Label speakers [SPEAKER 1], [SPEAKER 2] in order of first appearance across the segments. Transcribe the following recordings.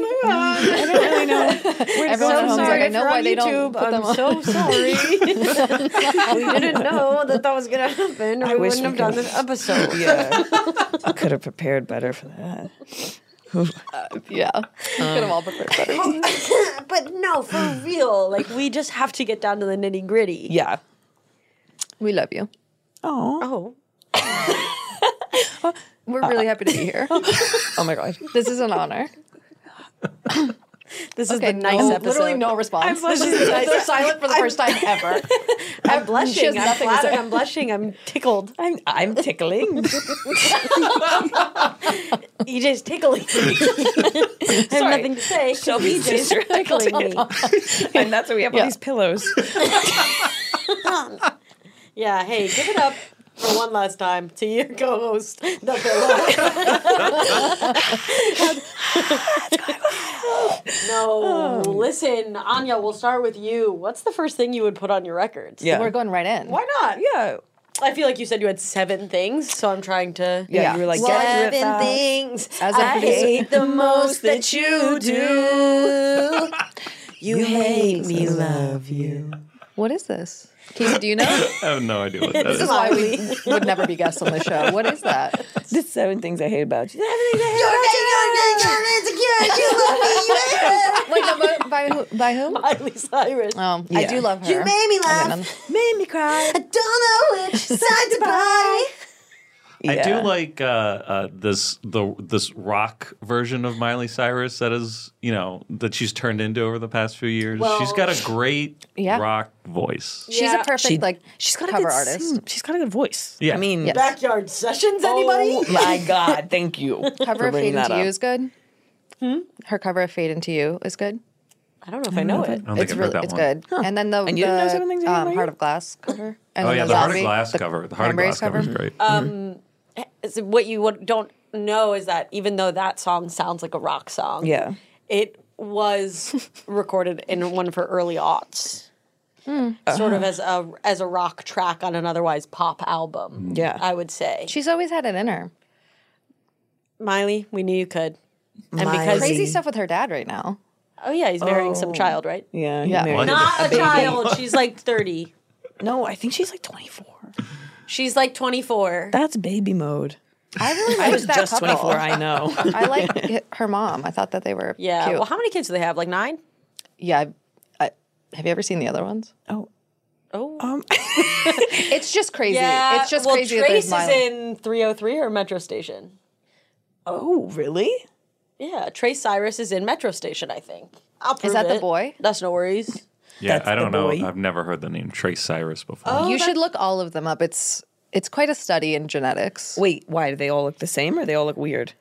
[SPEAKER 1] my God. I don't really know.
[SPEAKER 2] everyone at home's like, I know why they don't put them
[SPEAKER 3] I'm
[SPEAKER 2] on.
[SPEAKER 3] so sorry. we didn't know that that was gonna happen. or we
[SPEAKER 1] wish
[SPEAKER 3] wouldn't have
[SPEAKER 1] we
[SPEAKER 3] done
[SPEAKER 1] could've-
[SPEAKER 3] this episode.
[SPEAKER 1] Yeah. I could have prepared better for that.
[SPEAKER 2] yeah. Could have all prepared better.
[SPEAKER 3] but no, for real. Like we just have to get down to the nitty gritty.
[SPEAKER 1] Yeah.
[SPEAKER 2] We love you.
[SPEAKER 1] Oh.
[SPEAKER 3] Oh,
[SPEAKER 2] We're really happy to be here.
[SPEAKER 1] Oh my God.
[SPEAKER 2] This is an honor.
[SPEAKER 3] This
[SPEAKER 2] Okay,
[SPEAKER 3] is the nice
[SPEAKER 2] no,
[SPEAKER 3] episode.
[SPEAKER 2] Literally no response.
[SPEAKER 3] I'm
[SPEAKER 2] This is-
[SPEAKER 3] blushing.
[SPEAKER 2] They're silent for the first time ever.
[SPEAKER 3] I'm
[SPEAKER 2] She has
[SPEAKER 3] blushing. I'm
[SPEAKER 2] nothing to say.
[SPEAKER 3] flattered. I'm blushing. I'm tickled.
[SPEAKER 1] I'm I'm tickling.
[SPEAKER 3] EJ's tickling. E I have nothing to say. E
[SPEAKER 1] Shelby's
[SPEAKER 3] EJ's tickling me.
[SPEAKER 1] and that's why we have all these pillows.
[SPEAKER 3] Yeah. Hey, give it up for one last time to your co-host, the pillow. no, listen, Anya. We'll start with you. What's the first thing you would put on your records?
[SPEAKER 1] Yeah.
[SPEAKER 2] We're going right in.
[SPEAKER 3] Why not?
[SPEAKER 1] yeah.
[SPEAKER 3] I feel like you said you had seven things, so I'm trying to.
[SPEAKER 1] Yeah, you were like, get through
[SPEAKER 3] seven
[SPEAKER 1] it fast.
[SPEAKER 3] things
[SPEAKER 2] As a
[SPEAKER 3] I
[SPEAKER 2] producer-
[SPEAKER 3] hate the most that you do. You, hate me, love you.
[SPEAKER 2] What is this? Casey, do you know?
[SPEAKER 4] I have no idea what that
[SPEAKER 2] this
[SPEAKER 4] is.
[SPEAKER 2] is why we would never be guests on the show. What is that?
[SPEAKER 1] The seven things I hate about you.
[SPEAKER 2] Wait, no, but by who? By who?
[SPEAKER 3] Miley Cyrus.
[SPEAKER 2] Oh, I
[SPEAKER 1] Yeah.
[SPEAKER 2] do love her. You
[SPEAKER 3] made me laugh.
[SPEAKER 1] Made me cry.
[SPEAKER 4] I do like uh, uh, this the this rock version of Miley Cyrus that is you know that she's turned into over the past few years.
[SPEAKER 3] Well-
[SPEAKER 4] she's got a great
[SPEAKER 2] Yeah.
[SPEAKER 4] rock voice.
[SPEAKER 2] She's
[SPEAKER 3] Yeah.
[SPEAKER 2] a perfect like
[SPEAKER 1] She's got a
[SPEAKER 2] cover
[SPEAKER 1] good
[SPEAKER 2] artist.
[SPEAKER 1] sing- She's got a good voice.
[SPEAKER 4] Yeah.
[SPEAKER 1] I mean,
[SPEAKER 2] Yes.
[SPEAKER 3] Backyard sessions, anybody?
[SPEAKER 1] Oh my God, thank you.
[SPEAKER 2] Cover
[SPEAKER 1] for
[SPEAKER 2] of
[SPEAKER 1] bringing
[SPEAKER 2] Fade
[SPEAKER 1] that
[SPEAKER 2] Into You
[SPEAKER 1] up.
[SPEAKER 2] is good.
[SPEAKER 5] Hmm?
[SPEAKER 2] Her cover of Fade Into You is good.
[SPEAKER 3] I don't know if I know it.
[SPEAKER 4] I don't think
[SPEAKER 2] It's
[SPEAKER 4] I've heard
[SPEAKER 2] really
[SPEAKER 4] that
[SPEAKER 2] it's
[SPEAKER 4] one.
[SPEAKER 2] good. And then the,
[SPEAKER 1] And you didn't know
[SPEAKER 2] the,
[SPEAKER 1] Seven Things You Hate About
[SPEAKER 2] um,
[SPEAKER 1] You?
[SPEAKER 2] Heart of Glass cover. And
[SPEAKER 4] Oh
[SPEAKER 2] then
[SPEAKER 4] yeah, the Heart of
[SPEAKER 2] zombie-
[SPEAKER 4] Glass cover. The Heart of
[SPEAKER 2] Cranberries
[SPEAKER 4] Glass cover is great.
[SPEAKER 3] So what you would- don't know is that even though that song sounds like a rock song,
[SPEAKER 1] Yeah.
[SPEAKER 3] it was recorded in one of her early aughts.
[SPEAKER 1] Hmm.
[SPEAKER 3] Sort
[SPEAKER 1] Uh-huh.
[SPEAKER 3] of as a as a rock track on an otherwise pop album.
[SPEAKER 1] Yeah.
[SPEAKER 3] I would say.
[SPEAKER 2] Uh, She's always had it in her.
[SPEAKER 3] Miley, we knew you could. And
[SPEAKER 1] Miley.
[SPEAKER 3] because
[SPEAKER 2] Crazy stuff with her dad right now.
[SPEAKER 3] oh yeah, he's marrying some child, right?
[SPEAKER 1] Yeah. he
[SPEAKER 2] Yeah.
[SPEAKER 1] married-
[SPEAKER 3] Not a, child. She's like thirty.
[SPEAKER 1] No, I think she's like 24.
[SPEAKER 3] She's like twenty four.
[SPEAKER 1] That's baby mode.
[SPEAKER 2] I really
[SPEAKER 1] I
[SPEAKER 2] liked
[SPEAKER 1] was
[SPEAKER 2] that
[SPEAKER 1] just
[SPEAKER 2] couple.
[SPEAKER 1] 24. I know.
[SPEAKER 2] I like her mom. I thought that they were
[SPEAKER 3] Yeah.
[SPEAKER 2] cute.
[SPEAKER 3] Well, how many kids do they have? Like nine?
[SPEAKER 2] yeah. I, I, have you ever seen the other ones?
[SPEAKER 1] oh,
[SPEAKER 3] Oh.
[SPEAKER 1] um,
[SPEAKER 2] It's just crazy.
[SPEAKER 3] Yeah.
[SPEAKER 2] it's just
[SPEAKER 3] Uh, well,
[SPEAKER 2] crazy. that
[SPEAKER 3] Trace
[SPEAKER 2] there's
[SPEAKER 3] is
[SPEAKER 2] Miley.
[SPEAKER 3] in three oh three or Metro Station.
[SPEAKER 1] oh, really?
[SPEAKER 3] Yeah, Trey Cyrus is in Metro Station, I think. I'll prove
[SPEAKER 2] that the
[SPEAKER 3] it.
[SPEAKER 2] boy?
[SPEAKER 3] That's no worries.
[SPEAKER 4] Yeah,
[SPEAKER 1] That's
[SPEAKER 4] I don't
[SPEAKER 1] the
[SPEAKER 4] know.
[SPEAKER 1] boy. Oh,
[SPEAKER 4] I've never heard the name Trace Cyrus before.
[SPEAKER 2] you should look all of them up. It's it's quite a study in genetics.
[SPEAKER 1] Wait, why do they all look the same or they all look weird?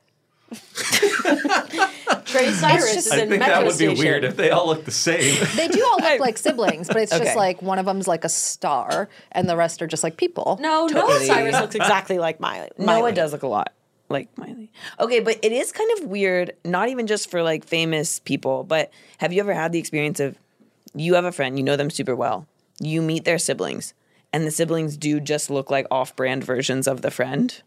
[SPEAKER 3] Trey Cyrus
[SPEAKER 2] just-
[SPEAKER 3] is
[SPEAKER 2] I
[SPEAKER 4] I
[SPEAKER 3] in
[SPEAKER 4] think
[SPEAKER 3] Metro
[SPEAKER 4] that would be
[SPEAKER 3] Station.
[SPEAKER 4] weird if they all look the same.
[SPEAKER 2] They do all look like siblings, but it's
[SPEAKER 1] Okay.
[SPEAKER 2] just like one of them's like a star, and the rest are just like people.
[SPEAKER 3] No, Noah
[SPEAKER 1] Totally.
[SPEAKER 3] Cyrus looks exactly like Miley.
[SPEAKER 1] Noah
[SPEAKER 3] Miley.
[SPEAKER 1] Oh, does look a lot like Miley. Okay, but it is kind of weird, not even just for like famous people, but have you ever had the experience of you have a friend, you know them super well, you meet their siblings, and the siblings do just look like off brand versions of the friend?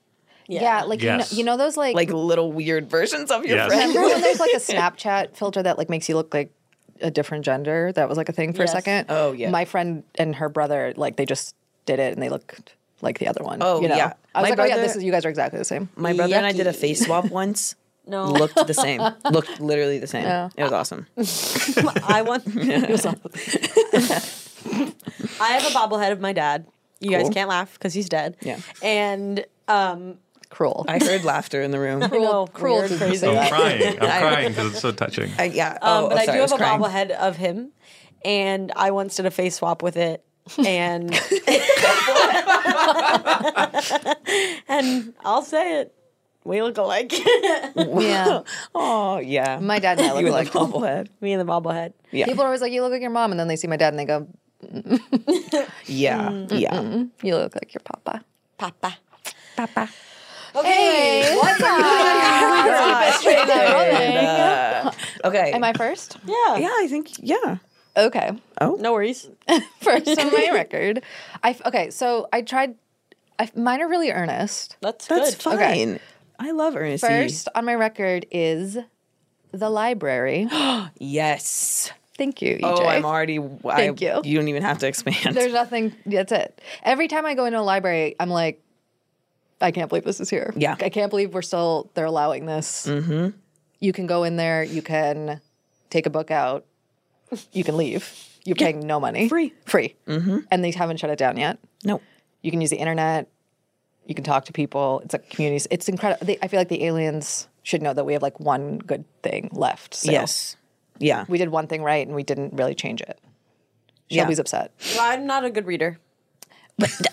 [SPEAKER 2] yeah, like
[SPEAKER 4] Yes.
[SPEAKER 2] you, know, you know those like,
[SPEAKER 1] Like little weird versions of your
[SPEAKER 4] Yes.
[SPEAKER 1] friend?
[SPEAKER 2] remember when there's like a Snapchat filter that like makes you look like a different gender? That was like a thing for
[SPEAKER 3] Yes.
[SPEAKER 2] a second.
[SPEAKER 1] Oh, yeah.
[SPEAKER 2] my friend and her brother like they just did it, and they looked like the other one.
[SPEAKER 1] Oh,
[SPEAKER 2] you know?
[SPEAKER 1] yeah.
[SPEAKER 2] I
[SPEAKER 1] My
[SPEAKER 2] was like, oh yeah,
[SPEAKER 1] brother-
[SPEAKER 2] this is you guys are exactly the same.
[SPEAKER 1] My brother and I did a
[SPEAKER 3] Yucky.
[SPEAKER 1] face swap once.
[SPEAKER 3] No.
[SPEAKER 1] Looked the same. Looked literally the same.
[SPEAKER 3] Oh.
[SPEAKER 1] It was awesome.
[SPEAKER 3] I want. I have a bobblehead of my dad. You guys
[SPEAKER 1] Cool.
[SPEAKER 3] can't laugh because he's dead.
[SPEAKER 1] Yeah.
[SPEAKER 3] And um,
[SPEAKER 2] Cruel.
[SPEAKER 1] I heard laughter in the room.
[SPEAKER 3] no,
[SPEAKER 2] cruel
[SPEAKER 3] weird,
[SPEAKER 2] to
[SPEAKER 3] crazy.
[SPEAKER 2] say
[SPEAKER 4] I'm
[SPEAKER 3] Um,
[SPEAKER 4] crying. I'm crying because it's so touching.
[SPEAKER 1] I, yeah. oh,
[SPEAKER 3] but I
[SPEAKER 1] oh, sorry,
[SPEAKER 3] do have
[SPEAKER 1] was
[SPEAKER 3] a
[SPEAKER 1] crying.
[SPEAKER 3] bobblehead of him, and I once did a face swap with it, and and I'll say it, we look alike.
[SPEAKER 2] yeah,
[SPEAKER 1] Oh yeah.
[SPEAKER 2] my dad and I
[SPEAKER 1] you
[SPEAKER 2] look
[SPEAKER 1] and
[SPEAKER 2] like
[SPEAKER 1] the bobblehead.
[SPEAKER 3] Me and the bobblehead.
[SPEAKER 1] Yeah.
[SPEAKER 2] People are always like, you look like your mom. And then they see my dad and they go,
[SPEAKER 1] Yeah. Yeah.
[SPEAKER 2] you look like your papa.
[SPEAKER 3] Papa.
[SPEAKER 1] Papa.
[SPEAKER 3] Okay. What's
[SPEAKER 1] uh, Okay.
[SPEAKER 2] Am I first?
[SPEAKER 3] Yeah.
[SPEAKER 1] Yeah, I think yeah.
[SPEAKER 2] Okay.
[SPEAKER 1] Oh.
[SPEAKER 3] No worries.
[SPEAKER 2] First on my record. I, f- okay, so I tried, I, f- mine are really earnest.
[SPEAKER 3] That's,
[SPEAKER 1] That's
[SPEAKER 3] good.
[SPEAKER 1] fine.
[SPEAKER 2] Okay.
[SPEAKER 1] I love Ernest.
[SPEAKER 2] First on my record is The Library.
[SPEAKER 1] Yes.
[SPEAKER 2] Thank you, E EJ.
[SPEAKER 1] Oh, I'm already. I-
[SPEAKER 2] Thank you.
[SPEAKER 1] You don't even have to expand.
[SPEAKER 2] There's nothing, that's it. Every time I go into a library, I'm like, I can't believe this is here.
[SPEAKER 1] Yeah.
[SPEAKER 2] I can't believe we're still, they're allowing this. Mm-hmm. You can go in there, you can take a book out, you can leave. You're paying no money.
[SPEAKER 1] Free.
[SPEAKER 2] Free. Mm-hmm. And they haven't shut it down yet.
[SPEAKER 1] no.
[SPEAKER 2] You can use the internet. You can talk to people. It's like communities. It's incredible. I feel like the aliens should know that we have like one good thing left. So
[SPEAKER 1] Yes. Yeah.
[SPEAKER 2] We did one thing right and we didn't really change it.
[SPEAKER 1] Yeah.
[SPEAKER 2] Shelby's upset.
[SPEAKER 3] I'm not a good reader.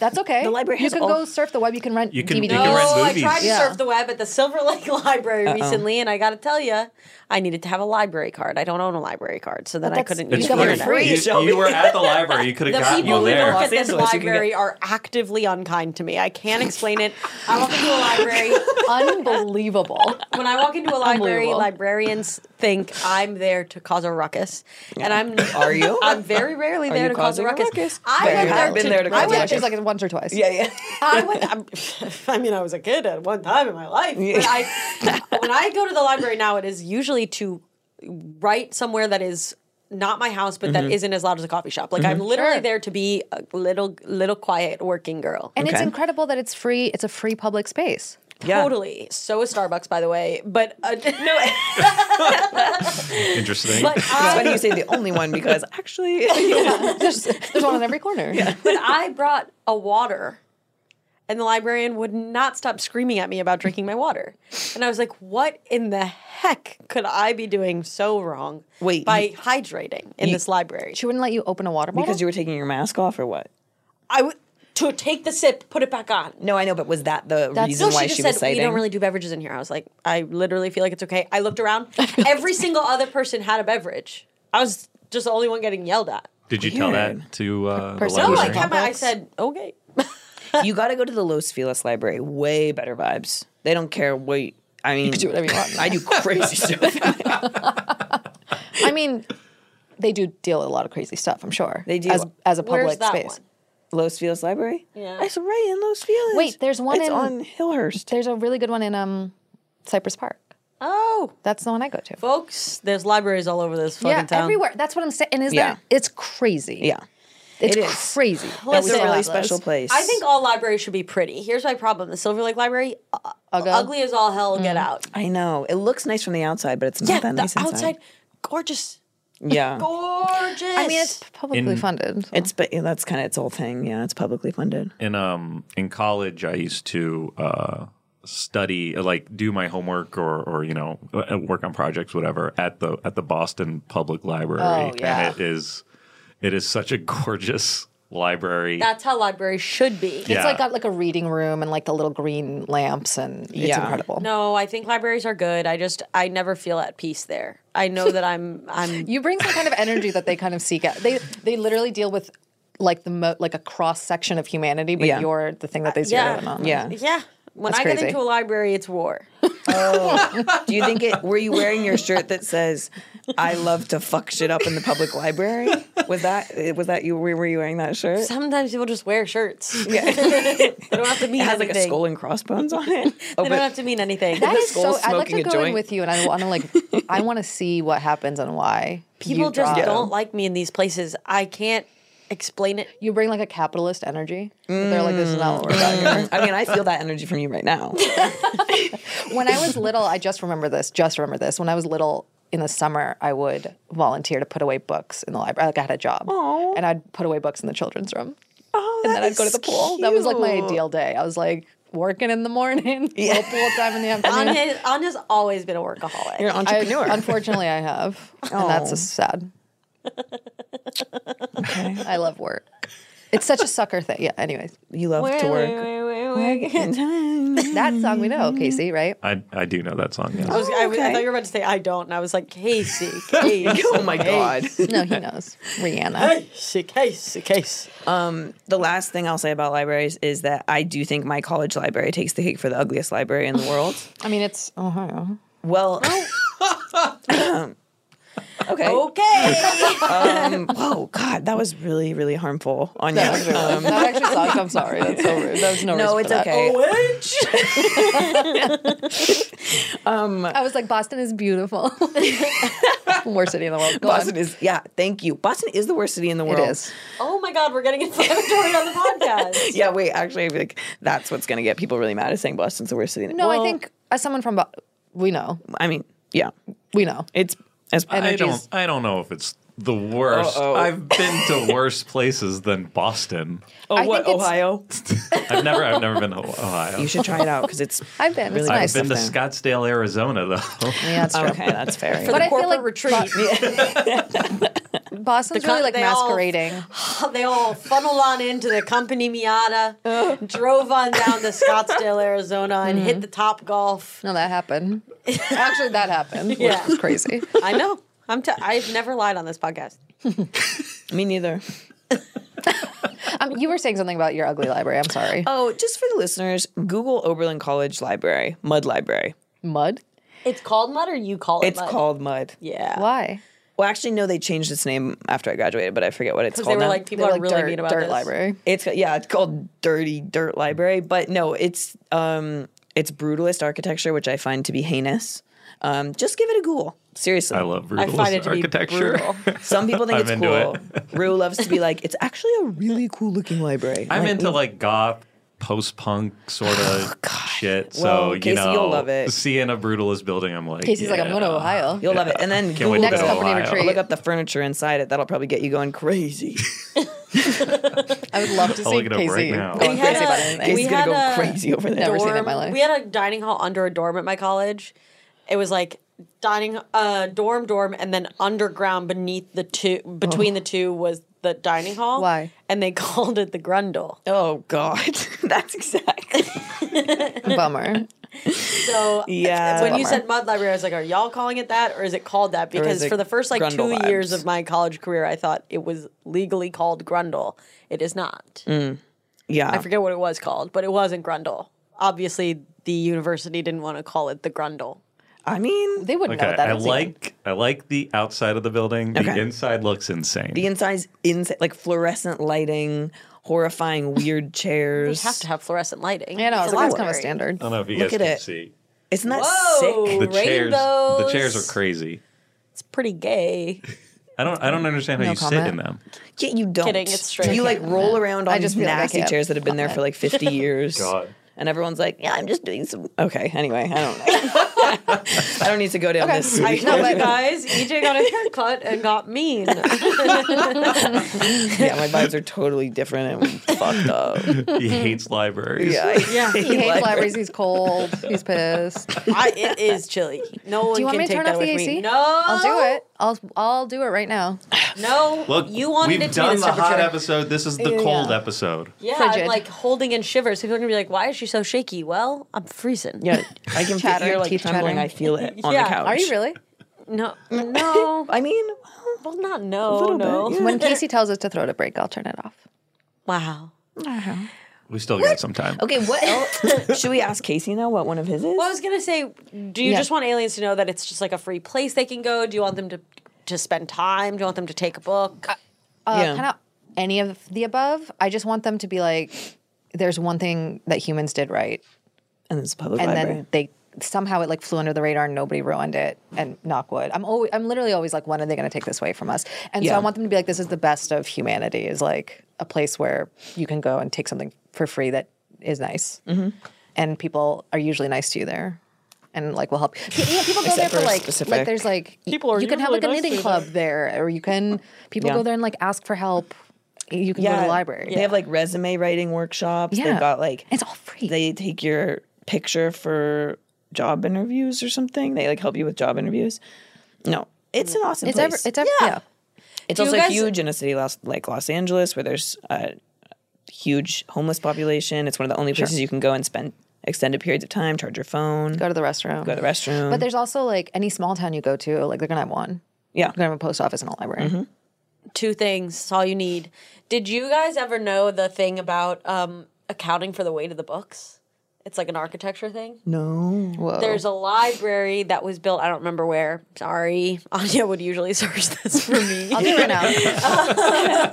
[SPEAKER 2] That's okay.
[SPEAKER 3] The library
[SPEAKER 2] You
[SPEAKER 3] has
[SPEAKER 2] can
[SPEAKER 3] all-
[SPEAKER 2] go surf the web. You can rent
[SPEAKER 4] You can-
[SPEAKER 2] DVDs.
[SPEAKER 4] you can rent
[SPEAKER 3] Oh, I
[SPEAKER 4] movies.
[SPEAKER 3] tried to
[SPEAKER 4] Yeah.
[SPEAKER 3] surf the web at the Silver Lake Library
[SPEAKER 2] Uh-oh.
[SPEAKER 3] recently, and I got to tell you, I needed to have a library card. I don't own a library card, so then I couldn't
[SPEAKER 4] It's
[SPEAKER 3] use the
[SPEAKER 4] free.
[SPEAKER 3] internet.
[SPEAKER 4] You- You, were at the library. You could
[SPEAKER 3] The
[SPEAKER 4] have gotten
[SPEAKER 3] people
[SPEAKER 4] one
[SPEAKER 3] who
[SPEAKER 4] there.
[SPEAKER 3] work at this library are actively unkind to me. I can't explain it. I walk into a library.
[SPEAKER 2] Unbelievable.
[SPEAKER 3] When I walk into a library,
[SPEAKER 2] Unbelievable.
[SPEAKER 3] librarians think I'm there to cause a ruckus, and I'm.
[SPEAKER 2] Are you?
[SPEAKER 3] I'm very rarely
[SPEAKER 2] Are
[SPEAKER 3] there
[SPEAKER 2] you
[SPEAKER 3] to cause a
[SPEAKER 2] causing a
[SPEAKER 3] ruckus.
[SPEAKER 2] ruckus?
[SPEAKER 3] I
[SPEAKER 2] There
[SPEAKER 3] went
[SPEAKER 2] you have
[SPEAKER 3] there
[SPEAKER 2] been
[SPEAKER 3] to,
[SPEAKER 2] there to cause
[SPEAKER 3] I
[SPEAKER 2] a
[SPEAKER 3] went
[SPEAKER 2] ruckus. She's like once or twice.
[SPEAKER 3] Yeah, yeah. I went. I'm, I mean, I was a kid at one time in my life. But I, when I go to the library now, it is usually to write somewhere that is not my house, but that
[SPEAKER 2] Mhm.
[SPEAKER 3] isn't as loud as a coffee shop. Like I'm
[SPEAKER 2] Mhm.
[SPEAKER 3] literally
[SPEAKER 2] Sure.
[SPEAKER 3] there to be a little, little quiet working girl.
[SPEAKER 2] And it's incredible that it's free. It's a free public space.
[SPEAKER 3] Totally. So is Starbucks, by the way. But uh, no,
[SPEAKER 4] Interesting.
[SPEAKER 3] But It's I- funny you say
[SPEAKER 1] the only one because actually,
[SPEAKER 2] there's, there's one on every corner.
[SPEAKER 3] but I brought a water. And the librarian would not stop screaming at me about drinking my water. And I was like, what in the heck could I be doing so wrong
[SPEAKER 1] Wait,
[SPEAKER 3] by
[SPEAKER 1] you-
[SPEAKER 3] hydrating in
[SPEAKER 1] you-
[SPEAKER 3] this library?
[SPEAKER 2] She wouldn't let you open a water
[SPEAKER 1] because you were taking your mask off or what?
[SPEAKER 3] I would to take the sip, put it back on.
[SPEAKER 1] No, I know, but was that the reason
[SPEAKER 3] no, she
[SPEAKER 1] why
[SPEAKER 3] just
[SPEAKER 1] she,
[SPEAKER 3] said
[SPEAKER 1] was citing?
[SPEAKER 3] we don't really do beverages in here. I was like, I literally feel like it's okay. I looked around; every single other person had a beverage. I was just the only one getting yelled at.
[SPEAKER 4] Did you tell that to uh, the
[SPEAKER 3] No, I
[SPEAKER 4] library?
[SPEAKER 3] kept my. I said, okay.
[SPEAKER 1] you got to go to the Los Feliz Library. Way better vibes. They don't care what. you- I mean, you do
[SPEAKER 2] whatever you want.
[SPEAKER 1] I do crazy stuff.
[SPEAKER 2] I mean, they do deal with a lot of crazy stuff. I'm sure
[SPEAKER 1] They do.
[SPEAKER 2] as, as a
[SPEAKER 1] Where's
[SPEAKER 2] public
[SPEAKER 1] that
[SPEAKER 2] space.
[SPEAKER 1] one? Los Feliz Library.
[SPEAKER 2] Yeah,
[SPEAKER 1] it's right in Los Feliz.
[SPEAKER 2] Wait, there's one
[SPEAKER 1] It's
[SPEAKER 2] in
[SPEAKER 1] on Hillhurst.
[SPEAKER 2] There's a really good one in um Cypress Park.
[SPEAKER 3] Oh,
[SPEAKER 2] that's the one I go to.
[SPEAKER 3] Folks, there's libraries all over this fucking
[SPEAKER 2] yeah,
[SPEAKER 3] town.
[SPEAKER 2] everywhere. That's what I'm saying. And is
[SPEAKER 3] Yeah.
[SPEAKER 2] that it's crazy?
[SPEAKER 1] Yeah,
[SPEAKER 2] it's
[SPEAKER 3] It is.
[SPEAKER 2] crazy. that we
[SPEAKER 3] Listen,
[SPEAKER 2] still have those.
[SPEAKER 3] I think all libraries should be pretty. Here's my problem: the Silver Lake Library, uh, ugly as all hell. Get out.
[SPEAKER 1] I know. It looks nice from the outside, but it's not
[SPEAKER 3] Yeah,
[SPEAKER 1] that
[SPEAKER 3] the
[SPEAKER 1] nice inside.
[SPEAKER 3] outside, gorgeous,
[SPEAKER 1] Yeah.
[SPEAKER 3] gorgeous.
[SPEAKER 2] I mean, it's publicly funded.
[SPEAKER 1] It's but yeah, that's kind of its whole thing. Yeah, it's publicly funded.
[SPEAKER 4] in um in college I used to uh study uh, like do my homework or or you know uh, work on projects whatever at the at the Boston Public Library
[SPEAKER 3] Oh, yeah.
[SPEAKER 4] and it is it is such a gorgeous library
[SPEAKER 3] That's how libraries should be.
[SPEAKER 2] It's
[SPEAKER 4] Yeah.
[SPEAKER 2] like got like a reading room and like the little green lamps and it's incredible.
[SPEAKER 3] No, I think libraries are good. I just I never feel at peace there. I know that I'm I'm
[SPEAKER 2] You bring some kind of energy that they kind of seek out. They they literally deal with like the mo- like a cross section of humanity, but
[SPEAKER 1] Yeah.
[SPEAKER 2] you're the thing that they zero in
[SPEAKER 3] yeah
[SPEAKER 2] on.
[SPEAKER 3] yeah. When
[SPEAKER 1] That's
[SPEAKER 3] I
[SPEAKER 1] crazy.
[SPEAKER 3] get into a library, it's war.
[SPEAKER 1] Do you think it? Were you wearing your shirt that says "I love to fuck shit up in the public library"? Was that? Was that you? Were you wearing that shirt?
[SPEAKER 3] Sometimes people just wear shirts. Yeah, they don't have to mean
[SPEAKER 1] It has like
[SPEAKER 3] anything.
[SPEAKER 1] a skull and crossbones on it. Oh,
[SPEAKER 3] they don't have to mean anything.
[SPEAKER 2] That is so. I'd like to go in with you, and I want to like. I want to see what happens and why
[SPEAKER 3] People
[SPEAKER 2] you
[SPEAKER 3] just
[SPEAKER 2] draw.
[SPEAKER 3] don't like me in these places. I can't explain it.
[SPEAKER 2] You bring like a capitalist energy. but They're like, this is not what we're about.
[SPEAKER 1] Mm. I mean, I feel that energy from you right now.
[SPEAKER 3] Mm.
[SPEAKER 2] when I was little, I just remember this. Just remember this. When I was little in the summer, I would volunteer to put away books in the library. Like I had a job, and I'd put away books in the children's room. Oh, and then I'd go to the pool. That was like my
[SPEAKER 3] cute.
[SPEAKER 2] ideal day. I was like working in the morning, little pool time in the afternoon.
[SPEAKER 3] Anya's, Anya's always been a workaholic.
[SPEAKER 2] I- unfortunately, I have, and that's
[SPEAKER 1] Oh.
[SPEAKER 2] a sad. okay. I love work. It's such a sucker thing. Yeah. Anyways,
[SPEAKER 1] you love
[SPEAKER 3] to work.
[SPEAKER 2] that song we know, Casey, right?
[SPEAKER 4] I I do know that song
[SPEAKER 3] I,
[SPEAKER 4] yeah.
[SPEAKER 3] was, I, was- I thought you were about to say I don't, and I was like Casey, Casey.
[SPEAKER 1] Oh my God.
[SPEAKER 2] No, he knows. Rihanna.
[SPEAKER 3] Casey, Casey, Casey.
[SPEAKER 1] Um, the last thing I'll say about libraries is that I do think my college library takes the cake for the ugliest library in the world.
[SPEAKER 2] I mean, it's Ohio.
[SPEAKER 1] Well,
[SPEAKER 2] Oh.
[SPEAKER 1] okay.
[SPEAKER 3] Okay.
[SPEAKER 1] um, whoa, God, that was really, really harmful on you. Um,
[SPEAKER 2] that actually sucked. I'm sorry. That's so rude. That was no.
[SPEAKER 1] No,
[SPEAKER 2] reason
[SPEAKER 1] it's
[SPEAKER 2] for that.
[SPEAKER 1] okay.
[SPEAKER 2] Um, I was like, Boston is beautiful. Worst city in the world. Go on.
[SPEAKER 1] Boston is, yeah, thank you. Boston is the worst city in the world.
[SPEAKER 2] is.
[SPEAKER 3] Oh my God, we're getting inflammatory on the podcast.
[SPEAKER 1] Yeah, wait, actually, I feel like that's what's going to get people really mad is saying Boston's the worst city in the
[SPEAKER 2] No,
[SPEAKER 1] world.
[SPEAKER 2] I think as someone from, Bo- we know,
[SPEAKER 1] I mean, yeah.
[SPEAKER 2] we know.
[SPEAKER 1] It's as
[SPEAKER 4] I don't I don't know if it's the worst.
[SPEAKER 1] Uh-oh.
[SPEAKER 4] I've been to worse places than Boston.
[SPEAKER 1] Oh,
[SPEAKER 2] I
[SPEAKER 1] what
[SPEAKER 2] think it's-
[SPEAKER 1] Ohio?
[SPEAKER 4] I've never, I've never been to Ohio.
[SPEAKER 1] You should try it out because it's.
[SPEAKER 2] I've been. It's
[SPEAKER 4] I've
[SPEAKER 2] nice.
[SPEAKER 4] been to
[SPEAKER 2] Up
[SPEAKER 4] Scottsdale, Arizona, though.
[SPEAKER 2] Yeah, that's true.
[SPEAKER 1] Okay, that's fair.
[SPEAKER 2] For But the I feel like
[SPEAKER 3] retreat.
[SPEAKER 2] there. Boston's
[SPEAKER 3] The con-
[SPEAKER 2] really like
[SPEAKER 3] they all-
[SPEAKER 2] masquerading.
[SPEAKER 3] they all funneled on into the company Miata, drove on down to Scottsdale, Arizona, and hit the Top Golf.
[SPEAKER 2] No, that happened. Actually, that happened. Yeah,
[SPEAKER 3] Yeah.
[SPEAKER 2] which was crazy.
[SPEAKER 3] I know. I'm. T- I've never lied on this podcast.
[SPEAKER 1] Me neither.
[SPEAKER 2] Um, you were saying something about your ugly library. I'm sorry.
[SPEAKER 1] Oh, just for the listeners, Google Oberlin College Library, Mud Library.
[SPEAKER 2] Mud?
[SPEAKER 3] It's called mud, or you call it?
[SPEAKER 1] It's
[SPEAKER 3] mud?
[SPEAKER 1] called Mud.
[SPEAKER 3] Yeah.
[SPEAKER 2] Why?
[SPEAKER 1] Well, actually, no, they changed its name after I graduated, but I forget what it's
[SPEAKER 3] Because
[SPEAKER 1] called.
[SPEAKER 3] they were
[SPEAKER 1] now.
[SPEAKER 3] like, people are
[SPEAKER 2] They're like
[SPEAKER 3] really
[SPEAKER 2] dirt,
[SPEAKER 3] mean about
[SPEAKER 2] dirt
[SPEAKER 3] this.
[SPEAKER 2] library.
[SPEAKER 1] It's yeah, it's called Dirty Dirt Library, but no, it's um it's brutalist architecture, which I find to be heinous. Um, just give it a Google. Seriously.
[SPEAKER 4] I love
[SPEAKER 3] I
[SPEAKER 4] brutalist
[SPEAKER 3] find it to be
[SPEAKER 4] architecture.
[SPEAKER 3] brutal.
[SPEAKER 1] Some people think
[SPEAKER 4] I'm
[SPEAKER 1] it's
[SPEAKER 4] into
[SPEAKER 1] cool. Rue loves to be like, it's actually a really cool looking library.
[SPEAKER 4] I'm
[SPEAKER 1] Like, Oh,
[SPEAKER 4] into like
[SPEAKER 1] Uh,
[SPEAKER 4] goth, post punk sort of shit. So
[SPEAKER 1] Well,
[SPEAKER 4] you
[SPEAKER 1] Casey,
[SPEAKER 4] know,
[SPEAKER 1] you'll love it.
[SPEAKER 4] seeing a brutalist building, I'm like,
[SPEAKER 2] Casey's like, I'm going to
[SPEAKER 4] yeah.
[SPEAKER 2] Ohio.
[SPEAKER 1] You'll love it. And then
[SPEAKER 4] Can't wait
[SPEAKER 1] Google
[SPEAKER 4] to
[SPEAKER 2] Next
[SPEAKER 4] go to
[SPEAKER 2] company
[SPEAKER 4] Ohio.
[SPEAKER 2] retreat.
[SPEAKER 1] look up the furniture inside it. That'll probably get you you going crazy.
[SPEAKER 2] I would love to
[SPEAKER 4] I'll
[SPEAKER 2] see
[SPEAKER 4] look it up right
[SPEAKER 2] Casey
[SPEAKER 4] now.
[SPEAKER 2] going
[SPEAKER 3] We had
[SPEAKER 2] crazy
[SPEAKER 3] a-
[SPEAKER 2] about
[SPEAKER 3] we
[SPEAKER 2] anything.
[SPEAKER 1] Casey's gonna
[SPEAKER 3] had
[SPEAKER 1] go
[SPEAKER 3] a
[SPEAKER 1] crazy over there.
[SPEAKER 2] Never seen it in
[SPEAKER 3] dorm-
[SPEAKER 2] my life.
[SPEAKER 3] We had a dining hall under a dorm at my college. It was like dining uh dorm dorm and then underground beneath the two between the two was the dining hall.
[SPEAKER 2] Why?
[SPEAKER 3] And they called it the Grundle.
[SPEAKER 1] Oh God, that's exactly.
[SPEAKER 2] Bummer.
[SPEAKER 3] So
[SPEAKER 1] Yeah.
[SPEAKER 3] when you
[SPEAKER 2] Bummer.
[SPEAKER 3] said mud library, I was like, are y'all calling it that or is it called that? Because
[SPEAKER 1] it
[SPEAKER 3] for the first like two
[SPEAKER 1] Grundle
[SPEAKER 3] years
[SPEAKER 1] vibes?
[SPEAKER 3] of my college career, I thought it was legally called Grundle. It is not.
[SPEAKER 1] Yeah,
[SPEAKER 3] I forget what it was called, but it wasn't Grundle. Obviously, the university didn't want to call it the Grundle.
[SPEAKER 1] I mean,
[SPEAKER 2] They wouldn't
[SPEAKER 4] Okay,
[SPEAKER 2] know what that.
[SPEAKER 4] I
[SPEAKER 2] is even.
[SPEAKER 4] like I like the outside of the building. The
[SPEAKER 1] Okay.
[SPEAKER 4] inside looks insane.
[SPEAKER 1] the inside's inside like fluorescent lighting, horrifying weird
[SPEAKER 3] They
[SPEAKER 1] chairs.
[SPEAKER 3] have to have fluorescent lighting.
[SPEAKER 2] Yeah, no,
[SPEAKER 3] It's
[SPEAKER 2] it's
[SPEAKER 3] a
[SPEAKER 2] like that's kind of
[SPEAKER 3] library.
[SPEAKER 2] a standard.
[SPEAKER 4] I don't know if you
[SPEAKER 1] Look
[SPEAKER 4] guys
[SPEAKER 1] at
[SPEAKER 4] can
[SPEAKER 1] it.
[SPEAKER 4] see
[SPEAKER 1] Isn't that
[SPEAKER 3] Whoa.
[SPEAKER 1] sick?
[SPEAKER 4] the chairs. The
[SPEAKER 3] Rainbows.
[SPEAKER 4] chairs are crazy.
[SPEAKER 3] It's pretty gay.
[SPEAKER 4] I don't I don't understand how
[SPEAKER 2] No
[SPEAKER 4] you sit
[SPEAKER 2] comment.
[SPEAKER 4] in them.
[SPEAKER 1] Yeah, you don't.
[SPEAKER 3] Kidding, it's straight.
[SPEAKER 1] You like roll around on
[SPEAKER 2] I just
[SPEAKER 1] these
[SPEAKER 2] feel like I
[SPEAKER 1] nasty
[SPEAKER 2] can't
[SPEAKER 1] chairs that have been there for like 50 years.
[SPEAKER 4] God.
[SPEAKER 1] And everyone's like, yeah, I'm just doing some. Okay, anyway, I don't know. I don't need to go down this.
[SPEAKER 3] I know, but guys, EJ got a haircut and got mean.
[SPEAKER 1] yeah, my vibes are totally different and fucked up.
[SPEAKER 4] He hates libraries.
[SPEAKER 1] Yeah, I-
[SPEAKER 3] yeah,
[SPEAKER 2] He hates libraries. He's cold. He's pissed. Do
[SPEAKER 3] I, it is chilly. No one
[SPEAKER 2] you want
[SPEAKER 3] can
[SPEAKER 2] me to
[SPEAKER 3] take
[SPEAKER 2] turn
[SPEAKER 3] that
[SPEAKER 2] off the
[SPEAKER 3] with
[SPEAKER 2] AC?
[SPEAKER 3] me. No,
[SPEAKER 2] I'll do it. I'll I'll do it right now.
[SPEAKER 3] No,
[SPEAKER 4] Look,
[SPEAKER 3] you wanted
[SPEAKER 4] we've
[SPEAKER 3] it to
[SPEAKER 4] done
[SPEAKER 3] be this
[SPEAKER 4] the hot
[SPEAKER 3] temperature.
[SPEAKER 4] episode. This is the cold episode.
[SPEAKER 3] yeah, I'm
[SPEAKER 2] Frigid.
[SPEAKER 3] like holding in shivers. People are gonna be like, "Why is she so shaky?" Well, I'm freezing.
[SPEAKER 1] Yeah, I can feel
[SPEAKER 2] Chattering,
[SPEAKER 1] you're like
[SPEAKER 2] teeth
[SPEAKER 1] trembling.
[SPEAKER 2] chattering.
[SPEAKER 1] I feel it on
[SPEAKER 3] Yeah.
[SPEAKER 1] the couch.
[SPEAKER 2] Are you really?
[SPEAKER 3] No, no.
[SPEAKER 1] I mean,
[SPEAKER 3] well, not no,
[SPEAKER 1] little
[SPEAKER 3] no.
[SPEAKER 1] bit, yeah.
[SPEAKER 2] When Casey tells us to throw it a break, I'll turn it off.
[SPEAKER 3] Wow.
[SPEAKER 4] We still got some time.
[SPEAKER 1] okay, what else? Should we ask Casey now what one of his is?
[SPEAKER 3] Well, I was gonna say, do you
[SPEAKER 2] Yeah.
[SPEAKER 3] just want aliens to know that it's just like a free place they can go? Do you want them to to spend time? Do you want them to take a book?
[SPEAKER 2] Uh,
[SPEAKER 1] Yeah.
[SPEAKER 2] Kind of any of the above. I just want them to be like, there's one thing that humans did right,
[SPEAKER 1] and it's a public
[SPEAKER 2] and
[SPEAKER 1] library.
[SPEAKER 2] then they somehow it like flew under the radar and nobody ruined it and knock wood i'm always i'm literally always like when are they going to take this away from us and so
[SPEAKER 1] Yeah.
[SPEAKER 2] i want them to be like this is the best of humanity is like a place where you can go and take something for free that is nice
[SPEAKER 1] Mm-hmm.
[SPEAKER 2] and people are usually nice to you there and like will help yeah, people go there
[SPEAKER 1] Except
[SPEAKER 2] for
[SPEAKER 1] for
[SPEAKER 2] like
[SPEAKER 1] specific-
[SPEAKER 2] like there's like
[SPEAKER 3] People are
[SPEAKER 2] you can have like a
[SPEAKER 3] usually nice to
[SPEAKER 2] knitting
[SPEAKER 3] you
[SPEAKER 2] club there or you can people
[SPEAKER 1] Yeah.
[SPEAKER 2] go there and like ask for help you can go to the library
[SPEAKER 1] They have like resume writing workshops. They've got like
[SPEAKER 2] it's all free
[SPEAKER 1] they take your picture for job interviews or something. They like help you with job interviews. No, it's an awesome
[SPEAKER 2] it's
[SPEAKER 1] place.
[SPEAKER 2] ever it's ever yeah.
[SPEAKER 1] It's
[SPEAKER 3] Do you
[SPEAKER 1] also
[SPEAKER 3] guys-
[SPEAKER 1] huge in a city los- like Los Angeles where there's a huge homeless population. It's one of the only places you can go and spend extended periods of time, charge your phone,
[SPEAKER 2] go to the restroom
[SPEAKER 1] go to the restroom.
[SPEAKER 2] But there's also like any small town you go to, like they're gonna have one.
[SPEAKER 1] yeah. Mm-hmm.
[SPEAKER 2] They're gonna have a post office and a library.
[SPEAKER 3] Two things. It's all you need. Did you guys ever know the thing about um, accounting for the weight of the books? It's like an architecture thing.
[SPEAKER 1] No.
[SPEAKER 2] Whoa.
[SPEAKER 3] There's a library that was built. I don't remember where. Sorry, Anya would usually search this for me.
[SPEAKER 2] I'll do it right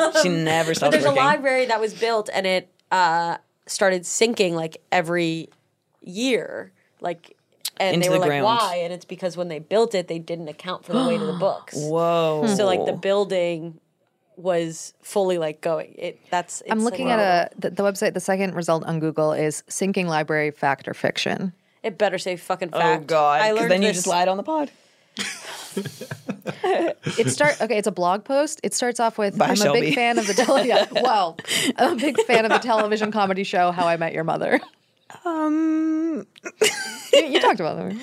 [SPEAKER 2] now.
[SPEAKER 1] She never stops
[SPEAKER 3] There's a
[SPEAKER 1] working.
[SPEAKER 3] library that was built and it uh, started sinking like every year, like. And they
[SPEAKER 1] Into
[SPEAKER 3] were
[SPEAKER 1] the
[SPEAKER 3] like,
[SPEAKER 1] ground.
[SPEAKER 3] why? And it's because when they built it, they didn't account for the weight of the books.
[SPEAKER 1] Whoa.
[SPEAKER 3] So like the building was fully like going. It that's. It's
[SPEAKER 2] I'm looking
[SPEAKER 3] like,
[SPEAKER 2] at a the, the website. The second result on Google is sinking library fact or fiction.
[SPEAKER 3] It better say fucking
[SPEAKER 1] Oh
[SPEAKER 3] fact.
[SPEAKER 1] god.
[SPEAKER 3] I
[SPEAKER 1] 'cause
[SPEAKER 3] learned
[SPEAKER 1] then you
[SPEAKER 3] this-
[SPEAKER 1] just lied on the pod.
[SPEAKER 2] it start okay. It's a blog post. It starts off with
[SPEAKER 1] By
[SPEAKER 2] I'm a
[SPEAKER 1] Shelby."
[SPEAKER 2] big fan of the tele- yeah, well, I'm a big fan of the television comedy show How I Met Your Mother.
[SPEAKER 1] Um,
[SPEAKER 2] you, you talked about them.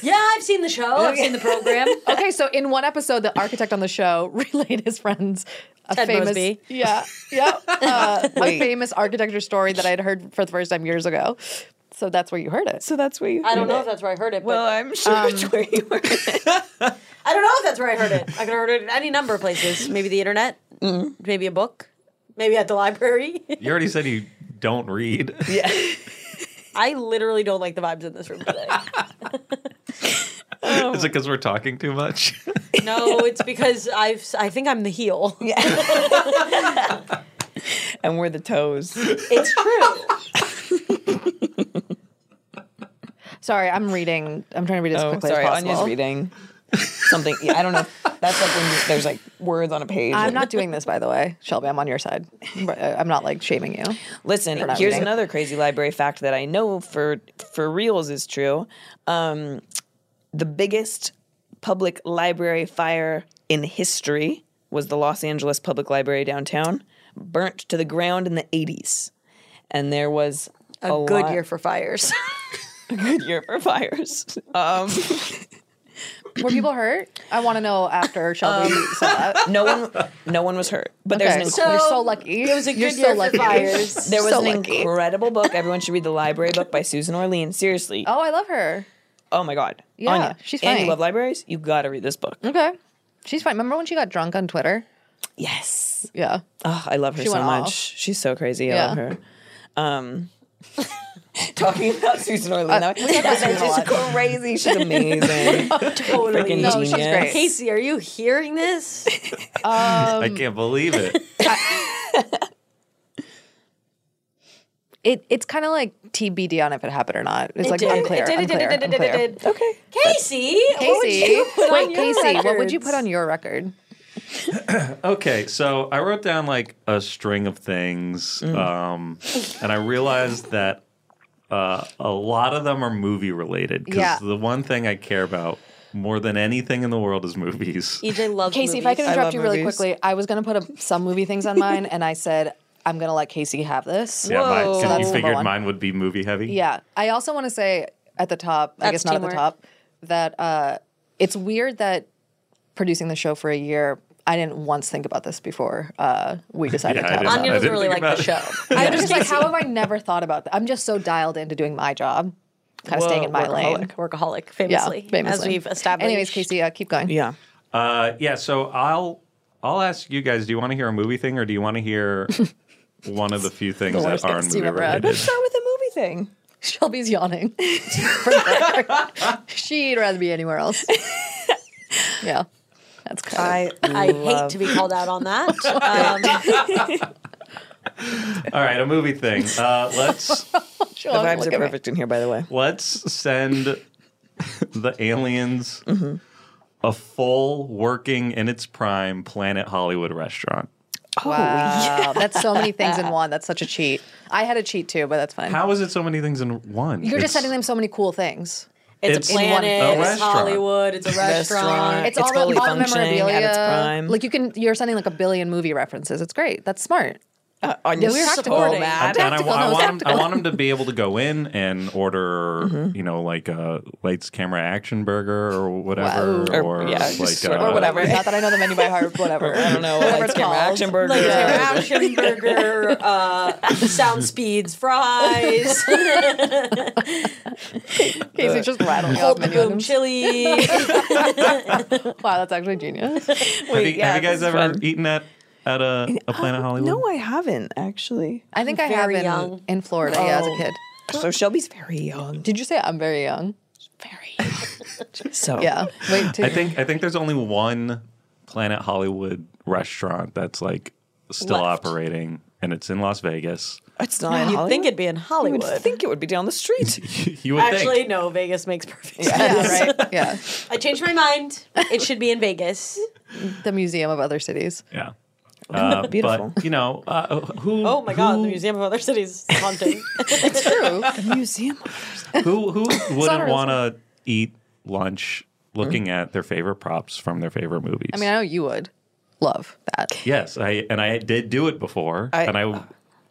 [SPEAKER 3] Yeah, I've seen the show. I've seen the program.
[SPEAKER 2] okay, so in one episode, the architect on the show relayed his friends a
[SPEAKER 3] Ted
[SPEAKER 2] famous
[SPEAKER 3] Mosby.
[SPEAKER 2] yeah yeah uh, a
[SPEAKER 3] Wait.
[SPEAKER 2] famous architecture story that I'd heard for the first time years ago. So that's where you heard it. So
[SPEAKER 1] that's where you.
[SPEAKER 3] I don't know if that's where I heard it.
[SPEAKER 1] Well, I'm sure it's where you heard
[SPEAKER 3] it. I don't know if that's where I heard it. I could have heard it in any number of places. Maybe the internet.
[SPEAKER 1] Mm-hmm.
[SPEAKER 3] Maybe a book. Maybe at the library.
[SPEAKER 4] You already said you don't read.
[SPEAKER 3] Yeah. I literally don't like the vibes in this room today. Um,
[SPEAKER 4] Is it because we're talking too much?
[SPEAKER 3] No, it's because I've I think I'm the heel.
[SPEAKER 1] and we're the toes.
[SPEAKER 3] It's true.
[SPEAKER 2] sorry, I'm reading. I'm trying to read as
[SPEAKER 1] Oh,
[SPEAKER 2] quickly
[SPEAKER 1] sorry,
[SPEAKER 2] as possible.
[SPEAKER 1] Anya's reading something. Yeah, I don't know. if- That's like when you, there's like words on a page.
[SPEAKER 2] I'm not doing this, by the way, Shelby. I'm on your side. But, uh, I'm not like shaming you.
[SPEAKER 1] Listen,
[SPEAKER 2] for not
[SPEAKER 1] here's
[SPEAKER 2] reading.
[SPEAKER 1] another crazy library fact that I know for for reals is true. Um, the biggest public library fire in history was the Los Angeles Public Library downtown, burnt to the ground in the 80s, and there was
[SPEAKER 3] A good
[SPEAKER 1] lot-
[SPEAKER 3] year for fires.
[SPEAKER 1] a good year for fires. Um,
[SPEAKER 2] Were people hurt? I want to know after Shelby said that.
[SPEAKER 1] no one, no one was hurt, but there's an
[SPEAKER 2] Okay.
[SPEAKER 1] incredible.
[SPEAKER 2] You're so lucky. It was
[SPEAKER 3] a
[SPEAKER 2] You're
[SPEAKER 3] good
[SPEAKER 2] so
[SPEAKER 3] year for
[SPEAKER 2] lucky.
[SPEAKER 3] fires.
[SPEAKER 1] There was
[SPEAKER 2] So
[SPEAKER 1] an
[SPEAKER 2] lucky.
[SPEAKER 1] incredible book. Everyone should read the library book by Susan Orlean. Seriously.
[SPEAKER 2] Oh, I love her.
[SPEAKER 1] Oh my god.
[SPEAKER 2] Yeah,
[SPEAKER 1] Anya,
[SPEAKER 2] she's
[SPEAKER 1] And
[SPEAKER 2] funny.
[SPEAKER 1] you love libraries? You gotta read this book.
[SPEAKER 2] Okay. She's fine. Remember when she got drunk on Twitter?
[SPEAKER 1] Yes.
[SPEAKER 2] Yeah.
[SPEAKER 1] Oh, I love her
[SPEAKER 2] She
[SPEAKER 1] so
[SPEAKER 2] went
[SPEAKER 1] much.
[SPEAKER 2] off.
[SPEAKER 1] She's so crazy. I
[SPEAKER 2] Yeah.
[SPEAKER 1] love her. Um talking about Susan Orlean.
[SPEAKER 2] Uh,
[SPEAKER 1] that-
[SPEAKER 2] we talk about
[SPEAKER 1] that
[SPEAKER 2] Susan a
[SPEAKER 1] bitch is
[SPEAKER 2] lot.
[SPEAKER 1] crazy.
[SPEAKER 2] Uh,
[SPEAKER 1] She's amazing.
[SPEAKER 3] totally.
[SPEAKER 1] Freaking
[SPEAKER 2] No, she's
[SPEAKER 1] genius.
[SPEAKER 2] great.
[SPEAKER 3] Casey, are you hearing this?
[SPEAKER 4] I can't believe it.
[SPEAKER 2] It it's kind of like TBD on if it happened or not. It's
[SPEAKER 3] It
[SPEAKER 2] like
[SPEAKER 3] did, it
[SPEAKER 2] unclear.
[SPEAKER 3] did, it did,
[SPEAKER 2] unclear,
[SPEAKER 3] it did, it did, it
[SPEAKER 2] unclear.
[SPEAKER 3] did.
[SPEAKER 1] Okay.
[SPEAKER 3] Casey, what would
[SPEAKER 2] Casey,
[SPEAKER 3] you put on
[SPEAKER 2] wait,
[SPEAKER 3] your
[SPEAKER 2] Casey, what would you
[SPEAKER 3] records?
[SPEAKER 2] put on your record?
[SPEAKER 4] Okay, so I wrote down like a string of things, um, and I realized that uh, a lot of them are movie related because
[SPEAKER 2] Yeah.
[SPEAKER 4] the one thing I care about more than anything in the world is movies.
[SPEAKER 3] EJ loves
[SPEAKER 2] Casey, if I could
[SPEAKER 3] movies.
[SPEAKER 2] interrupt
[SPEAKER 1] love
[SPEAKER 2] you really
[SPEAKER 1] movies.
[SPEAKER 2] quickly, I was gonna put a, some movie things on mine, and I said I'm gonna let Casey have this.
[SPEAKER 4] Yeah, mine,
[SPEAKER 3] Whoa.
[SPEAKER 2] So that's
[SPEAKER 4] you
[SPEAKER 2] number
[SPEAKER 4] figured
[SPEAKER 2] one.
[SPEAKER 4] mine would be movie heavy.
[SPEAKER 2] Yeah. I also want to say at the top, I
[SPEAKER 3] That's
[SPEAKER 2] guess not at
[SPEAKER 3] teamwork.
[SPEAKER 2] the top, that uh, it's weird that producing the show for a year, I didn't once think about this before uh, we
[SPEAKER 4] Yeah,
[SPEAKER 2] decided to
[SPEAKER 4] I
[SPEAKER 2] have
[SPEAKER 4] didn't.
[SPEAKER 2] it.
[SPEAKER 3] Anya
[SPEAKER 4] I
[SPEAKER 3] doesn't
[SPEAKER 4] didn't
[SPEAKER 3] really
[SPEAKER 4] think
[SPEAKER 3] like the show.
[SPEAKER 4] about
[SPEAKER 2] I'm just like, how have I never thought about that? I'm just so dialed into doing my job, kind of staying in my lane.
[SPEAKER 3] Workaholic,
[SPEAKER 2] Yeah,
[SPEAKER 3] famously, as
[SPEAKER 2] famously.
[SPEAKER 3] we've established.
[SPEAKER 2] Anyways, Casey, uh, keep going.
[SPEAKER 1] Yeah.
[SPEAKER 4] Uh, yeah. So I'll I'll ask you guys: Do you want to hear a movie thing, or do you want to hear one of the few things that
[SPEAKER 2] worst
[SPEAKER 4] aren't
[SPEAKER 2] guest
[SPEAKER 4] movie
[SPEAKER 2] you've ever had.
[SPEAKER 4] related?
[SPEAKER 1] Start with a movie thing.
[SPEAKER 2] Shelby's yawning. For the record. She'd rather be anywhere else. yeah, that's kind of-
[SPEAKER 1] I
[SPEAKER 3] I hate to be called out on that. Um,
[SPEAKER 4] All right, a movie thing. Uh, let's
[SPEAKER 2] She'll
[SPEAKER 1] the
[SPEAKER 2] look
[SPEAKER 1] vibes are
[SPEAKER 2] at me.
[SPEAKER 1] perfect in here, by the way.
[SPEAKER 4] let's send the aliens a full working in its prime Planet Hollywood restaurant.
[SPEAKER 2] Wow, that's so many things in one. That's such a cheat. I had a cheat too, but that's fine.
[SPEAKER 4] How is it so many things in one?
[SPEAKER 2] You're
[SPEAKER 4] It's-
[SPEAKER 2] just sending them so many cool things.
[SPEAKER 3] it's
[SPEAKER 4] It's
[SPEAKER 3] a
[SPEAKER 4] in one-
[SPEAKER 3] planet.
[SPEAKER 4] a
[SPEAKER 3] it's
[SPEAKER 4] restaurant.
[SPEAKER 3] Hollywood. It's a restaurant.
[SPEAKER 1] It's
[SPEAKER 2] It's, all the, all
[SPEAKER 1] fully
[SPEAKER 2] the
[SPEAKER 1] functioning at
[SPEAKER 2] memorabilia.
[SPEAKER 1] its prime.
[SPEAKER 2] Like you can, you're sending like a billion movie references. It's great. That's smart.
[SPEAKER 1] Uh, Anya's
[SPEAKER 2] We were
[SPEAKER 1] so
[SPEAKER 2] supporting.
[SPEAKER 1] mad.
[SPEAKER 4] And I,
[SPEAKER 2] Tactical,
[SPEAKER 4] wa- I
[SPEAKER 2] no,
[SPEAKER 4] want 'em- I
[SPEAKER 2] tactical.
[SPEAKER 4] want 'em to be able to go in and order, you know, like a lights, camera, action burger or whatever,
[SPEAKER 2] Wow.
[SPEAKER 4] or,
[SPEAKER 1] Or- yeah,
[SPEAKER 4] like
[SPEAKER 1] just-
[SPEAKER 4] uh,
[SPEAKER 2] Or whatever. Not that I know the menu by heart. Whatever.
[SPEAKER 1] I don't know.
[SPEAKER 2] Whatever
[SPEAKER 1] Lights,
[SPEAKER 2] it's
[SPEAKER 1] camera,
[SPEAKER 2] called.
[SPEAKER 1] action burger.
[SPEAKER 3] like action burger, uh, sound speeds, fries,
[SPEAKER 2] Casey just rattled me off
[SPEAKER 3] hold the
[SPEAKER 2] menu
[SPEAKER 3] boom,
[SPEAKER 2] items.
[SPEAKER 3] chili.
[SPEAKER 2] Wow, that's actually genius.
[SPEAKER 4] have, you,
[SPEAKER 1] yeah,
[SPEAKER 4] have you guys
[SPEAKER 1] this is
[SPEAKER 4] ever
[SPEAKER 1] fun.
[SPEAKER 4] eaten at at a, a Planet Hollywood?
[SPEAKER 1] No, I haven't actually.
[SPEAKER 2] I think I have
[SPEAKER 3] Very
[SPEAKER 2] in
[SPEAKER 3] young.
[SPEAKER 2] in Florida yeah, as a
[SPEAKER 1] Oh.
[SPEAKER 2] kid.
[SPEAKER 1] So Shelby's very young.
[SPEAKER 2] Did you say I'm very young?
[SPEAKER 1] So
[SPEAKER 2] Yeah. Wait. To,
[SPEAKER 4] I think I think there's only one Planet Hollywood restaurant that's like still
[SPEAKER 3] Left.
[SPEAKER 4] operating, and it's in Las Vegas.
[SPEAKER 1] it's not. in
[SPEAKER 3] You'd
[SPEAKER 1] Hollywood.
[SPEAKER 3] think it'd be in
[SPEAKER 1] You
[SPEAKER 3] Hollywood.
[SPEAKER 1] would think it would be down the street.
[SPEAKER 4] you would
[SPEAKER 3] Actually,
[SPEAKER 4] think.
[SPEAKER 3] no. Vegas makes perfect sense.
[SPEAKER 2] yeah, right. Yeah.
[SPEAKER 3] I changed my mind. It should be in Vegas.
[SPEAKER 2] The museum of other cities.
[SPEAKER 4] Yeah. Uh,
[SPEAKER 1] Beautiful.
[SPEAKER 4] But you know uh, who?
[SPEAKER 3] Oh my God,
[SPEAKER 1] Mhm.
[SPEAKER 3] the Museum of Other Cities is haunting.
[SPEAKER 2] It's true.
[SPEAKER 1] museum.
[SPEAKER 4] Who who
[SPEAKER 2] not
[SPEAKER 4] wouldn't
[SPEAKER 2] a
[SPEAKER 4] want to eat lunch looking at their favorite props from their favorite movies.
[SPEAKER 2] I mean, I know you would love that.
[SPEAKER 4] yes, I and I did do it before,
[SPEAKER 2] I-
[SPEAKER 4] and I w-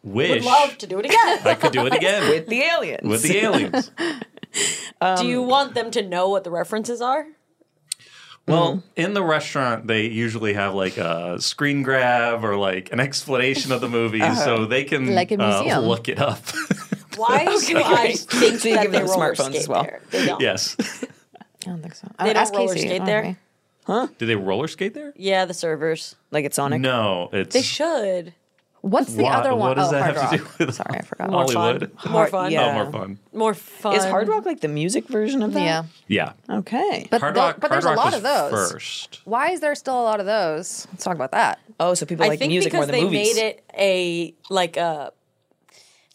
[SPEAKER 4] wish
[SPEAKER 3] to do it again.
[SPEAKER 4] I could do it again
[SPEAKER 1] with the aliens.
[SPEAKER 4] with the aliens.
[SPEAKER 3] do you want them to know what the references are?
[SPEAKER 1] Mm.
[SPEAKER 4] Well, in the restaurant, they usually have like a screen grab or like an explanation of the movie,
[SPEAKER 3] Uh-huh.
[SPEAKER 4] so they can
[SPEAKER 3] Like a
[SPEAKER 4] uh,
[SPEAKER 3] museum.
[SPEAKER 4] look it up.
[SPEAKER 3] Why do I think
[SPEAKER 1] So you
[SPEAKER 3] that
[SPEAKER 1] give
[SPEAKER 3] they
[SPEAKER 1] them
[SPEAKER 3] roller
[SPEAKER 1] smartphones as
[SPEAKER 3] skate
[SPEAKER 1] well.
[SPEAKER 3] there? They don't.
[SPEAKER 4] yes.
[SPEAKER 2] I don't think so.
[SPEAKER 3] They don't
[SPEAKER 2] Ask
[SPEAKER 3] roller
[SPEAKER 2] Casey.
[SPEAKER 3] skate
[SPEAKER 2] Oh,
[SPEAKER 3] there.
[SPEAKER 2] okay.
[SPEAKER 4] Do they roller skate there?
[SPEAKER 3] Yeah, the servers.
[SPEAKER 1] Like it's Sonic?
[SPEAKER 4] No, it's
[SPEAKER 3] They should.
[SPEAKER 2] What's
[SPEAKER 4] Why- What
[SPEAKER 2] Oh,
[SPEAKER 4] does that have to do with? Sorry, I forgot.
[SPEAKER 3] More fun.
[SPEAKER 4] Hollywood.
[SPEAKER 3] More fun.
[SPEAKER 4] Oh,
[SPEAKER 3] Yeah.
[SPEAKER 4] more fun.
[SPEAKER 3] More fun.
[SPEAKER 1] Is Hard Rock like the music version of that? Yeah.
[SPEAKER 4] Yeah.
[SPEAKER 1] Okay.
[SPEAKER 2] But
[SPEAKER 4] Hard
[SPEAKER 2] the-
[SPEAKER 4] Rock-
[SPEAKER 2] but there's
[SPEAKER 4] Hard
[SPEAKER 2] a
[SPEAKER 4] Rock was
[SPEAKER 2] lot of those.
[SPEAKER 4] first.
[SPEAKER 2] Why is there still a lot of those? Let's talk about that.
[SPEAKER 1] Oh, so people
[SPEAKER 3] I think because they made it a like a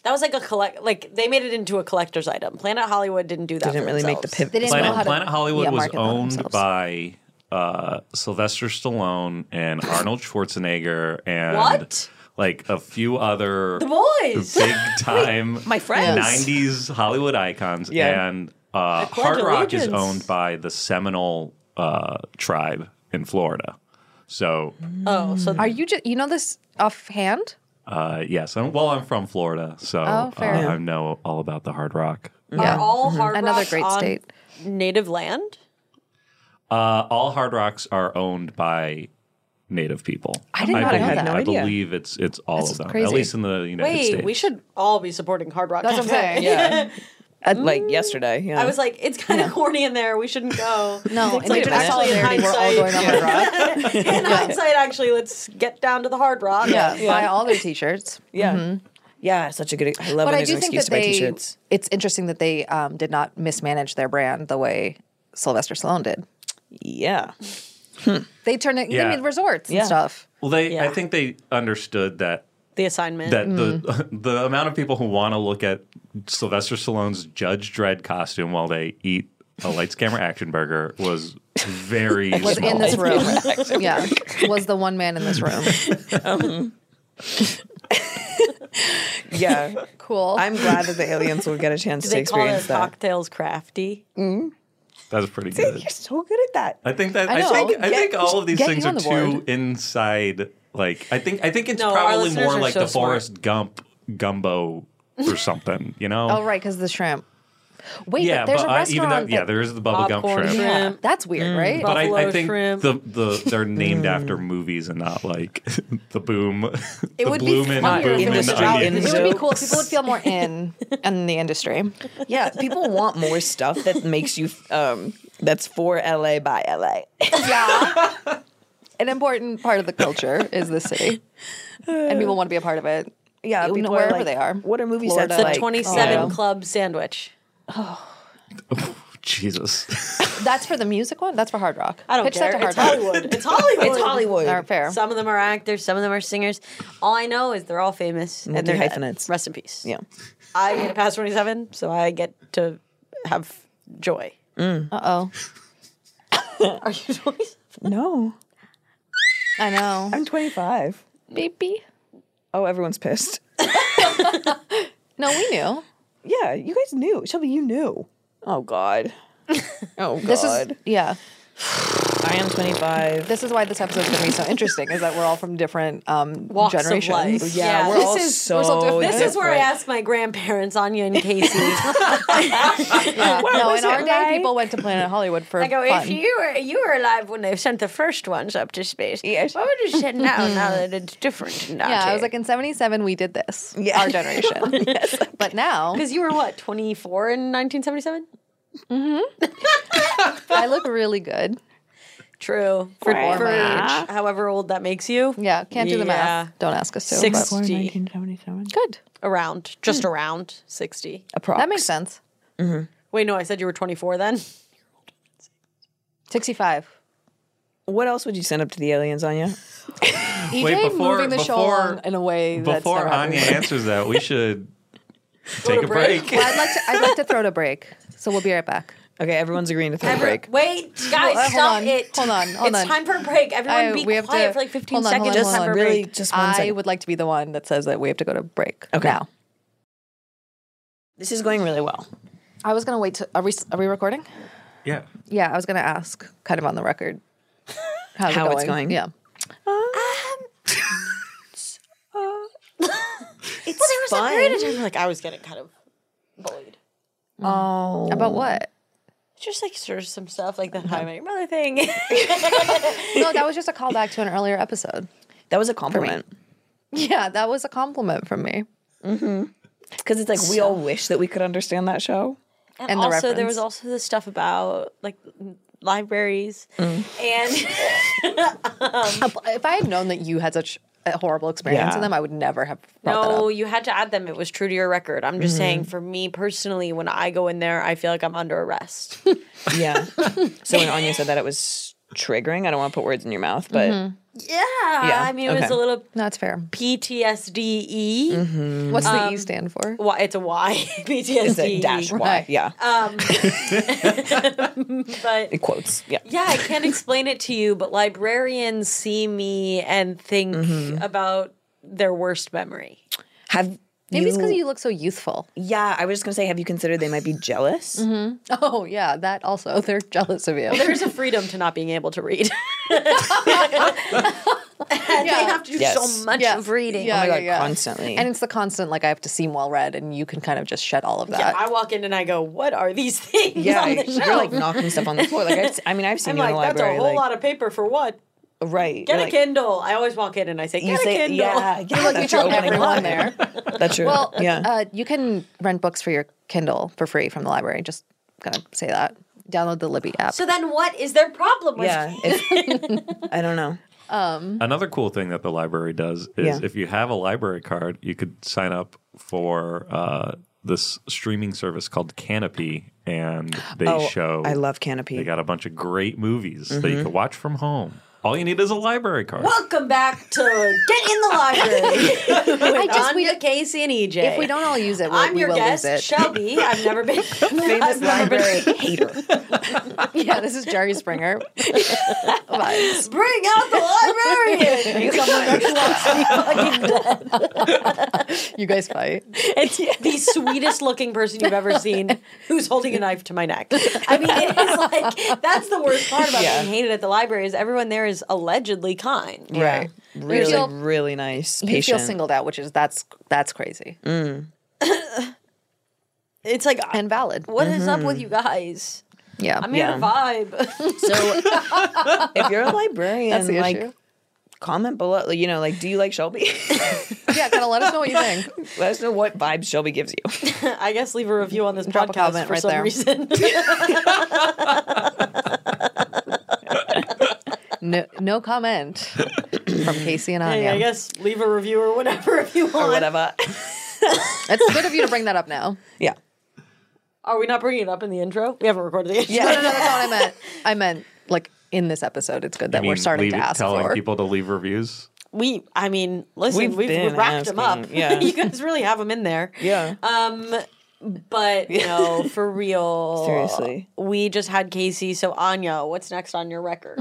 [SPEAKER 3] that was like a collect like they made it into a collector's item. Planet Hollywood didn't do that.
[SPEAKER 1] Didn't
[SPEAKER 3] for
[SPEAKER 1] really make the
[SPEAKER 3] themselves.
[SPEAKER 1] pivot.
[SPEAKER 4] Planet, Planet Hollywood was owned by uh, Sylvester Stallone and Arnold Schwarzenegger and
[SPEAKER 3] What?
[SPEAKER 4] like a few other
[SPEAKER 3] The boys.
[SPEAKER 4] big time
[SPEAKER 3] my friends.
[SPEAKER 4] 90s Hollywood icons.
[SPEAKER 3] Yeah.
[SPEAKER 4] And uh,
[SPEAKER 3] pledge
[SPEAKER 4] Hard Rock is
[SPEAKER 3] allegiance.
[SPEAKER 4] owned by the Seminole uh, tribe in Florida. So,
[SPEAKER 3] Oh, so
[SPEAKER 2] are you just you know this offhand?
[SPEAKER 4] uh, yes. I'm, well, I'm from Florida, so
[SPEAKER 2] Oh, fair.
[SPEAKER 4] uh, I know all about the Hard Rock.
[SPEAKER 3] Are all
[SPEAKER 2] Mhm.
[SPEAKER 3] Hard
[SPEAKER 2] Another
[SPEAKER 3] Rocks
[SPEAKER 2] great
[SPEAKER 3] on
[SPEAKER 2] state.
[SPEAKER 3] native land?
[SPEAKER 4] Uh, all Hard Rocks are owned by Native people.
[SPEAKER 3] I did not know
[SPEAKER 4] believe,
[SPEAKER 3] that.
[SPEAKER 4] I
[SPEAKER 3] No idea.
[SPEAKER 4] believe it's it's all
[SPEAKER 3] This
[SPEAKER 4] of
[SPEAKER 3] is
[SPEAKER 4] them, at
[SPEAKER 3] crazy.
[SPEAKER 4] least in the United
[SPEAKER 3] Wait,
[SPEAKER 4] States.
[SPEAKER 3] we should all be supporting Hard Rock.
[SPEAKER 2] That's what I'm
[SPEAKER 3] Cafe.
[SPEAKER 2] saying.
[SPEAKER 1] Yeah. At, like yesterday. Yeah.
[SPEAKER 3] I was like, it's kind of corny in there. We shouldn't go.
[SPEAKER 2] No,
[SPEAKER 3] it's
[SPEAKER 2] in
[SPEAKER 3] like
[SPEAKER 2] general
[SPEAKER 3] actually in
[SPEAKER 2] solidarity, we're all
[SPEAKER 3] hindsight.
[SPEAKER 2] going on Hard
[SPEAKER 3] in hindsight, actually, let's get down to the Hard Rock.
[SPEAKER 2] Yeah, buy all their t-shirts.
[SPEAKER 1] Yeah. Yeah, such a good. I love
[SPEAKER 2] but
[SPEAKER 1] when
[SPEAKER 2] I
[SPEAKER 1] there's
[SPEAKER 2] do
[SPEAKER 1] an
[SPEAKER 2] think
[SPEAKER 1] excuse
[SPEAKER 2] that
[SPEAKER 1] to buy
[SPEAKER 2] they.
[SPEAKER 1] t-shirts.
[SPEAKER 2] It's interesting that they um, did not mismanage their brand the way Sylvester Stallone did.
[SPEAKER 1] Yeah.
[SPEAKER 2] They turned it.
[SPEAKER 4] Yeah.
[SPEAKER 2] They made resorts
[SPEAKER 4] Yeah.
[SPEAKER 2] and stuff.
[SPEAKER 4] Well, they I think they understood that
[SPEAKER 3] The assignment.
[SPEAKER 4] that the the amount of people who want to look at Sylvester Stallone's Judge Dredd costume while they eat a lights camera action burger was very
[SPEAKER 2] was
[SPEAKER 4] small.
[SPEAKER 2] in this room. yeah, was the one man in this room.
[SPEAKER 1] Yeah.
[SPEAKER 2] cool.
[SPEAKER 1] I'm glad that the aliens will get a chance
[SPEAKER 3] Do
[SPEAKER 1] to
[SPEAKER 3] they call their
[SPEAKER 1] experience that.
[SPEAKER 3] cocktails crafty?
[SPEAKER 4] That's pretty good.
[SPEAKER 1] so good at that.
[SPEAKER 4] I think that
[SPEAKER 3] I
[SPEAKER 4] I,
[SPEAKER 3] know.
[SPEAKER 4] think I
[SPEAKER 3] Get-
[SPEAKER 4] think all of these
[SPEAKER 3] get
[SPEAKER 4] things are
[SPEAKER 3] you on the
[SPEAKER 4] too
[SPEAKER 3] board.
[SPEAKER 4] inside. Like I think I think it's
[SPEAKER 2] No, our
[SPEAKER 4] probably
[SPEAKER 2] listeners
[SPEAKER 4] more
[SPEAKER 2] are
[SPEAKER 4] like
[SPEAKER 2] so
[SPEAKER 4] the
[SPEAKER 2] smart.
[SPEAKER 4] Forrest Gump gumbo or something. You know?
[SPEAKER 2] Oh, right, because the shrimp. Wait,
[SPEAKER 4] yeah,
[SPEAKER 2] but there's
[SPEAKER 4] but
[SPEAKER 2] a
[SPEAKER 4] I-
[SPEAKER 2] restaurant.
[SPEAKER 4] even though yeah,
[SPEAKER 2] that-
[SPEAKER 4] there is the bubble gum
[SPEAKER 2] Popcorn
[SPEAKER 4] shrimp.
[SPEAKER 2] Yeah, that's weird,
[SPEAKER 1] Mm.
[SPEAKER 2] right?
[SPEAKER 4] But I, I
[SPEAKER 3] Buffalo
[SPEAKER 4] think
[SPEAKER 3] shrimp.
[SPEAKER 4] the the they're named after movies and not like the boom. the
[SPEAKER 2] would be
[SPEAKER 4] Bloomin' and
[SPEAKER 2] funnier if it
[SPEAKER 4] Boomin'
[SPEAKER 2] was
[SPEAKER 4] and
[SPEAKER 2] about
[SPEAKER 4] Onion.
[SPEAKER 2] It would be cool. People would feel more in in the industry.
[SPEAKER 1] Yeah, people want more stuff that makes you um that's for LA by LA.
[SPEAKER 2] An important part of the culture is the city, and people want to be a part of it.
[SPEAKER 1] Yeah,
[SPEAKER 2] even
[SPEAKER 1] people are
[SPEAKER 2] wherever
[SPEAKER 1] like,
[SPEAKER 2] they are.
[SPEAKER 1] What are movie
[SPEAKER 2] Florida,
[SPEAKER 3] the
[SPEAKER 2] like,
[SPEAKER 3] 27
[SPEAKER 2] Colorado.
[SPEAKER 3] Club sandwich.
[SPEAKER 4] Jesus.
[SPEAKER 2] That's for the music one. That's for Hard Rock.
[SPEAKER 3] I don't
[SPEAKER 2] Pitch
[SPEAKER 3] care.
[SPEAKER 2] That to
[SPEAKER 3] it's
[SPEAKER 2] Hard Rock.
[SPEAKER 3] Hollywood. It's Hollywood.
[SPEAKER 2] It's Hollywood. All right, fair.
[SPEAKER 3] Some of them are actors. Some of them are singers. All I know is they're all famous and they're dead.
[SPEAKER 1] Multi-hyphenates.
[SPEAKER 3] Rest in peace.
[SPEAKER 1] Yeah.
[SPEAKER 3] I made it past 27, so I get to have joy.
[SPEAKER 2] Uh oh.
[SPEAKER 3] Are you joyous?
[SPEAKER 1] No.
[SPEAKER 2] I know.
[SPEAKER 1] I'm 25.
[SPEAKER 2] Baby.
[SPEAKER 1] Oh, everyone's pissed.
[SPEAKER 2] No, we knew.
[SPEAKER 1] Yeah, you guys knew. Shelby, you knew. Oh God. Oh God.
[SPEAKER 2] This is yeah.
[SPEAKER 1] I am 25.
[SPEAKER 2] This is why this episode's going to be so interesting. Is that we're all from different um,
[SPEAKER 3] Walks of
[SPEAKER 2] generations.
[SPEAKER 3] life. Yeah, we're
[SPEAKER 2] this
[SPEAKER 3] all
[SPEAKER 2] is
[SPEAKER 1] so
[SPEAKER 2] we're
[SPEAKER 3] This is where I
[SPEAKER 2] different.
[SPEAKER 3] asked my grandparents, Anya and Casey.
[SPEAKER 2] Yeah.
[SPEAKER 3] Well,
[SPEAKER 2] no,
[SPEAKER 3] was
[SPEAKER 2] in our
[SPEAKER 3] it
[SPEAKER 2] day,
[SPEAKER 3] right?
[SPEAKER 2] people went to Planet Hollywood for
[SPEAKER 3] I go,
[SPEAKER 2] fun.
[SPEAKER 3] if you were you were alive when they sent the first ones up to space, yes. what would you say now? now that it's different, now
[SPEAKER 2] yeah, I was like, in '77, we did this. Yeah. Our generation. But now,
[SPEAKER 3] because you were what 24 in 1977.
[SPEAKER 2] I look really good.
[SPEAKER 3] True. For,
[SPEAKER 2] Right.
[SPEAKER 3] for
[SPEAKER 2] Wow.
[SPEAKER 3] age, however old that makes you.
[SPEAKER 2] Yeah, can't do the
[SPEAKER 3] Yeah.
[SPEAKER 2] math. Don't ask us to. but-
[SPEAKER 3] 60.
[SPEAKER 2] Good.
[SPEAKER 3] Around, just around 60.
[SPEAKER 2] That makes sense.
[SPEAKER 3] Wait, no, I said you were 24 then.
[SPEAKER 2] 65.
[SPEAKER 1] What else would you send up to the aliens, Anya?
[SPEAKER 3] E
[SPEAKER 2] EJ
[SPEAKER 4] Wait, before-
[SPEAKER 2] moving the show
[SPEAKER 4] before-
[SPEAKER 2] along in a way that's
[SPEAKER 4] Before
[SPEAKER 2] never happened
[SPEAKER 4] Anya
[SPEAKER 2] before.
[SPEAKER 4] answers that, we should take a break.
[SPEAKER 2] Well, I'd like to. I'd like to throw to break. So we'll be right back.
[SPEAKER 1] Okay, everyone's agreeing to throw
[SPEAKER 3] Every-
[SPEAKER 1] a break.
[SPEAKER 3] Wait, guys,
[SPEAKER 2] Well, uh, hold
[SPEAKER 3] stop
[SPEAKER 2] on,
[SPEAKER 3] it.
[SPEAKER 2] hold on, hold
[SPEAKER 3] it's
[SPEAKER 2] on.
[SPEAKER 3] time for a break. Everyone
[SPEAKER 2] I-
[SPEAKER 3] be quiet for like 15
[SPEAKER 2] hold on,
[SPEAKER 3] seconds. It's
[SPEAKER 2] hold on, hold
[SPEAKER 3] time for
[SPEAKER 2] on.
[SPEAKER 3] a break.
[SPEAKER 2] I would like to be the one that says that we have to go to break.
[SPEAKER 1] Okay.
[SPEAKER 2] Now.
[SPEAKER 1] This is going really well.
[SPEAKER 2] I was gonna wait. To, are we? Are we recording?
[SPEAKER 4] Yeah.
[SPEAKER 2] Yeah, I was going to ask, kind of on the record, how's
[SPEAKER 1] How
[SPEAKER 2] it going?
[SPEAKER 1] it's going.
[SPEAKER 2] Yeah.
[SPEAKER 3] It's Um, well, there was
[SPEAKER 1] fun.
[SPEAKER 3] a period of time like I was getting kind of bullied.
[SPEAKER 2] Oh. About what?
[SPEAKER 3] Just like sort of some stuff like
[SPEAKER 2] Uh-huh.
[SPEAKER 3] that How I Met Your Mother thing.
[SPEAKER 2] no, that was just a callback to an earlier episode.
[SPEAKER 1] That was a compliment.
[SPEAKER 2] Yeah, that was a compliment from me.
[SPEAKER 1] Mm-hmm. Because it's like we all wish that we could understand that show.
[SPEAKER 3] And, also there was also the stuff about like m- libraries and
[SPEAKER 2] if I had known that you had such a horrible experience
[SPEAKER 3] Yeah.
[SPEAKER 2] in them, I would never have brought that up.
[SPEAKER 3] no, you had to add them. It was true to your record. I'm just saying
[SPEAKER 2] Mhm.
[SPEAKER 3] for me personally, when I go in there, I feel like I'm under arrest.
[SPEAKER 1] Yeah. so when Anya said that, it was triggering. I don't want to put words in your mouth, but
[SPEAKER 3] Yeah.
[SPEAKER 1] Yeah,
[SPEAKER 3] I mean, it was
[SPEAKER 1] okay.
[SPEAKER 3] a little
[SPEAKER 2] That's fair.
[SPEAKER 3] PTSDE.
[SPEAKER 1] Mhm.
[SPEAKER 2] What's
[SPEAKER 3] Um,
[SPEAKER 2] the E stand for?
[SPEAKER 3] Why, it's a Y. PTSD.
[SPEAKER 1] It's a dash Y, yeah.
[SPEAKER 3] Um, but
[SPEAKER 1] it quotes. Yeah.
[SPEAKER 3] yeah, I can't explain it to you, but librarians see me and think about their worst memory.
[SPEAKER 1] Have
[SPEAKER 2] Maybe it's 'cause you look so youthful.
[SPEAKER 1] Yeah, I was just gonna say, have you considered they might be jealous?
[SPEAKER 2] hmm Oh, yeah, that also. They're jealous of you.
[SPEAKER 3] Well, there's a freedom to not being able to read. And They have to do so much of reading.
[SPEAKER 2] Yeah, Oh yeah, yeah.
[SPEAKER 1] constantly.
[SPEAKER 2] And it's the constant, like, I have to seem well read, and you can kind of just shed all of that.
[SPEAKER 3] Yeah, I walk in and I go, "What are these things?"
[SPEAKER 1] Yeah,
[SPEAKER 3] on the
[SPEAKER 1] you're,
[SPEAKER 3] shelf?"
[SPEAKER 1] like, knocking stuff on the floor. Like, I've- I mean, I've seen
[SPEAKER 3] I'm
[SPEAKER 1] you in
[SPEAKER 3] like,
[SPEAKER 1] the
[SPEAKER 3] that's
[SPEAKER 1] library,
[SPEAKER 3] a whole
[SPEAKER 1] like-
[SPEAKER 3] lot of paper for what?
[SPEAKER 1] Right.
[SPEAKER 3] Get
[SPEAKER 1] You're
[SPEAKER 3] a
[SPEAKER 1] like-
[SPEAKER 3] Kindle. I always walk in and I say, "Get
[SPEAKER 1] You
[SPEAKER 3] a
[SPEAKER 1] say-
[SPEAKER 3] Kindle."
[SPEAKER 1] yeah, yeah, Well, you that's tell your opening everyone line. there. That's true.
[SPEAKER 2] Well,
[SPEAKER 1] yeah.
[SPEAKER 2] uh, you can rent books for your Kindle for free from the library. Just gonna say that. Download the Libby app.
[SPEAKER 3] So then, what is their problem with?
[SPEAKER 1] Yeah, I don't know.
[SPEAKER 2] Um,
[SPEAKER 4] Another cool thing that the library does is
[SPEAKER 2] Yeah.
[SPEAKER 4] if you have a library card, you could sign up for uh, this streaming service called Canopy, and they
[SPEAKER 1] Oh,
[SPEAKER 4] show.
[SPEAKER 1] I love Canopy.
[SPEAKER 4] They got a bunch of great movies that you
[SPEAKER 1] Mhm.
[SPEAKER 4] can watch from home. All you need is a library card.
[SPEAKER 3] Welcome back to Get in the Library. with
[SPEAKER 2] I just- we-
[SPEAKER 3] Anya, Casey, and EJ.
[SPEAKER 2] if we don't all use it, we'll,
[SPEAKER 3] I'm
[SPEAKER 2] we
[SPEAKER 3] your
[SPEAKER 2] will
[SPEAKER 3] guest,
[SPEAKER 2] lose it.
[SPEAKER 3] Shelby. I've never been famous
[SPEAKER 2] library
[SPEAKER 1] hater.
[SPEAKER 2] yeah, this is Jerry Springer. Vibes.
[SPEAKER 3] Bring out the librarian. You
[SPEAKER 2] You guys fight.
[SPEAKER 3] It's the sweetest looking person you've ever seen who's holding a knife to my neck. I mean, it is like that's the worst part about
[SPEAKER 1] Yeah.
[SPEAKER 3] being hated at the library is everyone there is allegedly kind.
[SPEAKER 1] Yeah. Really,
[SPEAKER 2] feel-
[SPEAKER 1] really nice.
[SPEAKER 2] You
[SPEAKER 1] patient.
[SPEAKER 2] feel singled out, which is that's that's crazy
[SPEAKER 1] Mm.
[SPEAKER 3] It's like
[SPEAKER 2] and valid.
[SPEAKER 3] What is up
[SPEAKER 1] Mm-hmm.
[SPEAKER 3] with you guys?
[SPEAKER 2] Yeah,
[SPEAKER 3] I'm here to vibe.
[SPEAKER 1] So if you're a librarian,
[SPEAKER 2] That's the
[SPEAKER 1] like
[SPEAKER 2] issue.
[SPEAKER 1] comment below. You know, like, do you like Shelby?
[SPEAKER 2] yeah, kind of let us know what you think.
[SPEAKER 1] Let us know what vibes Shelby gives you.
[SPEAKER 3] I guess leave a review on this
[SPEAKER 2] Drop a
[SPEAKER 3] podcast
[SPEAKER 2] comment
[SPEAKER 3] for
[SPEAKER 2] right
[SPEAKER 3] some
[SPEAKER 2] there.
[SPEAKER 3] reason.
[SPEAKER 2] No, no comment from Casey and Anya.
[SPEAKER 3] Hey, I guess leave a review or whatever if you want.
[SPEAKER 1] or whatever.
[SPEAKER 2] It's good of you to bring that up now.
[SPEAKER 1] Yeah.
[SPEAKER 3] Are we not bringing it up in the intro? We haven't recorded the intro.
[SPEAKER 2] No, no, no, that's not what I meant. I meant like in this episode, it's good
[SPEAKER 4] You
[SPEAKER 2] that we're
[SPEAKER 4] mean
[SPEAKER 2] starting
[SPEAKER 4] leave-
[SPEAKER 2] to ask
[SPEAKER 4] telling
[SPEAKER 2] for.
[SPEAKER 4] people to leave reviews.
[SPEAKER 3] We, I mean, listen,
[SPEAKER 1] We've
[SPEAKER 3] we've, we've,
[SPEAKER 1] been
[SPEAKER 3] racked them up.
[SPEAKER 1] asking, yeah.
[SPEAKER 3] you guys really have them in there.
[SPEAKER 1] Yeah.
[SPEAKER 3] Um, but no, for real.
[SPEAKER 1] Seriously.
[SPEAKER 3] We just had Casey. So, Anya, what's next on your record?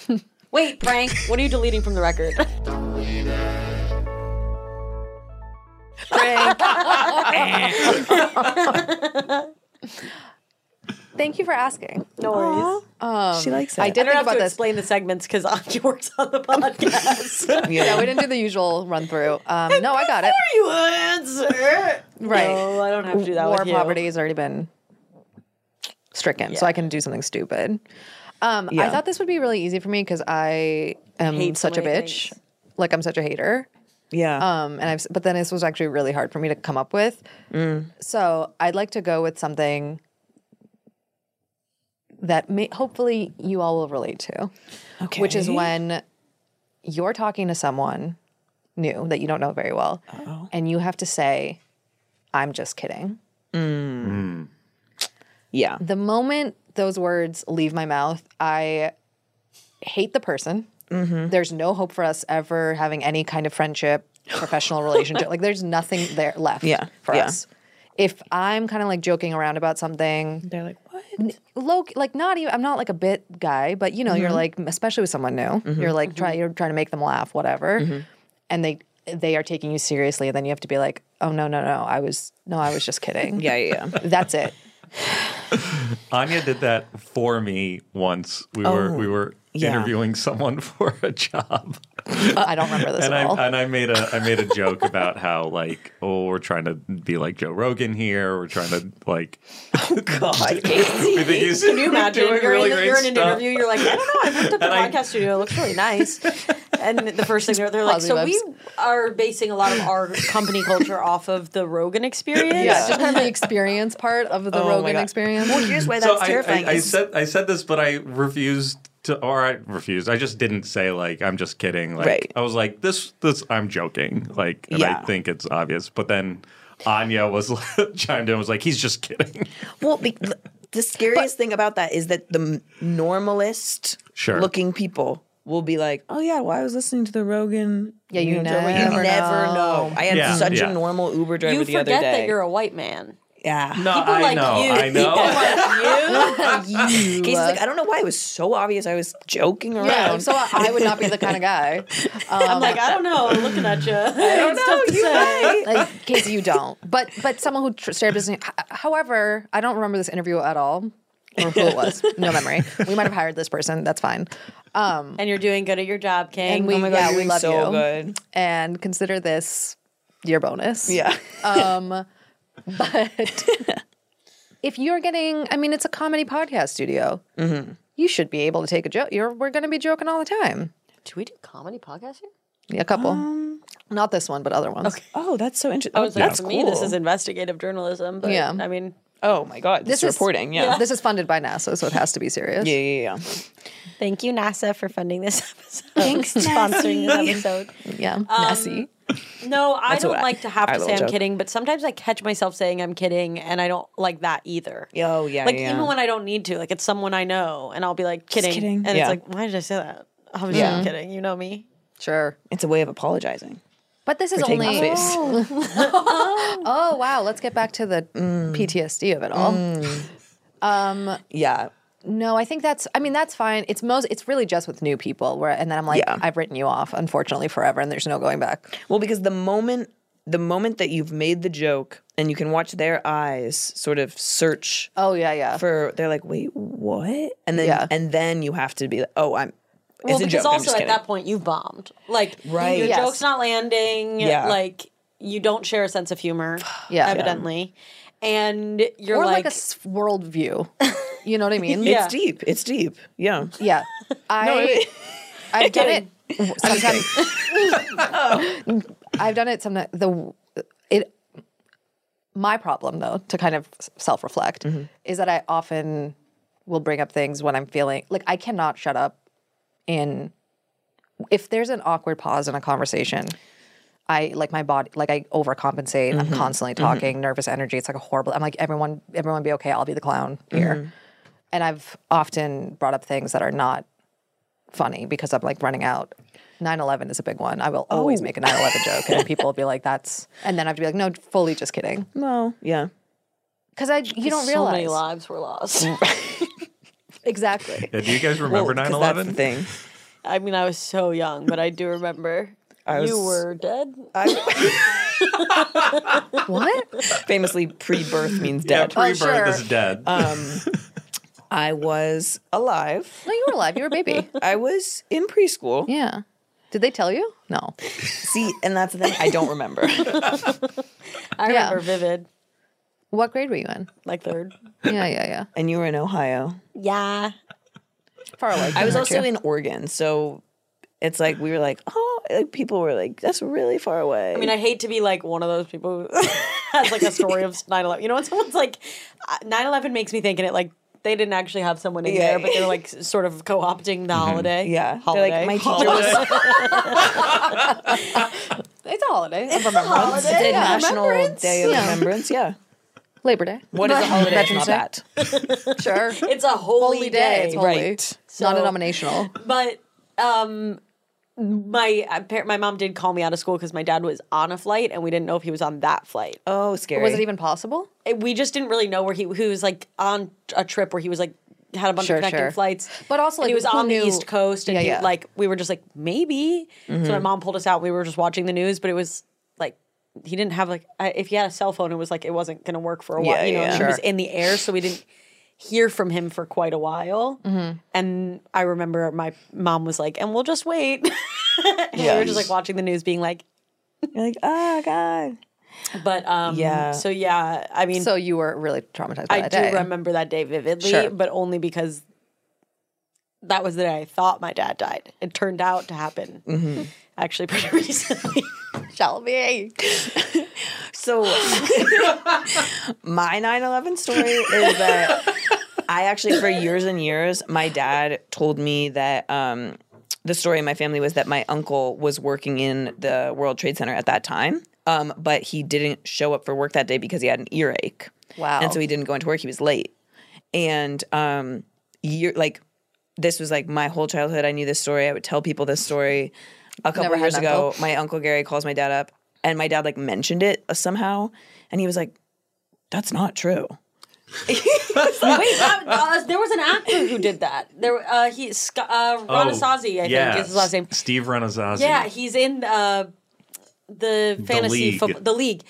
[SPEAKER 3] Wait, Frank, what are you deleting from the record?
[SPEAKER 2] Thank you for asking.
[SPEAKER 3] No worries.
[SPEAKER 2] Um,
[SPEAKER 1] She likes
[SPEAKER 2] I
[SPEAKER 1] it.
[SPEAKER 2] did
[SPEAKER 3] I don't
[SPEAKER 2] think
[SPEAKER 3] have
[SPEAKER 2] about
[SPEAKER 3] to
[SPEAKER 2] this.
[SPEAKER 3] explain the segments because Anya works on the podcast.
[SPEAKER 2] Yeah. we didn't do the usual run through. Um, no, I got it.
[SPEAKER 3] Before you answer.
[SPEAKER 2] Right.
[SPEAKER 3] No, I don't have to do that
[SPEAKER 2] War
[SPEAKER 3] with you.
[SPEAKER 2] poverty has already been stricken, so I can do something stupid. Um, I
[SPEAKER 1] Yeah.
[SPEAKER 2] thought this would be really easy for me because I am
[SPEAKER 3] Hate so
[SPEAKER 2] such a
[SPEAKER 3] many
[SPEAKER 2] bitch. Like I'm such a hater.
[SPEAKER 1] Yeah.
[SPEAKER 2] Um, and I've s- but then this was actually really hard for me to come up with.
[SPEAKER 3] Mm.
[SPEAKER 2] So I'd like to go with something that may, hopefully you all will relate to,
[SPEAKER 1] okay.
[SPEAKER 2] which is when you're talking to someone new that you don't know very well, and you have to say, "I'm just kidding."
[SPEAKER 1] Yeah.
[SPEAKER 2] The moment those words leave my mouth, I hate the person.
[SPEAKER 1] Mm-hmm.
[SPEAKER 2] There's no hope for us ever having any kind of friendship, professional relationship. Like there's nothing there left
[SPEAKER 1] Yeah,
[SPEAKER 2] for
[SPEAKER 1] yeah.
[SPEAKER 2] us. If I'm kind of like joking around about something,
[SPEAKER 1] They're like, what?
[SPEAKER 2] low, like not even. I'm not like a bit guy, but you know, you're like,
[SPEAKER 1] Mm-hmm.
[SPEAKER 2] especially with someone new, you're like try, you're trying to make them laugh, whatever,
[SPEAKER 1] Mm-hmm.
[SPEAKER 2] and they they are taking you seriously, and then you have to be like, oh no, no, no, I was no, I was just kidding.
[SPEAKER 1] Yeah, yeah, yeah.
[SPEAKER 2] That's it.
[SPEAKER 4] Anya did that for me once. We were
[SPEAKER 2] Oh,
[SPEAKER 4] we were
[SPEAKER 2] yeah. Uh,
[SPEAKER 4] interviewing someone for a job.
[SPEAKER 2] I don't remember this
[SPEAKER 4] and
[SPEAKER 2] at all.
[SPEAKER 4] I and I made a I made a joke about how like oh we're trying to be like Joe Rogan here. We're trying to like
[SPEAKER 1] Oh, God,
[SPEAKER 4] we think he's
[SPEAKER 3] Can you imagine?
[SPEAKER 4] doing
[SPEAKER 3] You're,
[SPEAKER 4] really
[SPEAKER 3] in,
[SPEAKER 4] great
[SPEAKER 3] you're in an
[SPEAKER 4] stuff.
[SPEAKER 3] interview. You're like, I don't know. I looked up the
[SPEAKER 4] And I-
[SPEAKER 3] podcast studio. It looks really nice. And the first thing they're, they're like, so
[SPEAKER 2] Positive
[SPEAKER 3] we are basing a lot of our company culture off of the Rogan experience.
[SPEAKER 2] Yeah, just kind of the experience part of the
[SPEAKER 3] Oh my
[SPEAKER 2] Rogan
[SPEAKER 3] God.
[SPEAKER 2] experience.
[SPEAKER 3] Well, here's why
[SPEAKER 4] So I- I, I, said I said this, but I refused to, or I refused. I just didn't say like I'm just kidding. Like
[SPEAKER 1] Right.
[SPEAKER 4] I was like this, this I'm joking. Like and
[SPEAKER 1] Yeah.
[SPEAKER 4] I think it's obvious. But then Anya was chimed in, and was like he's just kidding.
[SPEAKER 1] Well, be- th- the scariest thing about that is that the m- normalist
[SPEAKER 4] Sure.
[SPEAKER 1] looking people will be like, "Oh yeah, well I was listening to the Rogan."
[SPEAKER 2] Yeah, you
[SPEAKER 1] Joe-
[SPEAKER 2] never
[SPEAKER 1] you never
[SPEAKER 2] know.
[SPEAKER 1] know. I had
[SPEAKER 4] Yeah,
[SPEAKER 1] such
[SPEAKER 4] yeah.
[SPEAKER 1] a normal Uber driver
[SPEAKER 3] You
[SPEAKER 1] the other day.
[SPEAKER 3] forget that you're a white man.
[SPEAKER 1] yeah.
[SPEAKER 4] No, I
[SPEAKER 3] like
[SPEAKER 4] know,
[SPEAKER 3] you.
[SPEAKER 4] I know.
[SPEAKER 1] Casey's like, I don't know why it was so obvious. I was joking around.
[SPEAKER 2] Yeah, so I, I would not be the kind of guy.
[SPEAKER 3] I'm like, I don't know. I'm looking at you. I don't know. You
[SPEAKER 2] Like, Casey, you don't. But but someone who tr- started business. h- However, I don't remember this interview at all, or who it was. No memory. We might have hired this person. That's fine. Um,
[SPEAKER 3] And you're doing good at your job, King.
[SPEAKER 2] and we
[SPEAKER 3] Oh my God,
[SPEAKER 2] yeah
[SPEAKER 3] you're
[SPEAKER 2] we
[SPEAKER 3] doing
[SPEAKER 2] love
[SPEAKER 1] so
[SPEAKER 2] you.
[SPEAKER 1] good.
[SPEAKER 2] And consider this your bonus.
[SPEAKER 1] yeah.
[SPEAKER 2] Um, but if you're getting, I mean, it's a comedy podcast studio.
[SPEAKER 1] Mm-hmm.
[SPEAKER 2] You should be able to take a joke. You're we're going to be joking all the time.
[SPEAKER 3] Do we do comedy podcasts here?
[SPEAKER 2] Yeah, a couple.
[SPEAKER 1] Um,
[SPEAKER 2] Not this one, but other ones.
[SPEAKER 1] Oh, that's so interesting.
[SPEAKER 3] I
[SPEAKER 1] Oh,
[SPEAKER 3] was like,
[SPEAKER 1] that's
[SPEAKER 3] for
[SPEAKER 1] cool.
[SPEAKER 3] me, this is investigative journalism. But
[SPEAKER 2] Yeah.
[SPEAKER 3] I mean,
[SPEAKER 1] oh my god, this, is reporting. Yeah.
[SPEAKER 2] This is funded by NASA, so it has to be serious.
[SPEAKER 1] yeah, yeah, yeah.
[SPEAKER 3] thank you, NASA, for funding this episode. Thanks, sponsoring this episode.
[SPEAKER 2] Yeah.
[SPEAKER 3] Um,
[SPEAKER 1] Messy.
[SPEAKER 3] No, I
[SPEAKER 1] That's
[SPEAKER 3] don't
[SPEAKER 1] what I-
[SPEAKER 3] like to have
[SPEAKER 1] our
[SPEAKER 3] to say
[SPEAKER 1] little
[SPEAKER 3] I'm
[SPEAKER 1] joke.
[SPEAKER 3] kidding, but sometimes I catch myself saying I'm kidding, and I don't like that either.
[SPEAKER 1] Oh yeah.
[SPEAKER 3] Like
[SPEAKER 1] yeah.
[SPEAKER 3] even when I don't need to, like it's someone I know, and I'll be like kidding,
[SPEAKER 1] kidding.
[SPEAKER 3] and it's
[SPEAKER 1] Yeah.
[SPEAKER 3] like, why did I say that? I was
[SPEAKER 1] Yeah.
[SPEAKER 3] just kidding. You know me.
[SPEAKER 2] Sure.
[SPEAKER 1] it's a way of apologizing.
[SPEAKER 2] But this is
[SPEAKER 1] for taking
[SPEAKER 2] only.
[SPEAKER 1] space.
[SPEAKER 2] Oh, wow. Let's get back to the
[SPEAKER 1] Mm.
[SPEAKER 2] PTSD of it all.
[SPEAKER 1] Yeah.
[SPEAKER 2] No, I think that's. I mean, that's fine. It's most. It's really just with new people where, and then I'm like,
[SPEAKER 1] Yeah.
[SPEAKER 2] I've written you off, unfortunately, forever, and there's no going back.
[SPEAKER 1] Well, because the moment the moment that you've made the joke and you can watch their eyes sort of search
[SPEAKER 3] Uh.
[SPEAKER 2] Oh yeah, yeah.
[SPEAKER 1] for they're like, "Wait, what?" And then
[SPEAKER 2] Yeah.
[SPEAKER 1] and then you have to be like, "Oh, I'm it's
[SPEAKER 3] Well,
[SPEAKER 1] a
[SPEAKER 3] because
[SPEAKER 1] joke. I'm
[SPEAKER 3] also
[SPEAKER 1] just
[SPEAKER 3] at
[SPEAKER 1] kidding."
[SPEAKER 3] that point you've bombed. Like
[SPEAKER 1] Right.
[SPEAKER 3] your
[SPEAKER 2] Yes.
[SPEAKER 3] joke's not landing.
[SPEAKER 1] Yeah.
[SPEAKER 3] Like you don't share a sense of humor.
[SPEAKER 2] Yeah.
[SPEAKER 3] Evidently. And you're
[SPEAKER 2] or
[SPEAKER 3] like,
[SPEAKER 2] like, a s- world view. You know what I mean?
[SPEAKER 3] Yeah.
[SPEAKER 1] It's deep. It's deep. Yeah.
[SPEAKER 2] Yeah. I I've done it sometimes. I've done it sometimes. The it my problem though to kind of self reflect is that I often will bring up things when I'm feeling like I cannot shut up in if there's an awkward pause in a conversation. I like my body, like I overcompensate. I'm constantly talking, nervous energy. It's like a horrible. I'm like everyone, everyone be okay. I'll be the clown here. And I've often brought up things that are not funny because I'm like running out. 9-11 is a big one. I will always make a 9-11 joke and people will be like, that's and then I have to be like, no, fully just kidding.
[SPEAKER 1] Well, yeah.
[SPEAKER 2] Because I you don't
[SPEAKER 3] so many
[SPEAKER 2] realize
[SPEAKER 3] lives were lost.
[SPEAKER 2] exactly.
[SPEAKER 4] Yeah, do you guys remember
[SPEAKER 1] Well, 'cause That's the
[SPEAKER 4] 9/11?
[SPEAKER 1] thing.
[SPEAKER 3] I mean, I was so young, but I do remember. you
[SPEAKER 1] was-
[SPEAKER 3] were dead.
[SPEAKER 2] What?
[SPEAKER 1] Famously, pre-birth means
[SPEAKER 4] Yeah,
[SPEAKER 1] dead.
[SPEAKER 4] pre-birth
[SPEAKER 2] sure. Um,
[SPEAKER 4] is dead.
[SPEAKER 1] I was alive.
[SPEAKER 2] No, you were alive. You were a baby.
[SPEAKER 1] I was in preschool.
[SPEAKER 2] Yeah. Did they tell you? No.
[SPEAKER 1] See, and that's the thing. I don't remember.
[SPEAKER 3] I
[SPEAKER 2] Yeah.
[SPEAKER 3] remember vivid,
[SPEAKER 2] What grade were you in?
[SPEAKER 3] like third.
[SPEAKER 2] Yeah, yeah, yeah.
[SPEAKER 1] and you were in Ohio.
[SPEAKER 3] Yeah.
[SPEAKER 2] Far away.
[SPEAKER 1] I was
[SPEAKER 2] from
[SPEAKER 1] also
[SPEAKER 2] you.
[SPEAKER 1] in Oregon, so it's like we were like, oh, like people were like, that's really far away.
[SPEAKER 3] I mean, I hate to be like one of those people who has like a story of 9 11. You know, when someone's like, 9 11 makes me think, and it like, they didn't actually have someone in
[SPEAKER 1] Yeah.
[SPEAKER 3] there, but they're like s- sort of co opting the holiday.
[SPEAKER 1] yeah,
[SPEAKER 3] Holiday.
[SPEAKER 1] They're like my teacher was
[SPEAKER 2] It's a holiday. It's a holiday.
[SPEAKER 1] did National Day of
[SPEAKER 2] Yeah.
[SPEAKER 1] Remembrance. Yeah,
[SPEAKER 2] Labor Day.
[SPEAKER 1] what is a holiday? if
[SPEAKER 2] Veterans
[SPEAKER 1] not
[SPEAKER 2] Day.
[SPEAKER 1] that.
[SPEAKER 2] Sure.
[SPEAKER 3] It's a holy,
[SPEAKER 2] holy
[SPEAKER 3] day.
[SPEAKER 2] day. It's holy.
[SPEAKER 1] Right.
[SPEAKER 2] Not a
[SPEAKER 3] So-
[SPEAKER 2] nominational.
[SPEAKER 3] But um, my uh, par- my mom did call me out of school because my dad was on a flight, and we didn't know if he was on that flight.
[SPEAKER 1] Oh, scary.
[SPEAKER 2] Was it even possible?
[SPEAKER 3] It- we just didn't really know where he, he was like on a trip where he was like had a bunch
[SPEAKER 2] Sure,
[SPEAKER 3] of connecting
[SPEAKER 2] sure.
[SPEAKER 3] flights.
[SPEAKER 2] But also,
[SPEAKER 3] And he
[SPEAKER 2] like,
[SPEAKER 3] was
[SPEAKER 2] who
[SPEAKER 3] on
[SPEAKER 2] knew-
[SPEAKER 3] the East Coast, and
[SPEAKER 2] Yeah,
[SPEAKER 3] he,
[SPEAKER 2] yeah. Mm-hmm.
[SPEAKER 3] like we were just like maybe. So my mom pulled us out. We were just watching the news, but it was like he didn't have like I, if he had a cell phone, it was like it wasn't going to work for a while.
[SPEAKER 1] Yeah,
[SPEAKER 3] you know,
[SPEAKER 1] yeah.
[SPEAKER 3] he was
[SPEAKER 2] Sure.
[SPEAKER 3] in the air, so we didn't. hear from him for quite a while.
[SPEAKER 2] Mhm.
[SPEAKER 3] And I remember my mom was like, and we'll just wait. and we were just like
[SPEAKER 1] Yes.
[SPEAKER 3] watching the news being like,
[SPEAKER 1] You're like, oh God.
[SPEAKER 3] But um
[SPEAKER 1] Yeah.
[SPEAKER 3] so yeah, I mean
[SPEAKER 2] So you were really traumatized by
[SPEAKER 3] I do
[SPEAKER 2] that day.
[SPEAKER 3] remember that day vividly,
[SPEAKER 2] Sure.
[SPEAKER 3] but only because that was the day I thought my dad died. It turned out to happen
[SPEAKER 1] Mhm.
[SPEAKER 3] actually pretty recently.
[SPEAKER 2] Shelby.
[SPEAKER 1] So my 9/11 story is that I actually for years and years my dad told me that um the story in my family was that my uncle was working in the World Trade Center at that time. Um but he didn't show up for work that day because he had an earache.
[SPEAKER 2] Wow.
[SPEAKER 1] And so he didn't go into work, he was late. And um year like this was like my whole childhood. I knew this story. I would tell people this story. A couple
[SPEAKER 2] Never had
[SPEAKER 1] years
[SPEAKER 2] an
[SPEAKER 1] ago,
[SPEAKER 2] uncle.
[SPEAKER 1] my uncle Gary calls my dad up, and my dad like mentioned it somehow, and he was like, "That's not true."
[SPEAKER 3] Wait, that, uh, there was an actor who did that. There, uh, he Sc- uh, Ron Asazi, I
[SPEAKER 4] yeah.
[SPEAKER 3] think is his last name.
[SPEAKER 4] Steve Renazazi.
[SPEAKER 3] Yeah, he's in uh, the fantasy
[SPEAKER 4] League.
[SPEAKER 3] football, the league.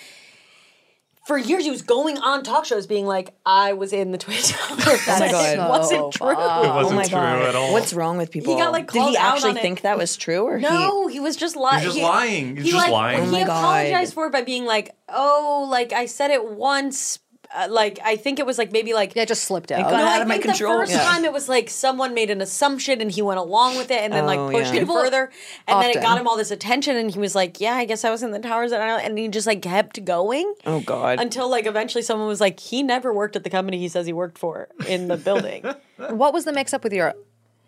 [SPEAKER 3] For years, he was going on talk shows, being like, "I was in the Twin Towers.
[SPEAKER 1] Oh my
[SPEAKER 3] That
[SPEAKER 1] God.
[SPEAKER 3] wasn't true.
[SPEAKER 1] oh my God. What's wrong with people?
[SPEAKER 3] got, like,
[SPEAKER 1] Did
[SPEAKER 3] called
[SPEAKER 1] he
[SPEAKER 3] out
[SPEAKER 1] actually
[SPEAKER 3] on it.
[SPEAKER 1] think that was true, or
[SPEAKER 3] No, he was just lying.
[SPEAKER 1] He's just lying. He's
[SPEAKER 3] he
[SPEAKER 1] just
[SPEAKER 3] like,
[SPEAKER 1] lying. Oh
[SPEAKER 3] He
[SPEAKER 1] my God.
[SPEAKER 3] apologized for it by being like, "Oh, like I said it once." Uh, like I think it was like maybe like yeah,
[SPEAKER 2] just slipped out.
[SPEAKER 1] It got
[SPEAKER 3] no,
[SPEAKER 1] out
[SPEAKER 3] I
[SPEAKER 1] of my
[SPEAKER 3] think
[SPEAKER 1] control.
[SPEAKER 3] The first
[SPEAKER 1] Yeah.
[SPEAKER 3] time it was like someone made an assumption and he went along with it and then
[SPEAKER 1] Oh,
[SPEAKER 3] like pushed
[SPEAKER 1] yeah.
[SPEAKER 3] it further and then it
[SPEAKER 1] Often.
[SPEAKER 3] got him all this attention and he was like, "Yeah, I guess I was in the towers and I and he just like kept going."
[SPEAKER 1] he? Oh God.
[SPEAKER 3] Until like eventually someone was like, he never worked at the company he says he worked for in the building.
[SPEAKER 2] what was the mix up with your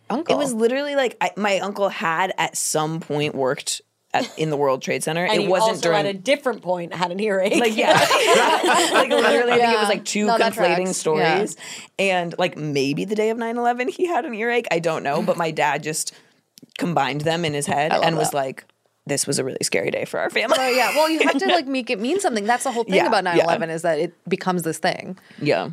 [SPEAKER 2] uncle?
[SPEAKER 1] It was literally like I, my uncle had at some point worked at, in the World Trade Center.
[SPEAKER 3] and
[SPEAKER 1] it
[SPEAKER 3] he
[SPEAKER 1] wasn't
[SPEAKER 3] also
[SPEAKER 1] during.
[SPEAKER 3] at a different point had an earache.
[SPEAKER 1] like yeah, like literally, I think it
[SPEAKER 2] Yeah.
[SPEAKER 1] was like two
[SPEAKER 2] No, that
[SPEAKER 1] conflating
[SPEAKER 2] tracks.
[SPEAKER 1] stories, and like maybe the day of 9-11 he had an earache. I don't know, but my dad just combined them in his head
[SPEAKER 2] I love
[SPEAKER 1] and was
[SPEAKER 2] that.
[SPEAKER 1] like, "This was a really scary day for our family."
[SPEAKER 2] Oh yeah. Well, you have to like make it mean something. That's the whole thing
[SPEAKER 1] Yeah,
[SPEAKER 2] about
[SPEAKER 1] yeah.
[SPEAKER 2] 9/11 is that it becomes this thing.
[SPEAKER 1] yeah,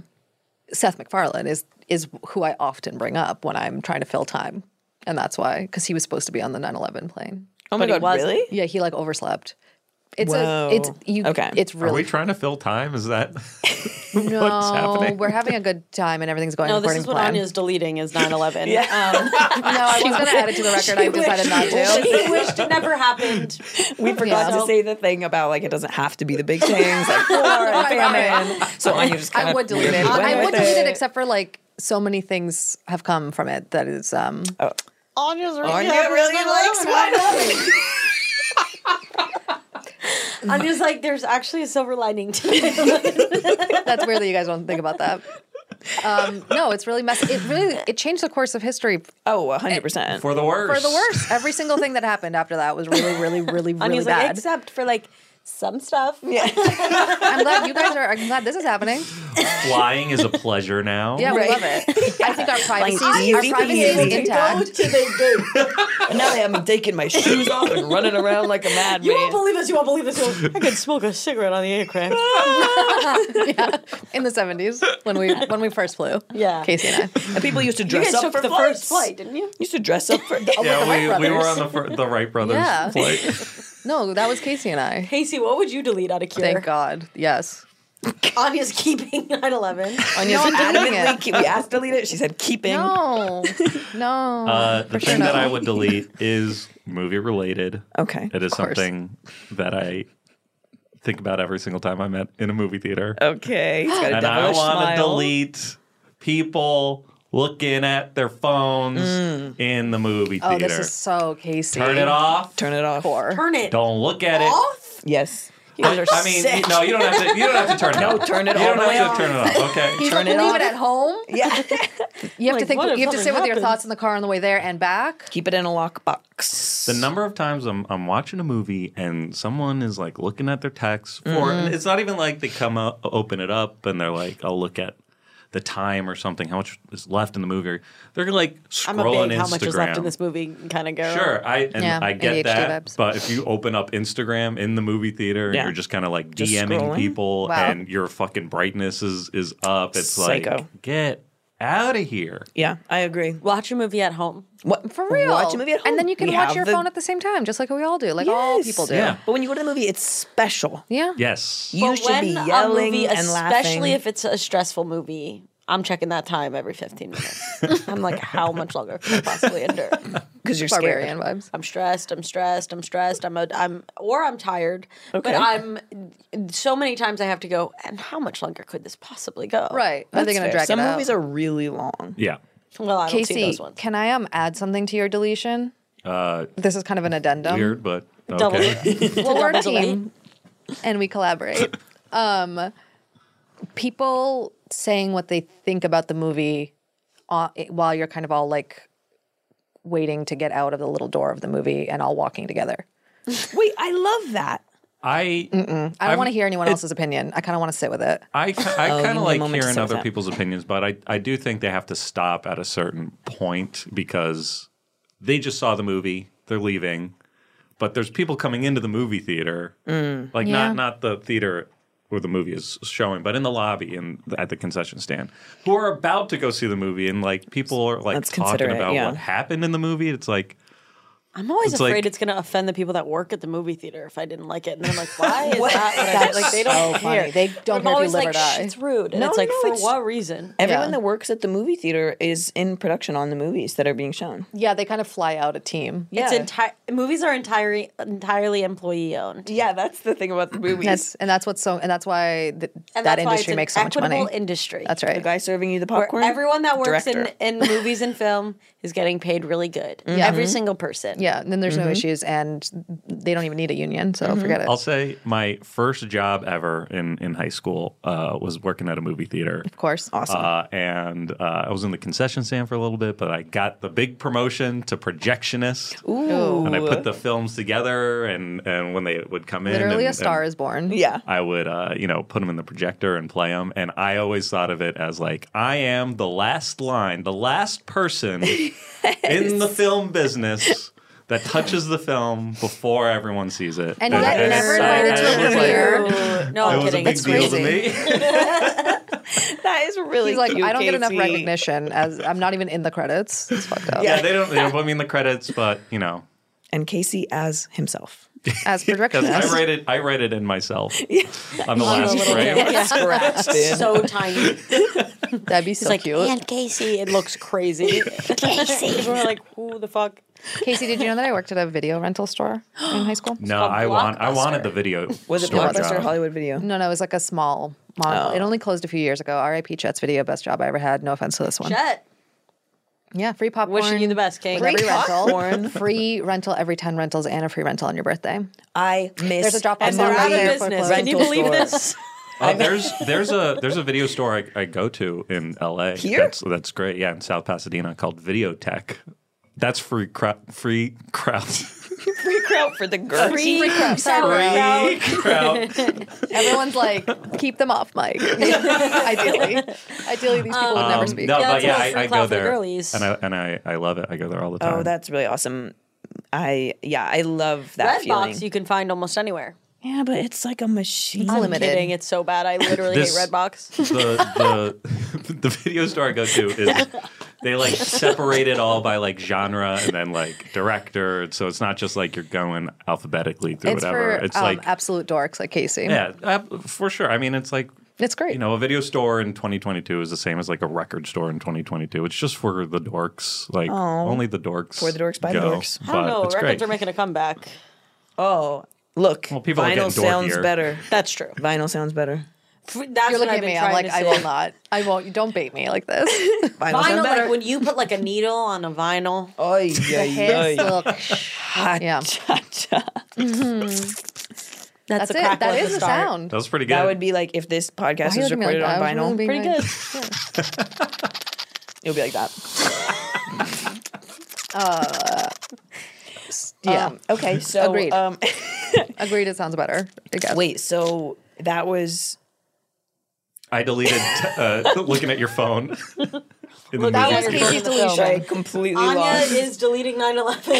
[SPEAKER 2] Seth MacFarlane is is who I often bring up when I'm trying to fill time, and that's why because he was supposed to be on the 9/11 plane.
[SPEAKER 1] Oh my
[SPEAKER 2] But he
[SPEAKER 1] God,
[SPEAKER 2] wasn't.
[SPEAKER 1] really?
[SPEAKER 2] Yeah, he like overslept. It's
[SPEAKER 4] Whoa.
[SPEAKER 2] a it's you.
[SPEAKER 4] Okay.
[SPEAKER 2] It's
[SPEAKER 4] Are we
[SPEAKER 2] really
[SPEAKER 4] trying to fill time? Is that
[SPEAKER 2] no.
[SPEAKER 4] what's happening?
[SPEAKER 2] We're having a good time and everything's going
[SPEAKER 3] no, this
[SPEAKER 2] according
[SPEAKER 3] is what
[SPEAKER 2] to plan.
[SPEAKER 3] Anya's deleting is 9-11.
[SPEAKER 2] Yeah.
[SPEAKER 3] Um,
[SPEAKER 2] no, I was going to add it to the record. I decided not to.
[SPEAKER 3] She wished it never happened.
[SPEAKER 1] we forgot
[SPEAKER 3] Yeah.
[SPEAKER 1] to say the thing about like it doesn't have to be the big things like war and
[SPEAKER 2] Right, right.
[SPEAKER 1] famine. So Anya just kind
[SPEAKER 2] I
[SPEAKER 1] of
[SPEAKER 2] would delete it. I would delete it, except for like so many things have come from it that is um.
[SPEAKER 3] Oh. Anya's really,
[SPEAKER 1] Anya really likes
[SPEAKER 3] one. Anya's like, there's actually a silver lining to it.
[SPEAKER 2] That's weird that you guys don't think about that. Um, no, it's really messy. It really it changed the course of history
[SPEAKER 1] Oh, 100 percent.
[SPEAKER 4] for the worse?
[SPEAKER 2] for the worse. Every single thing that happened after that was really, really, really, really
[SPEAKER 3] Anya's like,
[SPEAKER 2] bad.
[SPEAKER 3] except for like some stuff.
[SPEAKER 2] I'm glad you guys are. I'm glad this is happening.
[SPEAKER 4] Flying is a pleasure now.
[SPEAKER 2] Yeah,
[SPEAKER 1] Right.
[SPEAKER 2] we love it. I think our privacy,
[SPEAKER 1] easy
[SPEAKER 2] our privacy is
[SPEAKER 1] peasy.
[SPEAKER 3] Go
[SPEAKER 2] intact.
[SPEAKER 3] to the gate.
[SPEAKER 1] And now they have me taking my shoes off and running around like a madman.
[SPEAKER 3] You won't believe this. You won't believe this. You won't- I could smoke a cigarette on the aircraft.
[SPEAKER 2] Yeah, in the 70s when we when we first flew,
[SPEAKER 3] Yeah.
[SPEAKER 2] Casey and I.
[SPEAKER 1] And people used to
[SPEAKER 3] You
[SPEAKER 1] dress
[SPEAKER 3] guys
[SPEAKER 1] up
[SPEAKER 3] took
[SPEAKER 1] for
[SPEAKER 3] the
[SPEAKER 1] flights.
[SPEAKER 3] first flight, didn't you?
[SPEAKER 1] Used to dress up for. Oh,
[SPEAKER 4] Yeah,
[SPEAKER 2] Wright
[SPEAKER 4] we, we were on
[SPEAKER 2] brothers.
[SPEAKER 4] the, fir- the Wright brothers
[SPEAKER 2] Yeah.
[SPEAKER 4] flight.
[SPEAKER 2] No, that was Casey and I.
[SPEAKER 3] Casey, what would you delete out of cure?
[SPEAKER 2] Thank God. Yes.
[SPEAKER 3] Anya's keeping 9-11.
[SPEAKER 1] Anya's
[SPEAKER 2] No, I'm deleting
[SPEAKER 1] adamantly
[SPEAKER 2] it.
[SPEAKER 1] keep- we asked to delete it. She said keeping.
[SPEAKER 2] No. No.
[SPEAKER 4] Uh, the
[SPEAKER 2] For sure
[SPEAKER 4] thing that
[SPEAKER 2] no.
[SPEAKER 4] I would delete is movie related.
[SPEAKER 1] Okay.
[SPEAKER 4] It is
[SPEAKER 2] Of course.
[SPEAKER 4] something that I think about every single time I'm at in a movie theater.
[SPEAKER 1] Okay. He's got a
[SPEAKER 4] and I
[SPEAKER 1] devilish
[SPEAKER 4] want to
[SPEAKER 1] smile.
[SPEAKER 4] delete people looking at their phones in the movie
[SPEAKER 2] Oh,
[SPEAKER 4] theater.
[SPEAKER 2] this is so Casey.
[SPEAKER 4] Turn it off.
[SPEAKER 1] Turn it off.
[SPEAKER 2] Core.
[SPEAKER 3] Turn it
[SPEAKER 4] Don't look at it.
[SPEAKER 3] off?
[SPEAKER 1] Yes.
[SPEAKER 3] You guys are
[SPEAKER 4] I mean,
[SPEAKER 3] sick.
[SPEAKER 4] no, you don't have to. You don't have to turn it off.
[SPEAKER 1] turn it
[SPEAKER 4] You
[SPEAKER 1] all
[SPEAKER 4] don't
[SPEAKER 1] the way
[SPEAKER 4] have to
[SPEAKER 1] off.
[SPEAKER 4] turn it off. Okay.
[SPEAKER 2] Turn
[SPEAKER 1] it
[SPEAKER 2] leave
[SPEAKER 1] off.
[SPEAKER 2] it at home.
[SPEAKER 1] Yeah.
[SPEAKER 2] You have
[SPEAKER 3] Like,
[SPEAKER 2] to think.
[SPEAKER 3] what if
[SPEAKER 2] You have to
[SPEAKER 3] something
[SPEAKER 2] sit with your
[SPEAKER 3] happens?
[SPEAKER 2] thoughts in the car on the way there and back.
[SPEAKER 1] Keep it in a lockbox.
[SPEAKER 4] The number of times I'm, I'm watching a movie and someone is like looking at their text, or and it's not even like they come up, open it up and they're like, I'll look at the time or something, how much is left in the movie. They're like
[SPEAKER 3] I'm
[SPEAKER 4] scrolling
[SPEAKER 3] a
[SPEAKER 4] Instagram.
[SPEAKER 3] big how much is left in this movie kind of girl.
[SPEAKER 4] Sure, I and
[SPEAKER 2] Yeah,
[SPEAKER 4] I get
[SPEAKER 2] ADHD
[SPEAKER 4] that,
[SPEAKER 2] vibes.
[SPEAKER 4] but if you open up Instagram in the movie theater,
[SPEAKER 1] Yeah.
[SPEAKER 4] you're just kind of like
[SPEAKER 1] Just
[SPEAKER 4] DMing
[SPEAKER 1] scrolling?
[SPEAKER 4] people,
[SPEAKER 2] Wow.
[SPEAKER 4] and your fucking brightness is is up. It's
[SPEAKER 1] Psycho.
[SPEAKER 4] like get out of here.
[SPEAKER 1] Yeah, I agree.
[SPEAKER 3] Watch a movie at home.
[SPEAKER 1] What
[SPEAKER 2] For real.
[SPEAKER 1] Watch a movie at home.
[SPEAKER 2] And then you can
[SPEAKER 1] We
[SPEAKER 2] watch
[SPEAKER 1] have
[SPEAKER 2] your
[SPEAKER 1] the-
[SPEAKER 2] phone at the same time, just like we all do, like all
[SPEAKER 1] Yes.
[SPEAKER 2] people do.
[SPEAKER 4] Yeah.
[SPEAKER 1] But when you go to the movie, it's special.
[SPEAKER 2] Yeah.
[SPEAKER 4] Yes,
[SPEAKER 1] You
[SPEAKER 3] But
[SPEAKER 1] should be
[SPEAKER 3] when a
[SPEAKER 1] yelling
[SPEAKER 3] movie,
[SPEAKER 1] and
[SPEAKER 3] especially
[SPEAKER 1] laughing.
[SPEAKER 3] if it's a stressful movie, I'm checking that time every 15 minutes. I'm like, how much longer can I possibly endure?
[SPEAKER 1] 'Cause you're scared. Barbarian
[SPEAKER 2] vibes.
[SPEAKER 3] I'm stressed. I'm stressed. I'm stressed. I'm a, I'm or I'm tired.
[SPEAKER 1] Okay.
[SPEAKER 3] But I'm so many times I have to go. And how much longer could this possibly go?
[SPEAKER 2] Right. Are they That's gonna fair. drag it
[SPEAKER 1] Some
[SPEAKER 2] out?
[SPEAKER 1] movies are really long.
[SPEAKER 4] Yeah.
[SPEAKER 3] Well, I don't
[SPEAKER 2] Casey,
[SPEAKER 3] see those ones.
[SPEAKER 2] can I um add something to your deletion?
[SPEAKER 4] Uh,
[SPEAKER 2] This is kind of an addendum.
[SPEAKER 4] weird, but
[SPEAKER 2] Double
[SPEAKER 4] okay.
[SPEAKER 2] well, we're a
[SPEAKER 3] Double delete.
[SPEAKER 2] team, and we collaborate. Um, people saying what they think about the movie uh, while you're kind of all like waiting to get out of the little door of the movie and all walking together.
[SPEAKER 1] Wait, I love that.
[SPEAKER 4] I
[SPEAKER 2] Mm-mm. I don't
[SPEAKER 4] I've-
[SPEAKER 2] want to hear anyone
[SPEAKER 4] it-
[SPEAKER 2] else's opinion. I kind of want to sit with it.
[SPEAKER 4] I, ki- I
[SPEAKER 2] Oh, you
[SPEAKER 4] kind
[SPEAKER 2] need a
[SPEAKER 4] of like
[SPEAKER 2] moment to
[SPEAKER 4] hearing
[SPEAKER 2] sit with
[SPEAKER 4] other
[SPEAKER 2] that.
[SPEAKER 4] people's opinions, but I, I do think they have to stop at a certain point because they just saw the movie, they're leaving, but there's people coming into the movie theater,
[SPEAKER 1] Mm.
[SPEAKER 4] like
[SPEAKER 1] Yeah.
[SPEAKER 4] not not the theater where the movie is showing, but in the lobby and at the concession stand, who are about to go see the movie, and like people are like
[SPEAKER 3] Let's consider
[SPEAKER 4] talking
[SPEAKER 3] it,
[SPEAKER 4] about
[SPEAKER 3] yeah.
[SPEAKER 4] what happened in the movie. It's like
[SPEAKER 3] I'm always
[SPEAKER 4] It's
[SPEAKER 3] afraid
[SPEAKER 4] like-
[SPEAKER 3] it's going to offend the people that work at the movie theater if I didn't like it. And then I'm like, why is that what I did? Like, they don't
[SPEAKER 2] so
[SPEAKER 3] care.
[SPEAKER 2] funny. They don't
[SPEAKER 3] I'm
[SPEAKER 2] care if you
[SPEAKER 3] always
[SPEAKER 2] live
[SPEAKER 3] like,
[SPEAKER 2] or die.
[SPEAKER 3] "Shh, it's rude. And
[SPEAKER 2] No,
[SPEAKER 3] it's like,
[SPEAKER 2] no,
[SPEAKER 3] for
[SPEAKER 2] it's-
[SPEAKER 3] what reason?
[SPEAKER 1] Everyone that works at the movie theater is in production on the movies that are being shown.
[SPEAKER 2] Yeah, they kind of fly out a team.
[SPEAKER 3] It's entire movies are entirely entirely employee owned.
[SPEAKER 1] Yeah, that's the thing about the movies.
[SPEAKER 2] That's, and that's what's so, and that's why th-
[SPEAKER 3] And that's
[SPEAKER 2] that
[SPEAKER 3] why it's
[SPEAKER 2] industry
[SPEAKER 3] an
[SPEAKER 2] makes so much money.
[SPEAKER 3] equitable industry.
[SPEAKER 2] That's right. The
[SPEAKER 1] guy serving you the
[SPEAKER 3] Where everyone that works in,
[SPEAKER 2] Director.
[SPEAKER 3] in movies and film is getting paid really good.
[SPEAKER 2] Mhm.
[SPEAKER 3] Every
[SPEAKER 2] Mhm.
[SPEAKER 3] single person.
[SPEAKER 2] Yeah, and then there's no
[SPEAKER 3] Mhm.
[SPEAKER 2] issues, and they don't even need a union, so
[SPEAKER 3] Mm-hmm.
[SPEAKER 2] forget it.
[SPEAKER 4] I'll say my first job ever in in high school uh, was working at a movie theater. Of
[SPEAKER 2] course, awesome.
[SPEAKER 4] Uh, and uh, I was in the concession stand for a little bit, but I got the big promotion to projectionist,
[SPEAKER 2] Ooh.
[SPEAKER 4] and I put the films together. And and when they would come in,
[SPEAKER 2] Literally
[SPEAKER 4] and-
[SPEAKER 2] a star
[SPEAKER 4] and
[SPEAKER 2] is born.
[SPEAKER 1] Yeah.
[SPEAKER 4] I would, uh, you know, put them in the projector and play them. And I always thought of it as like, I am the last line, the last person in the film business that touches the film before everyone sees it.
[SPEAKER 2] And yet
[SPEAKER 4] it
[SPEAKER 2] never
[SPEAKER 4] sucked.
[SPEAKER 2] invited to a
[SPEAKER 4] And it was
[SPEAKER 2] premiere.
[SPEAKER 4] like-
[SPEAKER 2] No, I'm
[SPEAKER 4] it was
[SPEAKER 2] kidding.
[SPEAKER 4] a big
[SPEAKER 2] That's
[SPEAKER 4] deal to
[SPEAKER 2] crazy.
[SPEAKER 4] me.
[SPEAKER 1] that is really
[SPEAKER 2] He's like,
[SPEAKER 1] cute,
[SPEAKER 2] I don't get enough
[SPEAKER 1] Casey.
[SPEAKER 2] recognition as I'm not even in the credits. It's fucked up.
[SPEAKER 4] Yeah, they don't. They don't put me in the credits, but you know,
[SPEAKER 1] And Casey as himself.
[SPEAKER 2] As
[SPEAKER 4] because
[SPEAKER 2] projectionist.
[SPEAKER 4] I write it. I write it in myself
[SPEAKER 1] Yeah.
[SPEAKER 4] on the
[SPEAKER 3] On the
[SPEAKER 4] last
[SPEAKER 3] little-
[SPEAKER 4] frame.
[SPEAKER 3] yeah.
[SPEAKER 1] Scratched in.
[SPEAKER 3] so tiny.
[SPEAKER 2] That'd be
[SPEAKER 3] He's
[SPEAKER 2] so
[SPEAKER 3] like,
[SPEAKER 2] cute.
[SPEAKER 3] and Casey, it looks crazy. Casey. We're like, who the fuck?
[SPEAKER 2] Casey, did you know that I worked at a video rental store in high school?
[SPEAKER 4] No, I want. I wanted the video.
[SPEAKER 2] Was it
[SPEAKER 4] store
[SPEAKER 2] Blockbuster
[SPEAKER 4] job.
[SPEAKER 2] or Hollywood?
[SPEAKER 1] Video.
[SPEAKER 2] No, no, it was like a small monocle.
[SPEAKER 1] Oh.
[SPEAKER 2] It only closed a few years ago. R.I.P. Chet's video, best job I ever had. No offense to this one.
[SPEAKER 3] Chet.
[SPEAKER 2] Yeah, free popcorn.
[SPEAKER 3] Wishing you the best, Kate.
[SPEAKER 2] With every rental, free rental every ten rentals, and a free rental on your birthday.
[SPEAKER 1] I miss.
[SPEAKER 2] There's a drop
[SPEAKER 3] And they're out of business. Can you believe this?
[SPEAKER 4] Oh, there's there's a there's a video store I, I go to in L.A.
[SPEAKER 3] Here?
[SPEAKER 4] That's that's great. Yeah, in South Pasadena called Video Tech. That's free crowd. Free crowd.
[SPEAKER 1] Free crowd for the girls.
[SPEAKER 2] Free Free crowd.
[SPEAKER 4] Free crowd.
[SPEAKER 2] Everyone's like, keep them off, Mike. ideally, ideally these people would never
[SPEAKER 4] Um,
[SPEAKER 2] speak.
[SPEAKER 4] No, but
[SPEAKER 1] it's
[SPEAKER 4] yeah,
[SPEAKER 1] all
[SPEAKER 4] I,
[SPEAKER 1] free
[SPEAKER 4] I
[SPEAKER 1] clout
[SPEAKER 4] go
[SPEAKER 1] for the
[SPEAKER 4] there,
[SPEAKER 1] girlies.
[SPEAKER 4] and I and I, I love it. I go there all the time.
[SPEAKER 1] Oh, that's really awesome. I yeah, I love that
[SPEAKER 3] Red
[SPEAKER 1] feeling.
[SPEAKER 3] box you can find almost anywhere.
[SPEAKER 1] Yeah, but it's like a machine.
[SPEAKER 3] I'm kidding. It's so bad. I literally
[SPEAKER 4] This-
[SPEAKER 3] hate Redbox.
[SPEAKER 4] the the the video store I go to is they like separate it all by like genre and then like director. So it's not just like you're going alphabetically through
[SPEAKER 2] It's
[SPEAKER 4] whatever.
[SPEAKER 2] for
[SPEAKER 4] it's
[SPEAKER 2] um,
[SPEAKER 4] like
[SPEAKER 2] absolute dorks like Casey.
[SPEAKER 4] yeah, ab- for sure. I mean, it's like
[SPEAKER 2] it's great.
[SPEAKER 4] You know, a video store in 2022 is the same as like a record store in 2022. It's just for the dorks. Like
[SPEAKER 3] Oh.
[SPEAKER 4] only the dorks.
[SPEAKER 3] For the dorks, by the dorks. I
[SPEAKER 4] but
[SPEAKER 3] don't know.
[SPEAKER 4] It's
[SPEAKER 3] Records
[SPEAKER 4] great.
[SPEAKER 3] are making a comeback.
[SPEAKER 1] Oh, look.
[SPEAKER 4] Well, people are
[SPEAKER 1] vinyl
[SPEAKER 4] getting
[SPEAKER 1] sounds
[SPEAKER 4] dorkier.
[SPEAKER 1] better.
[SPEAKER 3] That's true.
[SPEAKER 1] Vinyl sounds better.
[SPEAKER 3] F- That's
[SPEAKER 2] You're
[SPEAKER 3] what
[SPEAKER 2] looking
[SPEAKER 3] I've
[SPEAKER 2] at
[SPEAKER 3] been
[SPEAKER 2] me.
[SPEAKER 3] trying
[SPEAKER 2] I'm like,
[SPEAKER 3] to
[SPEAKER 2] I
[SPEAKER 3] say.
[SPEAKER 2] will not. I won't. You Don't bait me like this.
[SPEAKER 1] Vinyl
[SPEAKER 3] Vinyl,
[SPEAKER 1] sound
[SPEAKER 3] like
[SPEAKER 1] better.
[SPEAKER 3] when you put like a needle on a vinyl.
[SPEAKER 1] Oh
[SPEAKER 2] The hair still. Yeah.
[SPEAKER 1] That's,
[SPEAKER 2] That's it. That is the sound.
[SPEAKER 4] That was pretty
[SPEAKER 1] That
[SPEAKER 4] good.
[SPEAKER 1] would be like if this
[SPEAKER 2] Why
[SPEAKER 1] podcast
[SPEAKER 2] are you
[SPEAKER 1] was
[SPEAKER 2] looking at me
[SPEAKER 1] recorded
[SPEAKER 2] like that? I
[SPEAKER 1] on vinyl.
[SPEAKER 2] was really being nice.
[SPEAKER 1] It would be like that.
[SPEAKER 2] Uh, s- yeah.
[SPEAKER 1] Um, okay. So
[SPEAKER 2] agreed.
[SPEAKER 1] Um,
[SPEAKER 2] agreed. It sounds better. I guess.
[SPEAKER 1] wait. So that was
[SPEAKER 4] I deleted uh, looking at your phone. in the
[SPEAKER 3] That
[SPEAKER 4] movie
[SPEAKER 3] was
[SPEAKER 4] theater.
[SPEAKER 3] Casey's deletion.
[SPEAKER 1] I completely
[SPEAKER 3] Anya
[SPEAKER 1] lost.
[SPEAKER 3] is deleting 9/11. he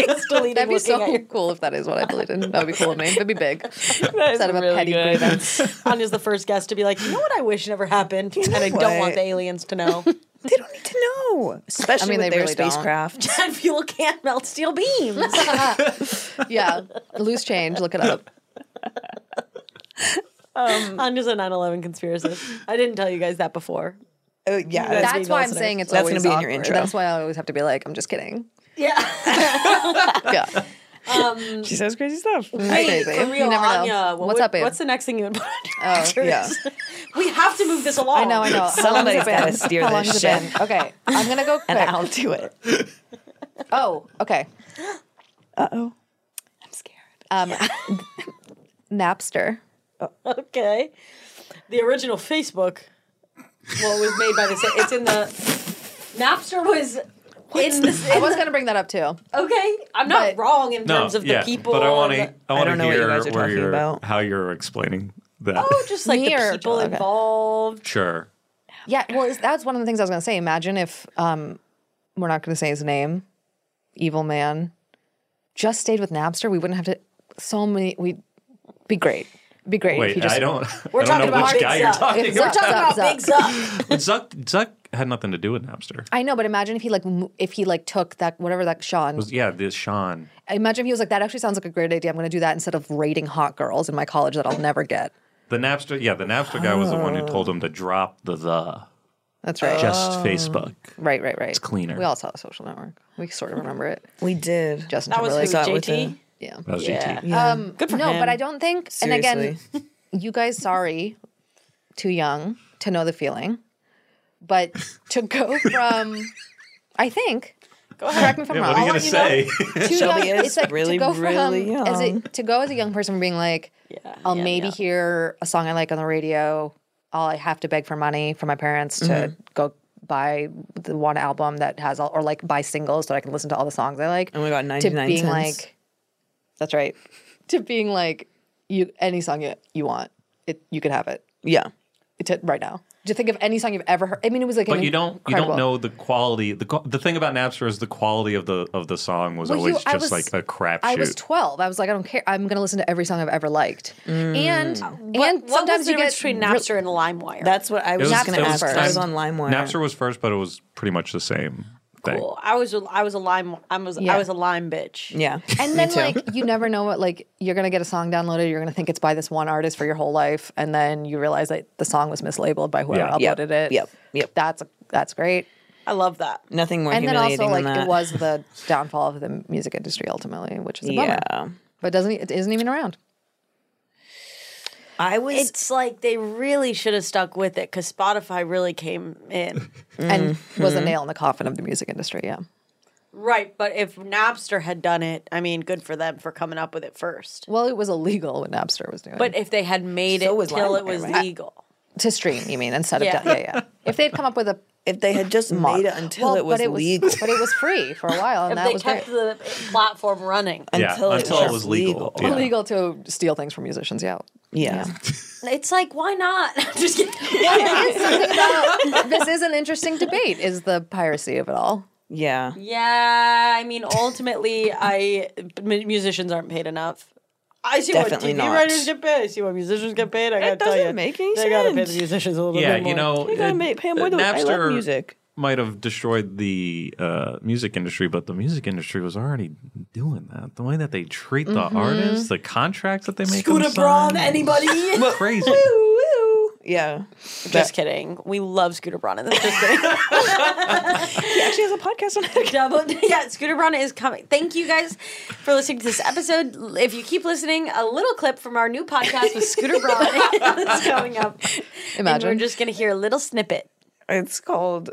[SPEAKER 3] is deleting
[SPEAKER 2] That'd be
[SPEAKER 3] looking
[SPEAKER 2] so
[SPEAKER 3] at your
[SPEAKER 2] cool if that is what I deleted. That would be cool of me. That'd be big.
[SPEAKER 1] Instead
[SPEAKER 2] of a petty grievance.
[SPEAKER 3] Anya's the first guest to be like, you know what I wish never happened, and I
[SPEAKER 1] what?
[SPEAKER 3] don't want the aliens to know.
[SPEAKER 1] No, especially
[SPEAKER 2] I mean,
[SPEAKER 1] with
[SPEAKER 2] they
[SPEAKER 1] their
[SPEAKER 2] really don't.
[SPEAKER 1] spacecraft.
[SPEAKER 3] Jet fuel can't melt steel beams.
[SPEAKER 2] Yeah. Loose change. Look it up.
[SPEAKER 3] Um, I'm just a 9/11 conspiracist. I didn't tell you guys that before.
[SPEAKER 1] Oh
[SPEAKER 3] yeah,
[SPEAKER 2] that's why I'm saying it's
[SPEAKER 3] That's gonna
[SPEAKER 2] always
[SPEAKER 3] be in
[SPEAKER 2] awkward.
[SPEAKER 3] your intro.
[SPEAKER 2] That's why I always have to be like, I'm just kidding.
[SPEAKER 3] Um,
[SPEAKER 1] she says crazy stuff.
[SPEAKER 3] Hey,
[SPEAKER 2] Crazy.
[SPEAKER 3] for real,
[SPEAKER 2] You never know.
[SPEAKER 3] Anya, what
[SPEAKER 2] What's
[SPEAKER 3] would-
[SPEAKER 2] up, babe?
[SPEAKER 3] What's the next thing you would put on
[SPEAKER 2] Oh,
[SPEAKER 3] your
[SPEAKER 2] yeah.
[SPEAKER 3] address? We have to move this along.
[SPEAKER 2] I know, I know. How long's
[SPEAKER 1] Somebody's
[SPEAKER 2] it been?
[SPEAKER 1] gotta steer
[SPEAKER 2] How
[SPEAKER 1] this
[SPEAKER 2] long's it
[SPEAKER 1] shit.
[SPEAKER 2] been? Okay, I'm gonna go quick.
[SPEAKER 1] and I'll do it.
[SPEAKER 2] Oh, okay.
[SPEAKER 1] Uh oh.
[SPEAKER 2] Um, Napster.
[SPEAKER 3] Okay. The original Facebook, well, it was made by the sa- it's in the Napster was in the
[SPEAKER 2] I was gonna bring that up too.
[SPEAKER 3] Okay, I'm not wrong in terms of
[SPEAKER 4] yeah,
[SPEAKER 3] the people.
[SPEAKER 4] But I want
[SPEAKER 3] and
[SPEAKER 4] to. I
[SPEAKER 3] the-
[SPEAKER 4] want to
[SPEAKER 1] don't know what you
[SPEAKER 4] hear
[SPEAKER 1] guys are
[SPEAKER 4] where
[SPEAKER 1] talking
[SPEAKER 4] you're,
[SPEAKER 1] about.
[SPEAKER 4] how you're explaining that.
[SPEAKER 3] Oh, just like
[SPEAKER 2] Me
[SPEAKER 3] the
[SPEAKER 2] or-
[SPEAKER 3] people
[SPEAKER 2] okay.
[SPEAKER 3] involved.
[SPEAKER 4] sure.
[SPEAKER 2] Yeah, well, it's- that's one of the things I was gonna say. Imagine if um, we're not gonna say his name, evil man, just stayed with Napster. We wouldn't have to. So many. We'd be great. Be great. if he
[SPEAKER 4] Wait,
[SPEAKER 2] just,
[SPEAKER 4] I don't.
[SPEAKER 3] We're
[SPEAKER 4] I don't
[SPEAKER 3] talking
[SPEAKER 4] know
[SPEAKER 3] about
[SPEAKER 4] which
[SPEAKER 3] Big
[SPEAKER 4] guy you're
[SPEAKER 3] Zuck.
[SPEAKER 4] talking
[SPEAKER 2] It's
[SPEAKER 3] We're
[SPEAKER 4] about.
[SPEAKER 2] Zuck,
[SPEAKER 3] talking about Big Zuck.
[SPEAKER 2] Zuck,
[SPEAKER 4] But Zuck, Zuck had nothing to do with Napster.
[SPEAKER 2] I know, but imagine if he like mo- if he like took that whatever that Sean.
[SPEAKER 4] It was yeah, this Sean.
[SPEAKER 2] imagine if he was like that. Actually, sounds like a great idea. I'm going to do that instead of rating hot girls in my college that I'll never get.
[SPEAKER 4] The Napster, yeah, the Napster guy was the one who told him to drop the the
[SPEAKER 2] That's right.
[SPEAKER 3] Oh.
[SPEAKER 4] just Facebook.
[SPEAKER 2] Right, right, right. It's
[SPEAKER 4] cleaner.
[SPEAKER 2] We all saw the social network. We sort of remember it.
[SPEAKER 1] We did.
[SPEAKER 2] Justin
[SPEAKER 3] That was who,
[SPEAKER 2] Timberlake.
[SPEAKER 1] Saw it with
[SPEAKER 3] JT.
[SPEAKER 2] yeah.
[SPEAKER 4] That was
[SPEAKER 3] Yeah.
[SPEAKER 4] GT.
[SPEAKER 2] Um, Good for no,
[SPEAKER 1] him.
[SPEAKER 2] but I don't think. And again, you guys, sorry, too young to know the feeling, but to go from, I think. Go ahead. Correct me if I'm
[SPEAKER 4] Yeah,
[SPEAKER 2] wrong.
[SPEAKER 4] what are you
[SPEAKER 2] All
[SPEAKER 4] gonna
[SPEAKER 2] I
[SPEAKER 4] say?
[SPEAKER 2] too
[SPEAKER 1] Shelby
[SPEAKER 2] young.
[SPEAKER 1] is
[SPEAKER 2] it's like
[SPEAKER 1] really,
[SPEAKER 2] to go from
[SPEAKER 1] really
[SPEAKER 2] as a,
[SPEAKER 1] young.
[SPEAKER 2] to go as a young person from being like, I'll
[SPEAKER 3] Uh, yeah,
[SPEAKER 2] maybe
[SPEAKER 3] yeah.
[SPEAKER 2] hear a song I like on the radio. I'll I have to beg for money from my parents to go buy the one album that has all, or like buy singles so I can listen to all the songs I like.
[SPEAKER 1] Oh my God,
[SPEAKER 2] To
[SPEAKER 1] 99
[SPEAKER 2] being
[SPEAKER 1] cents.
[SPEAKER 2] like, that's right. To being like, you any song you, you want, it you can have it
[SPEAKER 1] yeah.
[SPEAKER 2] to, right now. Do you think of any song you've ever heard? I mean, it was like,
[SPEAKER 4] But
[SPEAKER 2] an
[SPEAKER 4] you don't you
[SPEAKER 2] incredible-
[SPEAKER 4] don't know the quality. The qu- the thing about Napster is the quality of the of the song was
[SPEAKER 2] Well, you-
[SPEAKER 4] always
[SPEAKER 2] I
[SPEAKER 4] just
[SPEAKER 2] was-
[SPEAKER 4] like a crapshoot.
[SPEAKER 2] I was 12. I was like, I don't care. I'm going to listen to every song I've ever liked. And and
[SPEAKER 3] What- what
[SPEAKER 2] sometimes
[SPEAKER 3] was the
[SPEAKER 2] you get
[SPEAKER 3] difference between Napster and LimeWire?
[SPEAKER 1] That's what I was,
[SPEAKER 2] was-
[SPEAKER 1] just going
[SPEAKER 2] it
[SPEAKER 1] to
[SPEAKER 2] was
[SPEAKER 1] ask. I was
[SPEAKER 2] time-
[SPEAKER 1] on LimeWire.
[SPEAKER 4] Napster was first, but it was pretty much the same thing.
[SPEAKER 3] cool. I was a- I was a lime I was
[SPEAKER 2] Yeah.
[SPEAKER 3] I was a lime bitch.
[SPEAKER 1] Yeah.
[SPEAKER 2] and then like you never know what like you're going to get a song downloaded, you're going to think it's by this one artist for your whole life and then you realize that the song was mislabeled by whoever
[SPEAKER 4] Yeah.
[SPEAKER 1] Yep,
[SPEAKER 2] uploaded it.
[SPEAKER 1] yep, yep.
[SPEAKER 2] That's that's great.
[SPEAKER 3] I love that.
[SPEAKER 1] Nothing more
[SPEAKER 2] and then
[SPEAKER 1] humiliating
[SPEAKER 2] also like
[SPEAKER 1] than that.
[SPEAKER 2] it was the downfall of the music industry ultimately, which is a bummer.
[SPEAKER 1] yeah.
[SPEAKER 2] But doesn't it isn't even around.
[SPEAKER 1] I was.
[SPEAKER 3] It's like they really should have stuck with it because Spotify really came in.
[SPEAKER 2] And was
[SPEAKER 1] Mm-hmm.
[SPEAKER 2] a nail in the coffin of the music industry, yeah.
[SPEAKER 3] right, but if Napster had done it, I mean, good for them for coming up with it first.
[SPEAKER 2] Well, it was illegal what Napster was doing.
[SPEAKER 3] But if they had made
[SPEAKER 1] So
[SPEAKER 3] it
[SPEAKER 1] was
[SPEAKER 3] till it
[SPEAKER 1] LimeWire,
[SPEAKER 3] was
[SPEAKER 1] right?
[SPEAKER 3] legal.
[SPEAKER 2] to stream, you mean, instead
[SPEAKER 3] Yeah.
[SPEAKER 2] of down, yeah, yeah. If they'd come up with a
[SPEAKER 1] if they had just
[SPEAKER 2] mod-
[SPEAKER 1] made it until
[SPEAKER 2] Well,
[SPEAKER 1] it was
[SPEAKER 2] but
[SPEAKER 1] legal.
[SPEAKER 2] but it was free for a while, and
[SPEAKER 3] If
[SPEAKER 2] that
[SPEAKER 3] they
[SPEAKER 2] was
[SPEAKER 3] kept
[SPEAKER 2] great.
[SPEAKER 3] the platform running.
[SPEAKER 4] Yeah,
[SPEAKER 1] until,
[SPEAKER 4] until it was legal. Yeah.
[SPEAKER 2] Illegal to steal things from musicians. Yeah,
[SPEAKER 1] Yeah.
[SPEAKER 3] It's like, why not? Just kidding.
[SPEAKER 2] this is an interesting debate. Is the piracy of it all?
[SPEAKER 1] Yeah.
[SPEAKER 3] Yeah, I mean, ultimately, I m- musicians aren't paid enough. I see
[SPEAKER 1] Definitely
[SPEAKER 3] what TV
[SPEAKER 1] not.
[SPEAKER 3] writers get paid. I see what musicians get paid. I gotta tell
[SPEAKER 1] doesn't
[SPEAKER 3] you,
[SPEAKER 1] make any
[SPEAKER 3] they gotta pay
[SPEAKER 1] sense.
[SPEAKER 3] the musicians a little
[SPEAKER 4] yeah,
[SPEAKER 3] bit more.
[SPEAKER 4] you know,
[SPEAKER 1] You gotta
[SPEAKER 4] it-
[SPEAKER 1] make- pay more
[SPEAKER 4] uh,
[SPEAKER 1] than- I love
[SPEAKER 4] Napster
[SPEAKER 1] music.
[SPEAKER 4] might have destroyed the uh, music industry, but the music industry was already doing that. The way that they treat the
[SPEAKER 2] Mm-hmm.
[SPEAKER 4] artists, the contracts that they make, them
[SPEAKER 3] Scooter Braun,
[SPEAKER 4] sign,
[SPEAKER 3] anybody?
[SPEAKER 4] it's crazy.
[SPEAKER 1] Yeah.
[SPEAKER 3] just kidding. We love Scooter Braun. That's just kidding.
[SPEAKER 1] He actually has a podcast on it.
[SPEAKER 3] Double, yeah, Scooter Braun is coming. Thank you guys for listening to this episode. If you keep listening, a little clip from our new podcast with Scooter Braun is coming up. And
[SPEAKER 2] Imagine.
[SPEAKER 3] we're just gonna hear a little snippet.
[SPEAKER 1] It's called.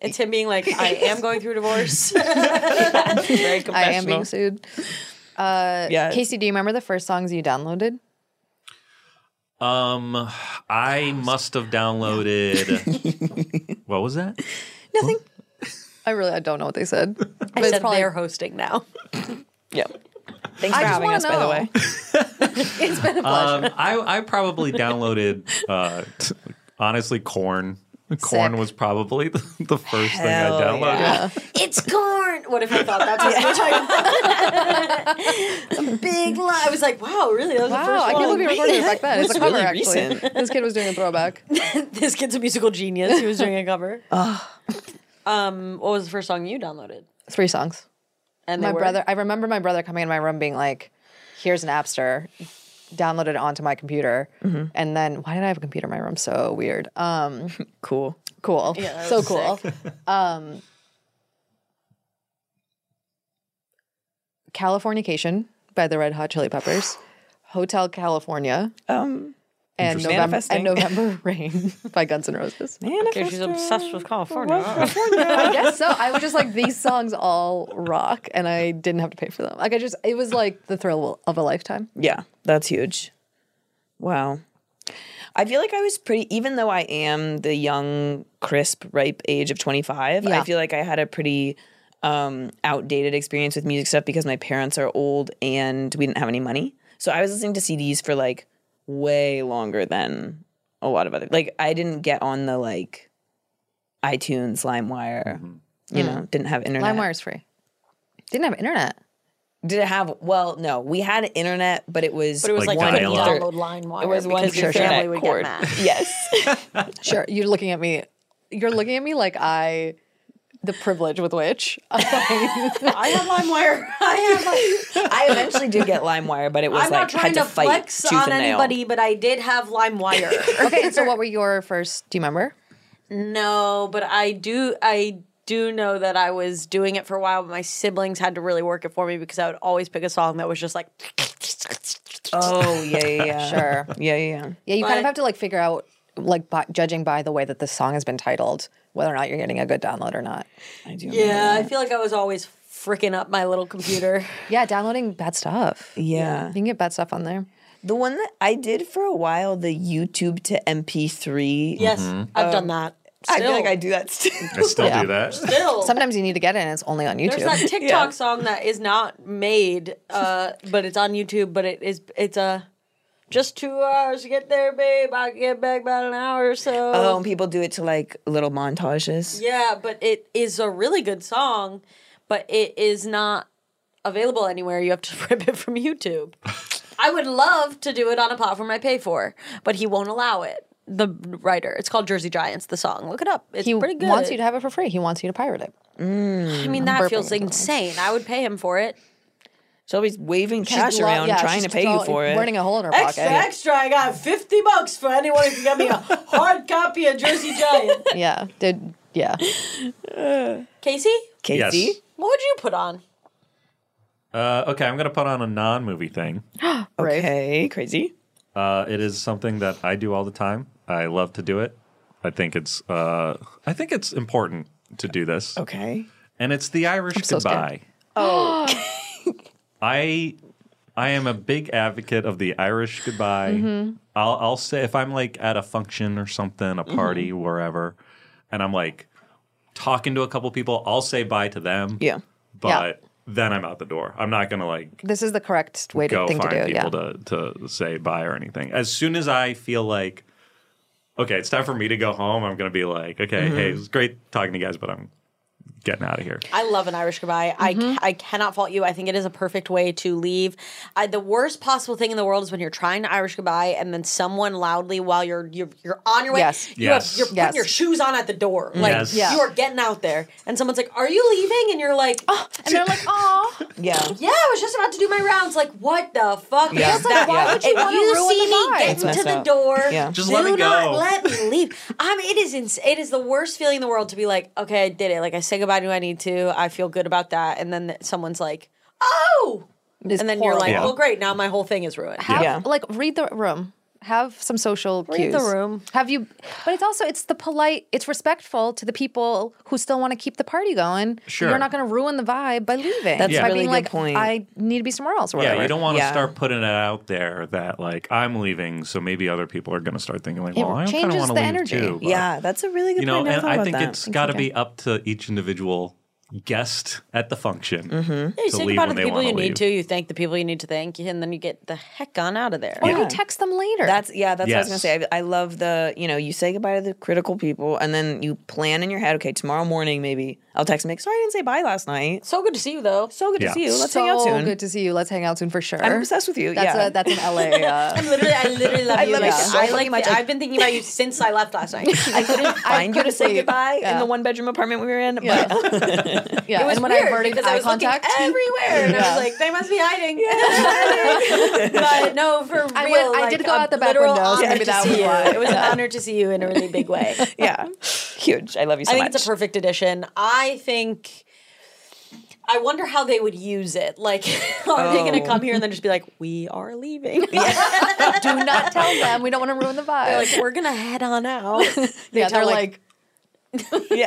[SPEAKER 3] It's him being like, I am going through divorce.
[SPEAKER 1] Very
[SPEAKER 2] I am
[SPEAKER 1] confessional.
[SPEAKER 2] being sued.
[SPEAKER 1] Yeah.
[SPEAKER 2] Casey, do you remember the first songs you downloaded?
[SPEAKER 4] Um, I must have downloaded. what was that?
[SPEAKER 1] Nothing.
[SPEAKER 2] I really, I don't know what they said. But
[SPEAKER 3] I
[SPEAKER 2] it's
[SPEAKER 3] said
[SPEAKER 2] probably.
[SPEAKER 3] they're hosting now.
[SPEAKER 1] Yeah. Thanks
[SPEAKER 2] I
[SPEAKER 1] for having
[SPEAKER 2] just wanna
[SPEAKER 1] us, by the
[SPEAKER 2] know.
[SPEAKER 1] way.
[SPEAKER 2] It's been a pleasure.
[SPEAKER 4] Um, I I probably downloaded. Uh, t- honestly, corn. Corn
[SPEAKER 2] Sick.
[SPEAKER 4] was probably the, the first
[SPEAKER 1] Hell
[SPEAKER 4] thing I downloaded.
[SPEAKER 1] yeah.
[SPEAKER 3] it's corn. What if I thought that's what yeah. a big lie. I was like, wow, really? That was the
[SPEAKER 2] Wow,
[SPEAKER 3] first
[SPEAKER 2] I can't
[SPEAKER 3] one.
[SPEAKER 2] believe you recorded it back then. It's a
[SPEAKER 1] That's
[SPEAKER 2] cover,
[SPEAKER 1] really
[SPEAKER 2] actually.
[SPEAKER 1] recent.
[SPEAKER 2] This kid was doing a throwback.
[SPEAKER 3] this kid's a musical genius. He was doing a cover. um, what was the first song you downloaded?
[SPEAKER 2] Three songs.
[SPEAKER 3] And they
[SPEAKER 2] my
[SPEAKER 3] were-
[SPEAKER 2] brother i remember my brother coming in my room being like here's an napster downloaded it onto my computer.
[SPEAKER 1] Mm-hmm.
[SPEAKER 2] And then why did I have a computer in my room? So weird. Um,
[SPEAKER 1] cool.
[SPEAKER 2] Cool.
[SPEAKER 1] Yeah, that
[SPEAKER 2] so
[SPEAKER 1] was
[SPEAKER 2] cool.
[SPEAKER 1] sick.
[SPEAKER 2] um, Californication by the Red Hot Chili Peppers. Hotel California.
[SPEAKER 1] Um,
[SPEAKER 2] and
[SPEAKER 1] Interesting.
[SPEAKER 2] November,
[SPEAKER 1] Manifesting.
[SPEAKER 2] and November Rain by Guns N' Roses.
[SPEAKER 1] Okay, she's
[SPEAKER 3] obsessed with California.
[SPEAKER 2] I guess so. I was just like, these songs all rock, and I didn't have to pay for them. Like, I just, it was like the thrill of a lifetime.
[SPEAKER 1] Yeah, that's huge. Wow. I feel like I was pretty, even though I am the young, crisp, ripe age of 25, I
[SPEAKER 2] Yeah.
[SPEAKER 1] feel like I had a pretty um, outdated experience with music stuff because my parents are old and we didn't have any money. So I was listening to CDs for like way longer than a lot of other. Like I didn't get on the like iTunes, LimeWire,
[SPEAKER 3] Mm-hmm. Mm.
[SPEAKER 1] you know, didn't have internet.
[SPEAKER 2] LimeWire's free. Didn't have internet.
[SPEAKER 1] Did it have? Well, no, we had internet, but it was
[SPEAKER 3] But it was Like like
[SPEAKER 1] one
[SPEAKER 3] when you dial-up.
[SPEAKER 1] computer-
[SPEAKER 3] download LimeWire
[SPEAKER 1] It was one
[SPEAKER 3] because your
[SPEAKER 1] computer
[SPEAKER 3] family would get
[SPEAKER 1] cord.
[SPEAKER 3] mad.
[SPEAKER 1] Yes,
[SPEAKER 2] Sure. You're looking at me. You're looking at me like I, the privilege with which
[SPEAKER 3] I have LimeWire. I have like.
[SPEAKER 1] I eventually did get LimeWire, but it was
[SPEAKER 3] I'm not
[SPEAKER 1] like had
[SPEAKER 3] trying
[SPEAKER 1] to,
[SPEAKER 3] to
[SPEAKER 1] fight
[SPEAKER 3] flex
[SPEAKER 1] tooth
[SPEAKER 3] on
[SPEAKER 1] and nail.
[SPEAKER 3] anybody, but I did have LimeWire.
[SPEAKER 2] okay, so what were your first? Do you remember?
[SPEAKER 3] No, but I do I do know that I was doing it for a while, but my siblings had to really work it for me because I would always pick a song that was just like
[SPEAKER 1] Oh yeah, yeah, yeah.
[SPEAKER 2] Sure.
[SPEAKER 1] yeah, yeah, yeah.
[SPEAKER 2] Yeah, you kind of
[SPEAKER 3] But-
[SPEAKER 2] have to like figure out, like by, judging by the way that this song has been titled, whether or not you're getting a good download or not.
[SPEAKER 1] I do. remember
[SPEAKER 3] Yeah, I
[SPEAKER 1] that.
[SPEAKER 3] feel like I was always fricking up my little computer.
[SPEAKER 2] Yeah, downloading bad stuff.
[SPEAKER 1] Yeah.
[SPEAKER 2] You can get bad stuff on there.
[SPEAKER 1] the one that I did for a while, the YouTube to MP3.
[SPEAKER 3] yes, I've done that.
[SPEAKER 1] I feel
[SPEAKER 3] Still.
[SPEAKER 1] like I do that still.
[SPEAKER 4] I still
[SPEAKER 2] Yeah.
[SPEAKER 4] do that.
[SPEAKER 3] Still.
[SPEAKER 2] Sometimes you need to get it and it's only on
[SPEAKER 3] There's that
[SPEAKER 2] YouTube.
[SPEAKER 3] TikTok
[SPEAKER 1] Yeah.
[SPEAKER 3] song that is not made, uh, but it's on YouTube. But it is it's a just two hours to get there, babe. I can get back about an hour or so.
[SPEAKER 1] Oh, and people do it to like little montages.
[SPEAKER 3] Yeah, but it is a really good song, but it is not available anywhere. You have to rip it from YouTube. I would love to do it on a platform I pay for, but he won't allow it. The writer. It's called Jersey Giants, the song. Look it up. It's
[SPEAKER 2] He
[SPEAKER 3] pretty good.
[SPEAKER 2] wants you to have it for free. He wants you to pirate it.
[SPEAKER 3] I mean, that
[SPEAKER 2] burping
[SPEAKER 3] feels
[SPEAKER 2] into my-
[SPEAKER 3] insane. I would pay him for it.
[SPEAKER 1] Shelby's waving
[SPEAKER 2] She's
[SPEAKER 1] cash
[SPEAKER 2] lo-
[SPEAKER 1] around,
[SPEAKER 2] yeah,
[SPEAKER 1] trying to
[SPEAKER 2] she's
[SPEAKER 1] pay you
[SPEAKER 2] throwing-
[SPEAKER 1] for it.
[SPEAKER 2] Burning a hole in her
[SPEAKER 3] Extra,
[SPEAKER 2] pocket.
[SPEAKER 3] extra. I got 50 bucks for anyone who can get me a hard copy of Jersey Giant.
[SPEAKER 2] Yeah. Did yeah.
[SPEAKER 3] Casey,
[SPEAKER 1] Casey,
[SPEAKER 4] Yes.
[SPEAKER 3] what would you put on?
[SPEAKER 4] Uh, okay, I'm gonna put on a non-movie thing.
[SPEAKER 2] Brave.
[SPEAKER 1] okay, crazy.
[SPEAKER 4] Uh, it is something that I do all the time. I love to do it. I think it's uh, I think it's important to do this,
[SPEAKER 1] Okay,
[SPEAKER 4] and it's the Irish
[SPEAKER 2] so
[SPEAKER 4] goodbye.
[SPEAKER 2] scared.
[SPEAKER 4] Oh, I I am a big advocate of the Irish goodbye.
[SPEAKER 2] Mm-hmm.
[SPEAKER 4] I'll I'll say if I'm like at a function or something,
[SPEAKER 2] Mm-hmm.
[SPEAKER 4] a party, wherever, and I'm like talking to a couple people, I'll say bye to them.
[SPEAKER 1] yeah.
[SPEAKER 4] but then I'm out the door. I'm not gonna like
[SPEAKER 2] This is the correct way to
[SPEAKER 4] go
[SPEAKER 2] thing to
[SPEAKER 4] find
[SPEAKER 2] do. Yeah.
[SPEAKER 4] people to, to say bye or anything. As soon as I feel like, okay, it's time for me to go home, I'm going to be like, okay, hey, it was great talking to you guys, but I'm getting out of here.
[SPEAKER 3] I love an Irish goodbye. I ca- I cannot fault you. I think it is a perfect way to leave. I, the worst possible thing in the world is when you're trying to Irish goodbye and then someone loudly while you're you're, you're on your way,
[SPEAKER 2] Yes.
[SPEAKER 3] you
[SPEAKER 4] Yes.
[SPEAKER 3] have, you're putting
[SPEAKER 2] Yes.
[SPEAKER 3] your shoes on at the door, like
[SPEAKER 4] Yes.
[SPEAKER 2] Yeah.
[SPEAKER 3] you are getting out there, and someone's like, "Are you leaving?" And you're like, "Oh,
[SPEAKER 2] And they're like, oh,
[SPEAKER 1] Yeah.
[SPEAKER 3] yeah, I was just about to do my rounds." Like, what the fuck?
[SPEAKER 1] Yeah.
[SPEAKER 3] Is that?
[SPEAKER 1] Why Yeah. would
[SPEAKER 2] you
[SPEAKER 3] if
[SPEAKER 2] wanna
[SPEAKER 3] you
[SPEAKER 2] ruin
[SPEAKER 3] see
[SPEAKER 2] the
[SPEAKER 3] me
[SPEAKER 2] vibe?
[SPEAKER 1] It's
[SPEAKER 3] getting
[SPEAKER 1] messed
[SPEAKER 3] to the
[SPEAKER 1] up.
[SPEAKER 3] door,
[SPEAKER 1] Yeah.
[SPEAKER 4] Just
[SPEAKER 3] do
[SPEAKER 4] let me
[SPEAKER 3] not
[SPEAKER 4] go.
[SPEAKER 3] let me leave. I'm. It is. Ins- it is the worst feeling in the world to be like, okay, I did it. Like I said goodbye to who I need to. I feel good about that. And then th- someone's like, oh,
[SPEAKER 2] It's
[SPEAKER 3] and then you're like,
[SPEAKER 2] horrible.
[SPEAKER 4] Yeah.
[SPEAKER 3] well, great. Now my whole thing is ruined.
[SPEAKER 2] Have-
[SPEAKER 1] Yeah.
[SPEAKER 2] like read the room have some social
[SPEAKER 3] Read
[SPEAKER 2] cues
[SPEAKER 3] the room.
[SPEAKER 2] have you but it's also it's the polite it's respectful to the people who still want to keep the party going
[SPEAKER 4] Sure.
[SPEAKER 2] you're not going to ruin the vibe by leaving
[SPEAKER 1] That's
[SPEAKER 2] by
[SPEAKER 1] a really
[SPEAKER 2] being
[SPEAKER 1] good
[SPEAKER 2] like
[SPEAKER 1] point.
[SPEAKER 2] i need to be somewhere else or
[SPEAKER 4] Yeah,
[SPEAKER 2] whatever
[SPEAKER 4] you don't want to
[SPEAKER 1] Yeah.
[SPEAKER 4] start putting it out there that like I'm leaving, so maybe other people are going to start thinking like,
[SPEAKER 2] It
[SPEAKER 4] well, I kind of
[SPEAKER 2] changes
[SPEAKER 4] want to
[SPEAKER 2] the
[SPEAKER 4] leave
[SPEAKER 2] energy.
[SPEAKER 4] too. but-
[SPEAKER 1] Yeah, that's a really good
[SPEAKER 4] you know,
[SPEAKER 1] point. I never
[SPEAKER 4] and
[SPEAKER 1] thought
[SPEAKER 4] I
[SPEAKER 1] about
[SPEAKER 4] think
[SPEAKER 1] that.
[SPEAKER 4] it's got to be up to each individual guest at the function
[SPEAKER 3] Yeah, you
[SPEAKER 4] to
[SPEAKER 3] think
[SPEAKER 4] leave
[SPEAKER 3] about
[SPEAKER 4] when
[SPEAKER 3] the
[SPEAKER 4] they
[SPEAKER 3] people
[SPEAKER 4] want
[SPEAKER 3] you
[SPEAKER 4] to leave.
[SPEAKER 3] need to. You thank the people you need to thank, and then you get the heck on out of there.
[SPEAKER 2] or you
[SPEAKER 1] Yeah.
[SPEAKER 2] text them later
[SPEAKER 1] That's yeah. That's what I
[SPEAKER 4] Yes.
[SPEAKER 1] was gonna say. I, I love the you know you say goodbye to the critical people, and then you plan in your head. Okay, tomorrow morning maybe I'll text Mick. Sorry, I didn't say bye last night.
[SPEAKER 3] So good to see you, though.
[SPEAKER 1] So good
[SPEAKER 4] Yeah.
[SPEAKER 1] to see you. Let's
[SPEAKER 2] so
[SPEAKER 1] hang out soon.
[SPEAKER 2] good to see you let's hang out soon for sure
[SPEAKER 1] I'm obsessed with you.
[SPEAKER 2] that's
[SPEAKER 1] yeah,
[SPEAKER 2] a, that's an la uh,
[SPEAKER 3] I literally, I literally love
[SPEAKER 1] I
[SPEAKER 3] you.
[SPEAKER 1] love you
[SPEAKER 3] like,
[SPEAKER 1] so
[SPEAKER 3] I
[SPEAKER 1] fucking
[SPEAKER 3] like.
[SPEAKER 1] much.
[SPEAKER 3] I've been thinking about you since I left last night.
[SPEAKER 1] I couldn't find you to say
[SPEAKER 2] completely-
[SPEAKER 1] goodbye
[SPEAKER 2] yeah.
[SPEAKER 1] in the one bedroom apartment we were in.
[SPEAKER 2] Yeah.
[SPEAKER 1] But
[SPEAKER 2] Yeah,
[SPEAKER 3] It was
[SPEAKER 2] and when I
[SPEAKER 3] weird
[SPEAKER 2] averted
[SPEAKER 3] because I
[SPEAKER 2] eye
[SPEAKER 3] was looking
[SPEAKER 2] contact-
[SPEAKER 3] everywhere, and I
[SPEAKER 2] Yeah.
[SPEAKER 3] was like, they must be hiding. but no, for real,
[SPEAKER 2] I went- I
[SPEAKER 3] like,
[SPEAKER 2] did go
[SPEAKER 3] a
[SPEAKER 2] out the back
[SPEAKER 3] literal
[SPEAKER 2] window, so
[SPEAKER 3] honor
[SPEAKER 2] maybe
[SPEAKER 3] to
[SPEAKER 2] that
[SPEAKER 3] see
[SPEAKER 2] was
[SPEAKER 3] you.
[SPEAKER 2] why.
[SPEAKER 3] It was an honor to see you in a really big way.
[SPEAKER 1] yeah, huge. I love you so
[SPEAKER 3] I think
[SPEAKER 1] much.
[SPEAKER 3] it's a perfect edition. I think. I wonder how they would use it. Like, are they going
[SPEAKER 1] Oh.
[SPEAKER 3] to come here and then just be like, "We are leaving"?
[SPEAKER 2] Do not tell them. We don't want to ruin the vibe.
[SPEAKER 3] They're like, "We're gonna head on out."
[SPEAKER 2] yeah,
[SPEAKER 3] tell,
[SPEAKER 2] they're
[SPEAKER 3] like-
[SPEAKER 2] like,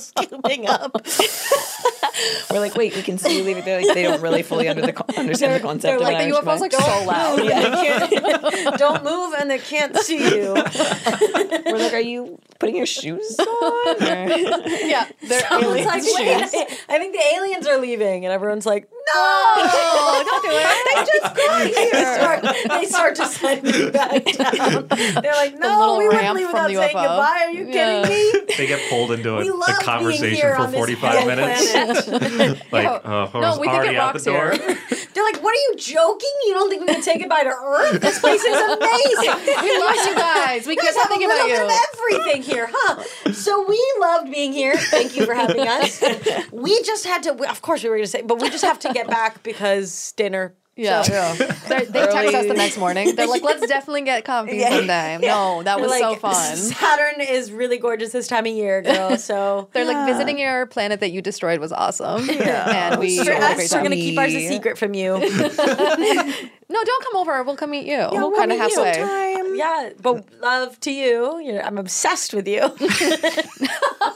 [SPEAKER 3] Scooping up.
[SPEAKER 1] We're like, wait, we can see you leave it there. Like, they don't really fully under the con- understand the concept.
[SPEAKER 2] they're
[SPEAKER 1] of
[SPEAKER 2] like
[SPEAKER 1] what
[SPEAKER 2] the
[SPEAKER 1] Irish
[SPEAKER 2] UFO's
[SPEAKER 1] Mike-
[SPEAKER 2] like so loud.
[SPEAKER 3] Don't move, and they can't see you.
[SPEAKER 1] We're like, are you putting your shoes on? or-
[SPEAKER 2] yeah, they're
[SPEAKER 3] It's like, wait,
[SPEAKER 2] aliens.
[SPEAKER 3] I- I think the aliens are leaving, and everyone's like, "No, don't do it." They just got here. They start, they start to send me back down. They're like, "No,
[SPEAKER 2] little
[SPEAKER 3] we wouldn't
[SPEAKER 2] ramp
[SPEAKER 3] leave
[SPEAKER 2] from
[SPEAKER 3] without
[SPEAKER 2] the
[SPEAKER 3] saying
[SPEAKER 2] UFO.
[SPEAKER 3] goodbye." Are you
[SPEAKER 2] Yeah.
[SPEAKER 3] kidding me?
[SPEAKER 4] They get pulled into a,
[SPEAKER 3] We love
[SPEAKER 4] a
[SPEAKER 3] being
[SPEAKER 4] conversation
[SPEAKER 3] here
[SPEAKER 4] for
[SPEAKER 3] on this
[SPEAKER 4] 45
[SPEAKER 3] hell
[SPEAKER 4] minutes. like,
[SPEAKER 2] Yeah.
[SPEAKER 4] uh, I
[SPEAKER 2] No,
[SPEAKER 4] was
[SPEAKER 2] we think
[SPEAKER 4] already
[SPEAKER 2] it
[SPEAKER 4] out the
[SPEAKER 2] rocks
[SPEAKER 4] door.
[SPEAKER 2] here.
[SPEAKER 3] They're like, "What are you joking? You don't think we can say goodbye to Earth? This place is amazing.
[SPEAKER 2] We lost you guys. We
[SPEAKER 3] You guys
[SPEAKER 2] kept
[SPEAKER 3] have a
[SPEAKER 2] thinking
[SPEAKER 3] little
[SPEAKER 2] about
[SPEAKER 3] bit
[SPEAKER 2] you.
[SPEAKER 3] of everything here, huh? So we loved being here. Thank you for having us. We just had to. Of course, we were going to say, but we just have to get back because dinner.
[SPEAKER 2] Yeah,
[SPEAKER 3] So-
[SPEAKER 2] They're- they text us the next morning. They're like, "Let's definitely get coffee sometime." No, that
[SPEAKER 3] We're
[SPEAKER 2] was
[SPEAKER 3] like,
[SPEAKER 2] so fun.
[SPEAKER 3] Saturn is really gorgeous this time of year, girl. So
[SPEAKER 2] They're like visiting your planet that you destroyed was awesome. Yeah, and we
[SPEAKER 3] for
[SPEAKER 2] had a
[SPEAKER 3] us,
[SPEAKER 2] great
[SPEAKER 3] we're
[SPEAKER 2] time.
[SPEAKER 3] gonna keep ours a secret from you.
[SPEAKER 2] No, don't come over. We'll come meet you. we'll
[SPEAKER 1] we'll
[SPEAKER 2] kind of
[SPEAKER 1] meet you
[SPEAKER 2] halfway.
[SPEAKER 1] sometime.
[SPEAKER 3] yeah, but love to you. You're, I'm obsessed with you.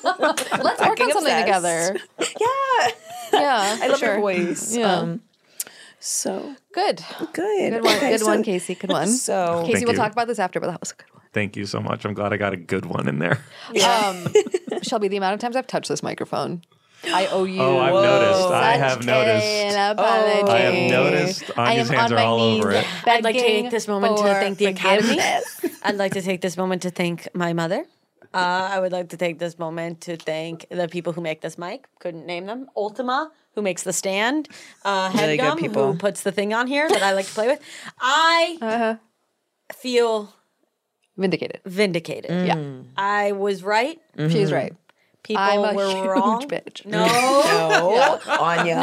[SPEAKER 2] Let's work on
[SPEAKER 1] Fucking
[SPEAKER 2] something
[SPEAKER 1] obsessed.
[SPEAKER 2] together.
[SPEAKER 1] Yeah.
[SPEAKER 2] Yeah,
[SPEAKER 1] I love
[SPEAKER 2] sure.
[SPEAKER 1] your voice.
[SPEAKER 2] Yeah.
[SPEAKER 1] Um, so
[SPEAKER 2] Good.
[SPEAKER 1] good.
[SPEAKER 2] Good one.
[SPEAKER 1] Okay,
[SPEAKER 2] Good one,
[SPEAKER 1] so-
[SPEAKER 2] Casey. Good one.
[SPEAKER 1] So
[SPEAKER 2] Casey,
[SPEAKER 4] Thank
[SPEAKER 2] we'll
[SPEAKER 4] you.
[SPEAKER 2] talk about this after, but that was a good one.
[SPEAKER 4] Thank you so much. I'm glad I got a good one in there.
[SPEAKER 2] Um, Shelby, the amount of times I've touched this microphone, I owe you.
[SPEAKER 4] Oh, I've noticed. I
[SPEAKER 2] such
[SPEAKER 4] have noticed.
[SPEAKER 2] An apology.
[SPEAKER 4] I have noticed. Anya's hands are all over it.
[SPEAKER 3] I'd like to take this moment to
[SPEAKER 2] for
[SPEAKER 3] thank the Academy.
[SPEAKER 2] forgiveness.
[SPEAKER 3] I'd like to take this moment to thank my mother. Uh, I would like to take this moment to thank the people who make this mic. Couldn't name them. Ultima, who makes the stand. Uh,
[SPEAKER 1] Really good
[SPEAKER 3] Headgum,
[SPEAKER 1] people.
[SPEAKER 3] who puts the thing on here that I like to play with. I
[SPEAKER 2] Uh-huh.
[SPEAKER 3] feel
[SPEAKER 2] Vindicated.
[SPEAKER 3] vindicated.
[SPEAKER 2] Mm. Yeah,
[SPEAKER 3] I was right.
[SPEAKER 2] she's right.
[SPEAKER 3] People
[SPEAKER 2] I'm a
[SPEAKER 3] Oh, were
[SPEAKER 2] huge
[SPEAKER 3] wrong.
[SPEAKER 2] bitch.
[SPEAKER 3] No, no,
[SPEAKER 1] Oh, Anya.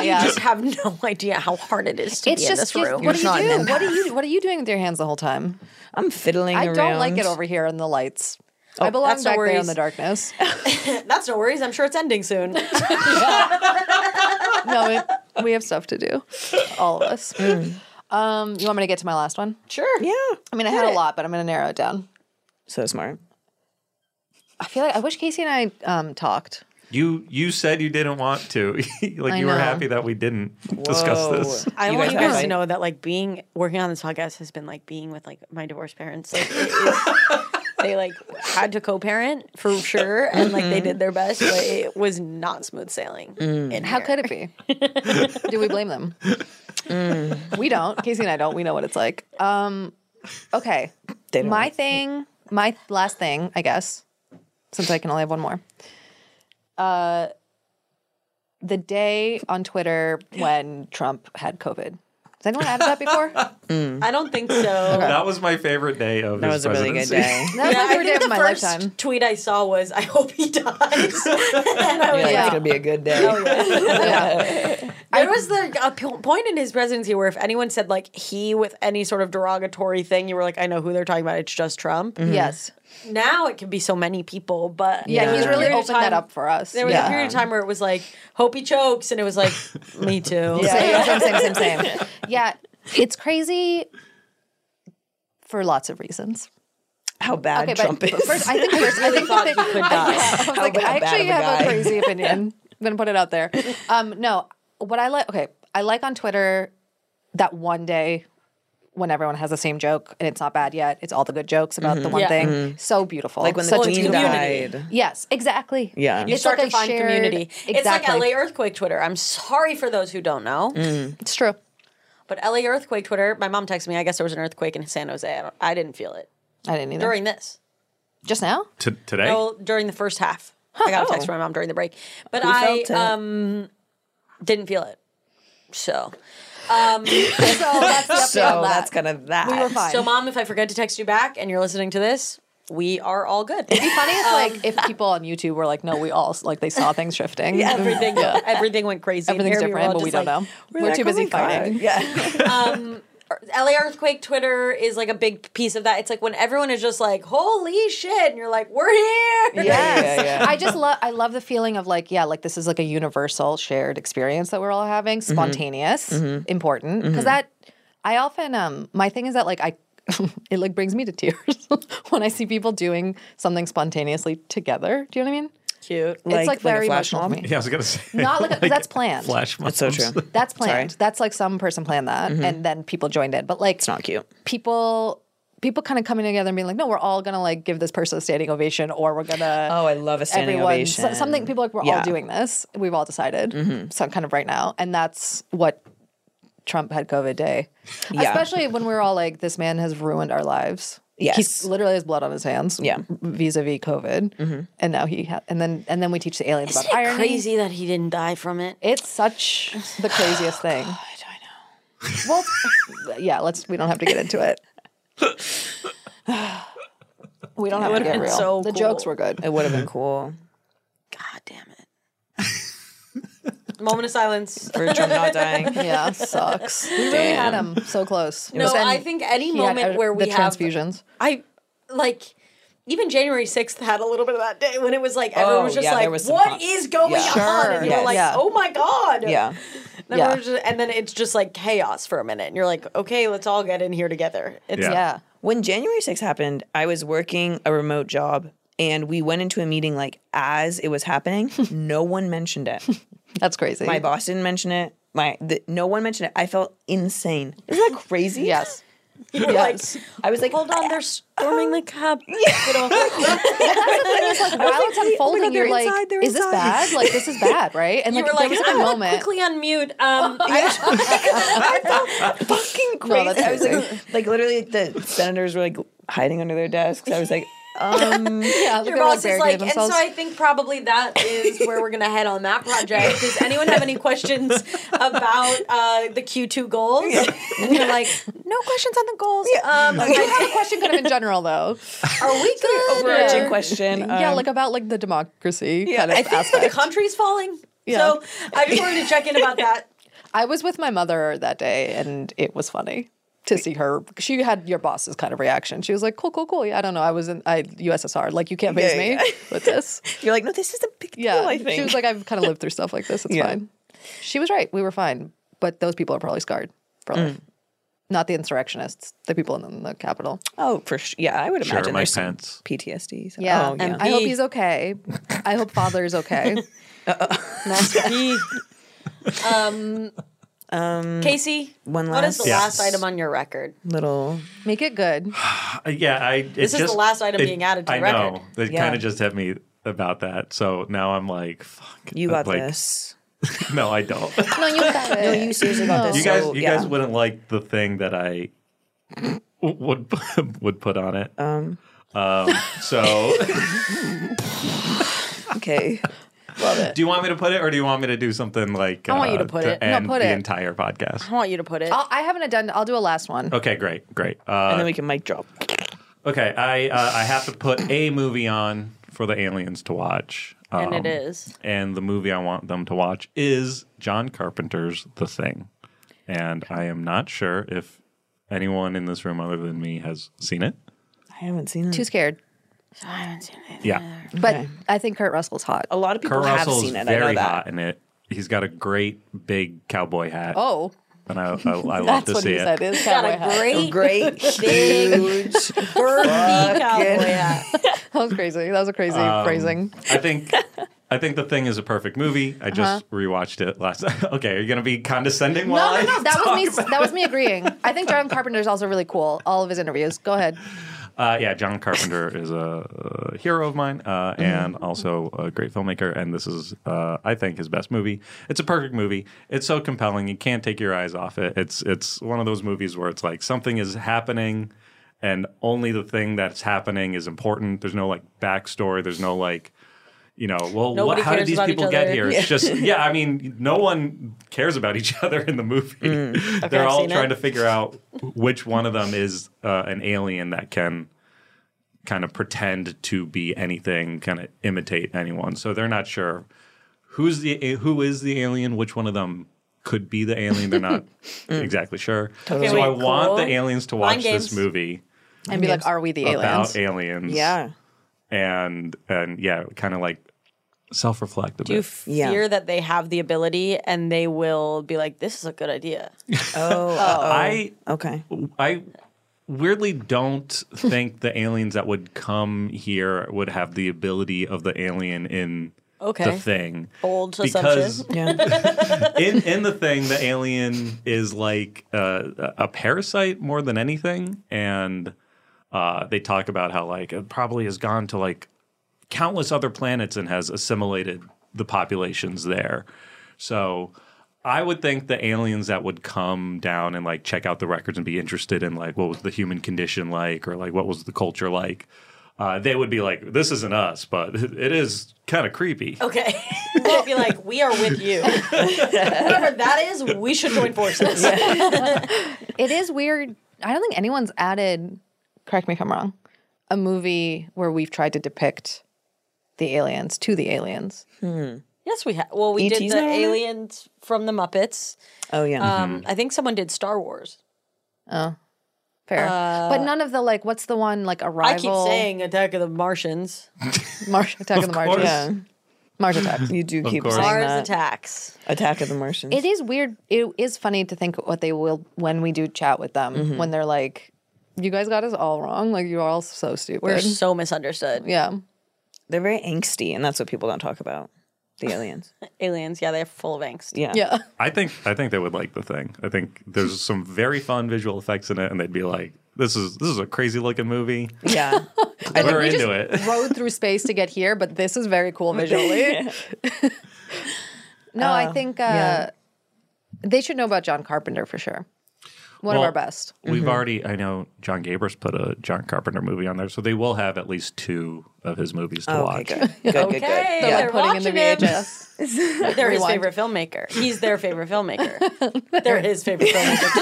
[SPEAKER 3] you
[SPEAKER 2] yeah.
[SPEAKER 3] just have no idea how hard it is to
[SPEAKER 2] It's
[SPEAKER 3] be in this
[SPEAKER 2] just you-
[SPEAKER 3] room.
[SPEAKER 2] what do you do? What are you what are you doing with your hands the whole time?
[SPEAKER 1] I'm fiddling
[SPEAKER 2] I
[SPEAKER 1] around.
[SPEAKER 2] don't like it over here in the lights. I belong
[SPEAKER 3] that's
[SPEAKER 2] Oh, back
[SPEAKER 3] no
[SPEAKER 2] there in
[SPEAKER 3] worries.
[SPEAKER 2] the darkness.
[SPEAKER 3] That's no worries. I'm sure it's ending soon.
[SPEAKER 2] no, we, we have stuff to do, all of us. Um, you want me to get to my last one?
[SPEAKER 3] Mm. sure.
[SPEAKER 1] Yeah.
[SPEAKER 2] I mean, I had a lot, but I'm going to narrow it down.
[SPEAKER 1] So smart.
[SPEAKER 2] I feel like I wish Casey and I um, talked.
[SPEAKER 4] You you said you didn't want to. like
[SPEAKER 2] I
[SPEAKER 4] you were
[SPEAKER 2] know.
[SPEAKER 4] happy that we didn't discuss this.
[SPEAKER 3] I want you
[SPEAKER 1] have,
[SPEAKER 3] guys
[SPEAKER 1] like-
[SPEAKER 3] to know that like being working on this podcast has been like being with like my divorced parents. Like, it is- they like had to co-parent for sure, and like
[SPEAKER 2] Mm-hmm.
[SPEAKER 3] they did their best, but it was not smooth sailing. And
[SPEAKER 2] How could it be? do we blame them?
[SPEAKER 1] Mm.
[SPEAKER 2] We don't. Casey and I don't. We know what it's like. Um, okay.
[SPEAKER 1] They don't
[SPEAKER 2] My thing, my last thing, I guess, since I can only have one more. Uh, the day on Twitter when Trump had COVID. Has anyone added that before?
[SPEAKER 3] I don't think so.
[SPEAKER 4] That was my favorite day of
[SPEAKER 1] That
[SPEAKER 4] his
[SPEAKER 1] was a really good
[SPEAKER 4] presidency.
[SPEAKER 1] day.
[SPEAKER 2] That was
[SPEAKER 3] Yeah,
[SPEAKER 2] my
[SPEAKER 3] I
[SPEAKER 2] favorite day
[SPEAKER 3] think
[SPEAKER 2] of
[SPEAKER 3] the
[SPEAKER 2] my
[SPEAKER 3] first
[SPEAKER 2] lifetime.
[SPEAKER 3] tweet I saw was, "I hope he dies." and I was
[SPEAKER 1] Like,
[SPEAKER 2] Yeah. Oh,
[SPEAKER 1] It'll be a good day.
[SPEAKER 3] There was the a p- point in his presidency where if anyone said like he with any sort of derogatory thing, you were like, I know who they're talking about. It's just Trump.
[SPEAKER 2] Yes.
[SPEAKER 3] Now it can be so many people, but
[SPEAKER 2] Yeah,
[SPEAKER 3] there was
[SPEAKER 2] he's
[SPEAKER 3] a
[SPEAKER 2] really
[SPEAKER 3] period of
[SPEAKER 2] opened that
[SPEAKER 3] time-
[SPEAKER 2] up for us.
[SPEAKER 3] There was
[SPEAKER 2] yeah.
[SPEAKER 3] a period of time where it was like, hope he chokes, and it was like, me too.
[SPEAKER 2] Yeah, yeah, same, same, same, same. Yeah, it's crazy for lots of reasons.
[SPEAKER 1] How bad
[SPEAKER 2] Okay,
[SPEAKER 1] Trump
[SPEAKER 2] but
[SPEAKER 1] is.
[SPEAKER 2] first, I think first, I think
[SPEAKER 3] thought he
[SPEAKER 2] the thing-
[SPEAKER 3] could die.
[SPEAKER 2] I was
[SPEAKER 1] How
[SPEAKER 2] like,
[SPEAKER 1] bad
[SPEAKER 2] I
[SPEAKER 1] of a
[SPEAKER 2] actually have a
[SPEAKER 1] guy.
[SPEAKER 2] crazy opinion. I'm gonna put it out there. Um, no, what I like, okay, I like on Twitter that one day when everyone has the same joke and it's not bad yet. It's all the good jokes about the one
[SPEAKER 3] Yeah.
[SPEAKER 2] thing. So beautiful.
[SPEAKER 1] like when the
[SPEAKER 2] Such
[SPEAKER 1] queen
[SPEAKER 2] good-
[SPEAKER 3] community.
[SPEAKER 1] died.
[SPEAKER 2] Yes, exactly.
[SPEAKER 1] Yeah. You
[SPEAKER 3] You
[SPEAKER 2] it's
[SPEAKER 3] start
[SPEAKER 2] like
[SPEAKER 3] to
[SPEAKER 2] a
[SPEAKER 3] find
[SPEAKER 2] shared-
[SPEAKER 3] community. It's like
[SPEAKER 2] Exactly.
[SPEAKER 3] LA earthquake Twitter. I'm sorry for those who don't know,
[SPEAKER 2] It's true.
[SPEAKER 3] but LA earthquake Twitter. My mom texted me. I guess there was an earthquake in San Jose. I, don't, I didn't feel it
[SPEAKER 2] I didn't either.
[SPEAKER 3] during this.
[SPEAKER 2] Just now?
[SPEAKER 4] T- today?
[SPEAKER 3] No, during the first half. I got a
[SPEAKER 2] oh.
[SPEAKER 3] text from my mom during the break, but I
[SPEAKER 1] felt it?
[SPEAKER 3] um, didn't feel it. So,
[SPEAKER 2] So that's the
[SPEAKER 1] So
[SPEAKER 2] update on that.
[SPEAKER 1] that's kind of that.
[SPEAKER 2] we were fine.
[SPEAKER 3] so mom, if I forget to text you back and you're listening to this, we are all good.
[SPEAKER 2] It'd be funny if like if people on YouTube were like, no, we all like they saw things shifting.
[SPEAKER 3] Yeah, everything
[SPEAKER 2] Yeah.
[SPEAKER 3] everything went crazy. And
[SPEAKER 2] Everything's
[SPEAKER 3] here were
[SPEAKER 2] different,
[SPEAKER 3] all
[SPEAKER 2] but we
[SPEAKER 3] just
[SPEAKER 2] don't know. We're
[SPEAKER 3] like,
[SPEAKER 2] too
[SPEAKER 3] "Oh
[SPEAKER 2] busy
[SPEAKER 3] my God."
[SPEAKER 2] fighting.
[SPEAKER 3] Yeah. um, LA earthquake Twitter is like a big piece of that. It's like when everyone is just like, "Holy shit!" and you're like, "We're here."
[SPEAKER 2] Yes. I just love I love the feeling of like, yeah, like this is like a universal shared experience that we're all having. Spontaneous,
[SPEAKER 6] Mhm.
[SPEAKER 2] important. Because
[SPEAKER 6] Mhm.
[SPEAKER 2] that I often um my thing is that like I it like brings me to tears when I see people doing something spontaneously together. Do you know what I mean?
[SPEAKER 3] Cute.
[SPEAKER 2] It's like very emotional for me.
[SPEAKER 4] Yeah, I was gonna say
[SPEAKER 2] Not like, a, 'cause that's planned.
[SPEAKER 4] flash mobs.
[SPEAKER 1] so true.
[SPEAKER 2] That's planned. That's like some person planned that,
[SPEAKER 1] Mhm.
[SPEAKER 2] and then people joined in. But like, it's
[SPEAKER 1] not cute.
[SPEAKER 2] People, people kind of coming together and being like, "No, we're all gonna like give this person a standing ovation, or we're gonna."
[SPEAKER 1] Oh, I love a standing
[SPEAKER 2] everyone, so-
[SPEAKER 1] ovation.
[SPEAKER 2] something people are like we're
[SPEAKER 1] Yeah.
[SPEAKER 2] all doing this. We've all decided.
[SPEAKER 1] Mhm.
[SPEAKER 2] So kind of right now, and that's what Trump had COVID day.
[SPEAKER 1] Yeah.
[SPEAKER 2] Especially when we were all like, "This man has ruined our lives."
[SPEAKER 1] Yes. Mm-hmm.
[SPEAKER 2] he literally has blood on his hands. Yeah, vis-a-vis COVID, and now he ha- and then and then we teach the aliens
[SPEAKER 3] Isn't
[SPEAKER 2] about
[SPEAKER 3] it
[SPEAKER 2] irony.
[SPEAKER 3] crazy that he didn't die from it?
[SPEAKER 2] It's such the craziest thing. Well, yeah, let's. We don't have to get into it. we don't
[SPEAKER 1] It
[SPEAKER 2] have to
[SPEAKER 1] would've
[SPEAKER 2] get
[SPEAKER 1] been
[SPEAKER 2] real.
[SPEAKER 1] so
[SPEAKER 2] the
[SPEAKER 1] cool.
[SPEAKER 2] jokes were good.
[SPEAKER 1] It would have been cool.
[SPEAKER 3] Moment of silence
[SPEAKER 1] For Trump not dying.
[SPEAKER 2] yeah, sucks. We really had
[SPEAKER 1] Damn.
[SPEAKER 2] him so close.
[SPEAKER 3] No,
[SPEAKER 2] But then
[SPEAKER 3] I think any
[SPEAKER 2] he had,
[SPEAKER 3] moment
[SPEAKER 2] uh,
[SPEAKER 3] where we
[SPEAKER 2] the
[SPEAKER 3] have-
[SPEAKER 2] transfusions.
[SPEAKER 3] I like even January 6th had a little bit of that day when it was like
[SPEAKER 2] Oh,
[SPEAKER 3] everyone was just
[SPEAKER 2] yeah,
[SPEAKER 3] like,
[SPEAKER 2] there
[SPEAKER 3] "What
[SPEAKER 2] was
[SPEAKER 3] is
[SPEAKER 2] some con-
[SPEAKER 3] going
[SPEAKER 2] Yeah.
[SPEAKER 3] on?
[SPEAKER 2] Sure,
[SPEAKER 3] And
[SPEAKER 2] yes.
[SPEAKER 3] you're like,
[SPEAKER 2] Yeah.
[SPEAKER 3] oh my God.
[SPEAKER 2] Yeah.
[SPEAKER 3] And,
[SPEAKER 2] Yeah.
[SPEAKER 3] everyone's just- and then it's just like chaos for a minute. And you're like, okay, let's all get in here together. It's
[SPEAKER 1] When January 6th happened, I was working a remote job and we went into a meeting like as it was happening. no one mentioned it.
[SPEAKER 2] That's crazy.
[SPEAKER 1] My boss didn't mention it. My the, no one mentioned it. I felt insane. Isn't that crazy?
[SPEAKER 2] yes.
[SPEAKER 3] You were
[SPEAKER 1] like, I was like,
[SPEAKER 3] hold on, they're storming the capital.
[SPEAKER 2] that's the thing. It's like
[SPEAKER 3] I was
[SPEAKER 2] while
[SPEAKER 3] like,
[SPEAKER 2] it's
[SPEAKER 3] "Oh my
[SPEAKER 2] unfolding,
[SPEAKER 3] God, they're
[SPEAKER 2] you're like,
[SPEAKER 3] inside, they're
[SPEAKER 2] "Is this
[SPEAKER 3] inside."
[SPEAKER 2] bad? Like this is bad, right?" And
[SPEAKER 3] you
[SPEAKER 2] like,
[SPEAKER 3] were
[SPEAKER 2] there
[SPEAKER 3] like,
[SPEAKER 2] was
[SPEAKER 3] I'm
[SPEAKER 2] like
[SPEAKER 3] gonna
[SPEAKER 2] "Ah, a moment.
[SPEAKER 3] quickly unmute. Um,
[SPEAKER 1] fucking crazy. I was like, like literally the senators were like hiding under their desks. I was like, um,
[SPEAKER 2] yeah,
[SPEAKER 3] Your boss is like, and so I think probably that is where we're gonna head on that project. Does anyone have any questions about uh, the Q two goals? And you're like, no questions on the goals. Um,
[SPEAKER 2] I do have a question, kind of in general, though.
[SPEAKER 3] Are we good?
[SPEAKER 1] overarching
[SPEAKER 3] or-
[SPEAKER 1] question.
[SPEAKER 2] yeah,
[SPEAKER 1] um,
[SPEAKER 2] like about like the democracy kind of
[SPEAKER 3] I think that the
[SPEAKER 2] aspect.
[SPEAKER 3] country's falling.
[SPEAKER 2] Yeah.
[SPEAKER 3] So I just wanted to check in about that.
[SPEAKER 2] I was with my mother that day, and it was funny to see her. She had your boss's kind of reaction. She was like, "Cool, cool, cool." Yeah, I don't know. I was in I USSR. Like, you can't
[SPEAKER 1] Yeah,
[SPEAKER 2] phase me
[SPEAKER 1] yeah.
[SPEAKER 2] with this.
[SPEAKER 1] you're like, no, this is a big
[SPEAKER 2] Yeah,
[SPEAKER 1] deal. I
[SPEAKER 2] she
[SPEAKER 1] think
[SPEAKER 2] was like, "I've kind of lived through stuff like this. It's
[SPEAKER 1] Yeah.
[SPEAKER 2] fine." She was right. We were fine, but those people are probably scarred for
[SPEAKER 1] Mm.
[SPEAKER 2] life. Not the insurrectionists, the people in the Capitol.
[SPEAKER 1] oh, for sure. Yeah, I would
[SPEAKER 4] Sure,
[SPEAKER 1] imagine
[SPEAKER 4] my
[SPEAKER 1] there's some
[SPEAKER 4] pants.
[SPEAKER 1] PTSD. so-
[SPEAKER 2] Yeah,
[SPEAKER 1] oh, yeah.
[SPEAKER 2] I hope he's okay. I hope father's okay.
[SPEAKER 3] Master P. Um,
[SPEAKER 1] um,
[SPEAKER 3] Casey,
[SPEAKER 1] one
[SPEAKER 3] what is
[SPEAKER 1] last-
[SPEAKER 3] the
[SPEAKER 4] Yes.
[SPEAKER 3] last item on your record?
[SPEAKER 1] little.
[SPEAKER 2] Make it good.
[SPEAKER 4] Uh, yeah, I. It
[SPEAKER 3] This is the
[SPEAKER 4] just-
[SPEAKER 3] last item
[SPEAKER 4] it-
[SPEAKER 3] being added to
[SPEAKER 4] I
[SPEAKER 3] the record.
[SPEAKER 4] know. It
[SPEAKER 3] Yeah.
[SPEAKER 4] kind of just hit me about that. So now I'm like, fuck.
[SPEAKER 1] You got
[SPEAKER 4] like-
[SPEAKER 1] this.
[SPEAKER 4] no, I don't.
[SPEAKER 2] No, you got it.
[SPEAKER 1] No, you seriously got this.
[SPEAKER 4] you guys,
[SPEAKER 1] So,
[SPEAKER 4] you
[SPEAKER 1] yeah.
[SPEAKER 4] guys wouldn't like the thing that I would would put on it.
[SPEAKER 1] Um.
[SPEAKER 4] Um. So,
[SPEAKER 1] okay.
[SPEAKER 2] Love it.
[SPEAKER 4] do you want me to put it, or do you want me to do something like?
[SPEAKER 2] I want you to put it. No,
[SPEAKER 4] End
[SPEAKER 2] put
[SPEAKER 4] the
[SPEAKER 2] it.
[SPEAKER 4] entire podcast.
[SPEAKER 3] I want you to put it.
[SPEAKER 2] I'll, I haven't done. I'll do a last one.
[SPEAKER 4] Okay, great, great. Uh,
[SPEAKER 1] and then we can mic drop.
[SPEAKER 4] Okay, I uh, I have to put a movie on for the aliens to watch.
[SPEAKER 3] And it
[SPEAKER 4] Um,
[SPEAKER 3] is.
[SPEAKER 4] And the movie I want them to watch is John Carpenter's The Thing. And I am not sure if anyone in this room other than me has seen it.
[SPEAKER 1] I haven't seen it.
[SPEAKER 2] Too scared.
[SPEAKER 3] I haven't seen it.
[SPEAKER 4] Yeah.
[SPEAKER 2] But I think Kurt Russell's hot.
[SPEAKER 1] A lot of people
[SPEAKER 4] Kurt
[SPEAKER 1] have
[SPEAKER 4] Russell's
[SPEAKER 1] seen it. I
[SPEAKER 4] very
[SPEAKER 1] know that.
[SPEAKER 4] hot in it. He's got a great big cowboy hat.
[SPEAKER 2] Oh,
[SPEAKER 4] And I, I, I love
[SPEAKER 2] that's
[SPEAKER 4] to
[SPEAKER 2] what
[SPEAKER 4] see
[SPEAKER 2] he
[SPEAKER 4] it.
[SPEAKER 2] said. Is
[SPEAKER 3] Got
[SPEAKER 2] cowboy
[SPEAKER 3] a
[SPEAKER 2] hat.
[SPEAKER 3] great,
[SPEAKER 1] Great,
[SPEAKER 3] big, girthy cowboy hat.
[SPEAKER 2] That was crazy. That was a crazy
[SPEAKER 4] Um,
[SPEAKER 2] phrasing.
[SPEAKER 4] I think I think The Thing is a perfect movie. I just rewatched it last night. okay, are you going to be condescending
[SPEAKER 2] Uh-huh. No,
[SPEAKER 4] while
[SPEAKER 2] no,
[SPEAKER 4] I
[SPEAKER 2] no. That
[SPEAKER 4] talk
[SPEAKER 2] was me.
[SPEAKER 4] about
[SPEAKER 2] That was me agreeing. I think John Carpenter's also really cool. All of his interviews. Go ahead.
[SPEAKER 4] Uh, yeah, John Carpenter is a, uh hero of mine uh,
[SPEAKER 2] Mm-hmm.
[SPEAKER 4] and also a great filmmaker. And this is, uh, I think, his best movie. It's a perfect movie. It's so compelling. You can't take your eyes off it. It's it's one of those movies where it's like something is happening, and only the thing that's happening is important. There's no like backstory. There's no like. You know, well, what,
[SPEAKER 3] Nobody
[SPEAKER 4] how did
[SPEAKER 3] cares
[SPEAKER 4] these
[SPEAKER 3] about each
[SPEAKER 4] people get
[SPEAKER 3] other.
[SPEAKER 4] here? It's
[SPEAKER 3] Yeah.
[SPEAKER 4] just, yeah, I mean, no one cares about each other in the movie. They're
[SPEAKER 3] I've
[SPEAKER 4] all
[SPEAKER 3] seen it.
[SPEAKER 4] trying to figure out which one of them is uh, an alien that can kind of pretend to be anything, kind of imitate anyone. So they're not sure who's the who is the alien, which one of them could be the alien. They're not
[SPEAKER 2] Mm.
[SPEAKER 4] exactly sure.
[SPEAKER 2] Totally.
[SPEAKER 4] so I
[SPEAKER 2] Cool.
[SPEAKER 4] want the aliens to
[SPEAKER 2] Mind
[SPEAKER 4] watch
[SPEAKER 2] games.
[SPEAKER 4] this movie
[SPEAKER 2] And be like, are we the aliens?
[SPEAKER 4] about aliens.
[SPEAKER 2] Yeah.
[SPEAKER 4] and and yeah, kind of like self reflect a
[SPEAKER 3] Do
[SPEAKER 4] bit.
[SPEAKER 3] you fear that they have the ability and they will be like, this is a good idea?
[SPEAKER 1] Oh,
[SPEAKER 4] I
[SPEAKER 1] okay.
[SPEAKER 4] I weirdly don't think the aliens that would come here would have the ability of the alien in
[SPEAKER 3] Okay.
[SPEAKER 4] the thing.
[SPEAKER 3] Bold
[SPEAKER 4] because
[SPEAKER 3] assumption. Yeah.
[SPEAKER 4] in in the thing, the alien is like uh, a parasite more than anything, and uh, they talk about how like it probably has gone to like countless other planets and has assimilated the populations there. So I would think the aliens that would come down and like check out the records and be interested in like what was the human condition like or like what was the culture like. Uh, they would be like, "This isn't us, but it is kind of creepy."
[SPEAKER 3] okay. They'll be like, we are with you. Whatever that is, we should join forces.
[SPEAKER 2] it is weird. I don't think anyone's added, correct me if I'm wrong, a movie where we've tried to depict the aliens to the aliens.
[SPEAKER 3] Yes, we have. Well, we did
[SPEAKER 2] ET's
[SPEAKER 3] the
[SPEAKER 2] not on it?
[SPEAKER 3] aliens from the Muppets.
[SPEAKER 1] Oh yeah.
[SPEAKER 3] Um,
[SPEAKER 4] Hmm.
[SPEAKER 3] I think someone did Star Wars.
[SPEAKER 2] Oh, fair. but none of the like, what's the one like
[SPEAKER 3] I
[SPEAKER 2] arrival?
[SPEAKER 3] keep saying Attack of the Martians.
[SPEAKER 2] Marsh Attack of, the Martians.
[SPEAKER 3] course.
[SPEAKER 2] Yeah. Mars attacks.
[SPEAKER 1] You do
[SPEAKER 2] Of
[SPEAKER 1] keep
[SPEAKER 2] course.
[SPEAKER 1] saying
[SPEAKER 2] Mars
[SPEAKER 3] uh,
[SPEAKER 1] that.
[SPEAKER 3] attacks.
[SPEAKER 1] Attack of the Martians.
[SPEAKER 2] It is weird. It is funny to think what they will when we do chat with them
[SPEAKER 4] Mm-hmm.
[SPEAKER 1] Mhm.
[SPEAKER 2] when they're like, "You guys got us all wrong. Like you're all so stupid.
[SPEAKER 1] We're so
[SPEAKER 3] misunderstood."
[SPEAKER 2] Yeah,
[SPEAKER 1] they're very angsty, and that's what people don't talk about. The aliens.
[SPEAKER 3] Aliens, yeah, they're full of angst.
[SPEAKER 1] Yeah.
[SPEAKER 2] Yeah.
[SPEAKER 4] I think I think they would like the thing. I think there's some very fun visual effects in it, and they'd be like, "This is this is a crazy looking movie."
[SPEAKER 1] Yeah,
[SPEAKER 2] They're like,
[SPEAKER 4] we're
[SPEAKER 2] we
[SPEAKER 4] into
[SPEAKER 2] just
[SPEAKER 4] it.
[SPEAKER 2] rode through space to get here, but this is very cool visually. no, I
[SPEAKER 1] Oh,
[SPEAKER 2] think uh,
[SPEAKER 1] yeah.
[SPEAKER 2] they should know about John Carpenter for sure. One
[SPEAKER 4] Well,
[SPEAKER 2] of our best.
[SPEAKER 4] We've already. I know John Gabrus put a John Carpenter movie on there, so they will have at least two of his movies to
[SPEAKER 1] Oh, okay,
[SPEAKER 4] watch.
[SPEAKER 1] good. Good, good, good.
[SPEAKER 3] Hey,
[SPEAKER 1] Yeah.
[SPEAKER 3] they're
[SPEAKER 2] putting in
[SPEAKER 3] watching
[SPEAKER 2] the
[SPEAKER 3] him.
[SPEAKER 2] VHS.
[SPEAKER 3] They're his
[SPEAKER 2] Rewind.
[SPEAKER 3] favorite filmmaker. He's their favorite filmmaker. They're his favorite filmmaker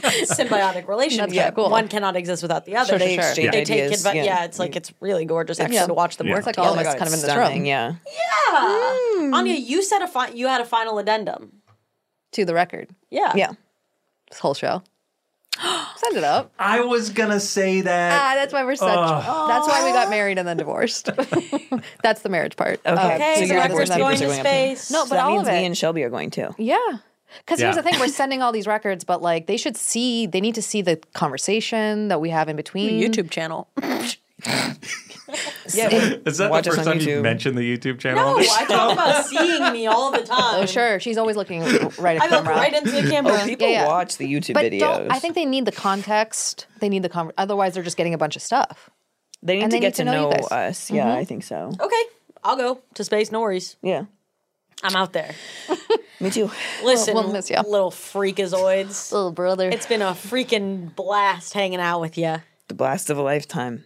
[SPEAKER 3] too. Symbiotic relationship.
[SPEAKER 2] Yeah, cool.
[SPEAKER 3] One cannot exist without the other.
[SPEAKER 1] Sure,
[SPEAKER 3] they
[SPEAKER 1] sure, sure.
[SPEAKER 3] they
[SPEAKER 1] Yeah.
[SPEAKER 3] take
[SPEAKER 1] Ideas,
[SPEAKER 3] advi-
[SPEAKER 1] yeah.
[SPEAKER 3] yeah. it's like it's really gorgeous actually
[SPEAKER 1] Yeah.
[SPEAKER 3] to watch them
[SPEAKER 1] Yeah.
[SPEAKER 3] work
[SPEAKER 1] It's like
[SPEAKER 3] together.
[SPEAKER 1] all of us kind of in this room. Yeah.
[SPEAKER 3] Yeah. Anya, you said a fi- you had a final addendum.
[SPEAKER 2] To the record.
[SPEAKER 3] Yeah.
[SPEAKER 2] Yeah. This whole show. Send it up.
[SPEAKER 4] I was gonna say
[SPEAKER 2] Ah,
[SPEAKER 4] that.
[SPEAKER 2] that's why we're such.
[SPEAKER 4] Ugh.
[SPEAKER 2] That's why we got married and then divorced. that's the marriage part.
[SPEAKER 1] Okay,
[SPEAKER 2] Uh,
[SPEAKER 1] so
[SPEAKER 2] figuring
[SPEAKER 1] your
[SPEAKER 2] out where
[SPEAKER 1] divorce
[SPEAKER 2] that-
[SPEAKER 1] papers are going up there.
[SPEAKER 2] No,
[SPEAKER 1] So
[SPEAKER 2] but
[SPEAKER 1] that
[SPEAKER 2] all
[SPEAKER 1] means
[SPEAKER 2] of it.
[SPEAKER 1] me and Shelby are going too.
[SPEAKER 2] Yeah. Because here's
[SPEAKER 1] Yeah.
[SPEAKER 2] the thing, we're sending all these records, but like they should see, they need to see the conversation that we have in between.
[SPEAKER 3] YouTube channel.
[SPEAKER 4] is that the
[SPEAKER 2] Watch us
[SPEAKER 4] first
[SPEAKER 2] on
[SPEAKER 4] time you
[SPEAKER 2] YouTube.
[SPEAKER 4] mentioned the YouTube channel?
[SPEAKER 3] No,
[SPEAKER 4] on this
[SPEAKER 3] I
[SPEAKER 4] show?
[SPEAKER 3] talk about seeing me all the time.
[SPEAKER 2] Oh, sure. She's always looking right at
[SPEAKER 3] I look
[SPEAKER 2] camera.
[SPEAKER 3] right into the camera.
[SPEAKER 1] Oh, people
[SPEAKER 2] Yeah, yeah.
[SPEAKER 1] watch the YouTube
[SPEAKER 2] but
[SPEAKER 1] videos.
[SPEAKER 2] Don't, I think they need the context. They need the conver- otherwise they're just getting a bunch of stuff.
[SPEAKER 1] they need
[SPEAKER 2] and
[SPEAKER 1] to
[SPEAKER 2] they
[SPEAKER 1] get
[SPEAKER 2] need
[SPEAKER 1] to
[SPEAKER 2] to know
[SPEAKER 1] know,
[SPEAKER 2] you guys.
[SPEAKER 1] us. Yeah,
[SPEAKER 2] Mhm.
[SPEAKER 1] I think so.
[SPEAKER 3] Okay, I'll go to space. No worries.
[SPEAKER 1] Yeah,
[SPEAKER 3] I'm out there.
[SPEAKER 1] me too.
[SPEAKER 3] Listen,
[SPEAKER 2] We'll- we'll miss ya.
[SPEAKER 3] little freakazoids.
[SPEAKER 2] little brother.
[SPEAKER 3] It's been a freaking blast hanging out with you.
[SPEAKER 1] The blast of a lifetime.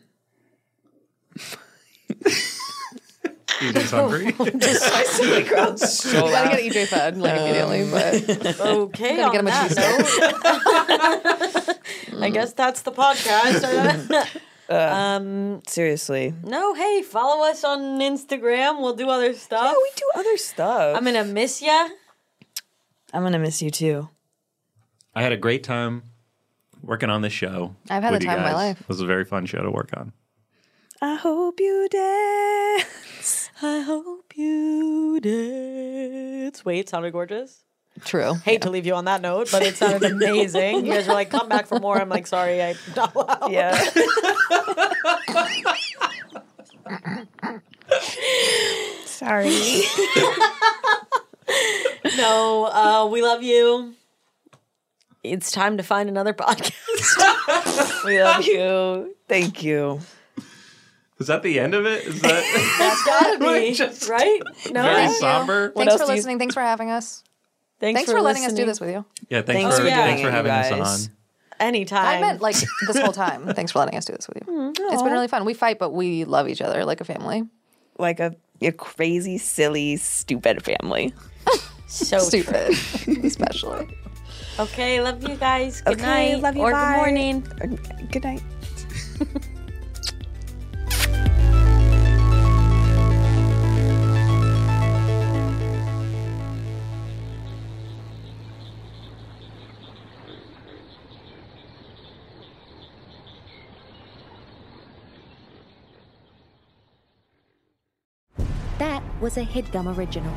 [SPEAKER 4] He's hungry.
[SPEAKER 1] Decisively gross.
[SPEAKER 2] you gotta get EJ fed like
[SPEAKER 1] Um,
[SPEAKER 2] immediately, but
[SPEAKER 3] Okay,
[SPEAKER 2] gotta get him
[SPEAKER 3] on
[SPEAKER 2] a
[SPEAKER 3] that note. I guess that's the podcast. um,
[SPEAKER 1] Seriously.
[SPEAKER 3] no, hey, follow us on Instagram. We'll do other stuff.
[SPEAKER 1] We do other stuff.
[SPEAKER 3] I'm gonna miss ya.
[SPEAKER 1] I'm gonna miss you too.
[SPEAKER 4] I had a great time working on this show.
[SPEAKER 1] I've had
[SPEAKER 4] with
[SPEAKER 1] the
[SPEAKER 4] you
[SPEAKER 1] time of my
[SPEAKER 4] guys.
[SPEAKER 1] life.
[SPEAKER 4] It was a very fun show to work on.
[SPEAKER 1] I hope you dance.
[SPEAKER 3] I hope you dance. Wait, it sounded gorgeous.
[SPEAKER 2] true.
[SPEAKER 3] Hate to leave you on that note, but it sounded amazing. You guys were like, "Come back for more." I'm like, "Sorry, I'm not allowed."
[SPEAKER 1] Yeah. Sorry.
[SPEAKER 3] no, uh, we love you. It's time to find another podcast.
[SPEAKER 1] we love you. Thank you.
[SPEAKER 4] Is that the end of it? Is that
[SPEAKER 3] That's gotta be
[SPEAKER 4] Just-
[SPEAKER 3] right. No,
[SPEAKER 4] very
[SPEAKER 2] Thank you.
[SPEAKER 4] somber?
[SPEAKER 2] Thanks for listening. Thanks for having us.
[SPEAKER 3] Thanks,
[SPEAKER 2] Thanks for, letting us do this with you.
[SPEAKER 4] Yeah, thanks,
[SPEAKER 3] Thanks
[SPEAKER 4] for,
[SPEAKER 3] for doing
[SPEAKER 4] thanks
[SPEAKER 3] it,
[SPEAKER 4] for
[SPEAKER 3] you
[SPEAKER 4] having
[SPEAKER 3] guys.
[SPEAKER 4] us on.
[SPEAKER 3] Anytime.
[SPEAKER 2] I meant like this whole time. Thanks for letting us do this with you. It's been really fun. We fight, but we love each other like a family.
[SPEAKER 1] Like a, a crazy, silly, stupid family.
[SPEAKER 3] so
[SPEAKER 2] Stupid, especially.
[SPEAKER 3] Okay, love you guys. Good
[SPEAKER 1] Okay,
[SPEAKER 3] night.
[SPEAKER 1] love you,
[SPEAKER 3] Or
[SPEAKER 1] bye.
[SPEAKER 3] good morning.
[SPEAKER 1] Good night.
[SPEAKER 5] was a headgum original.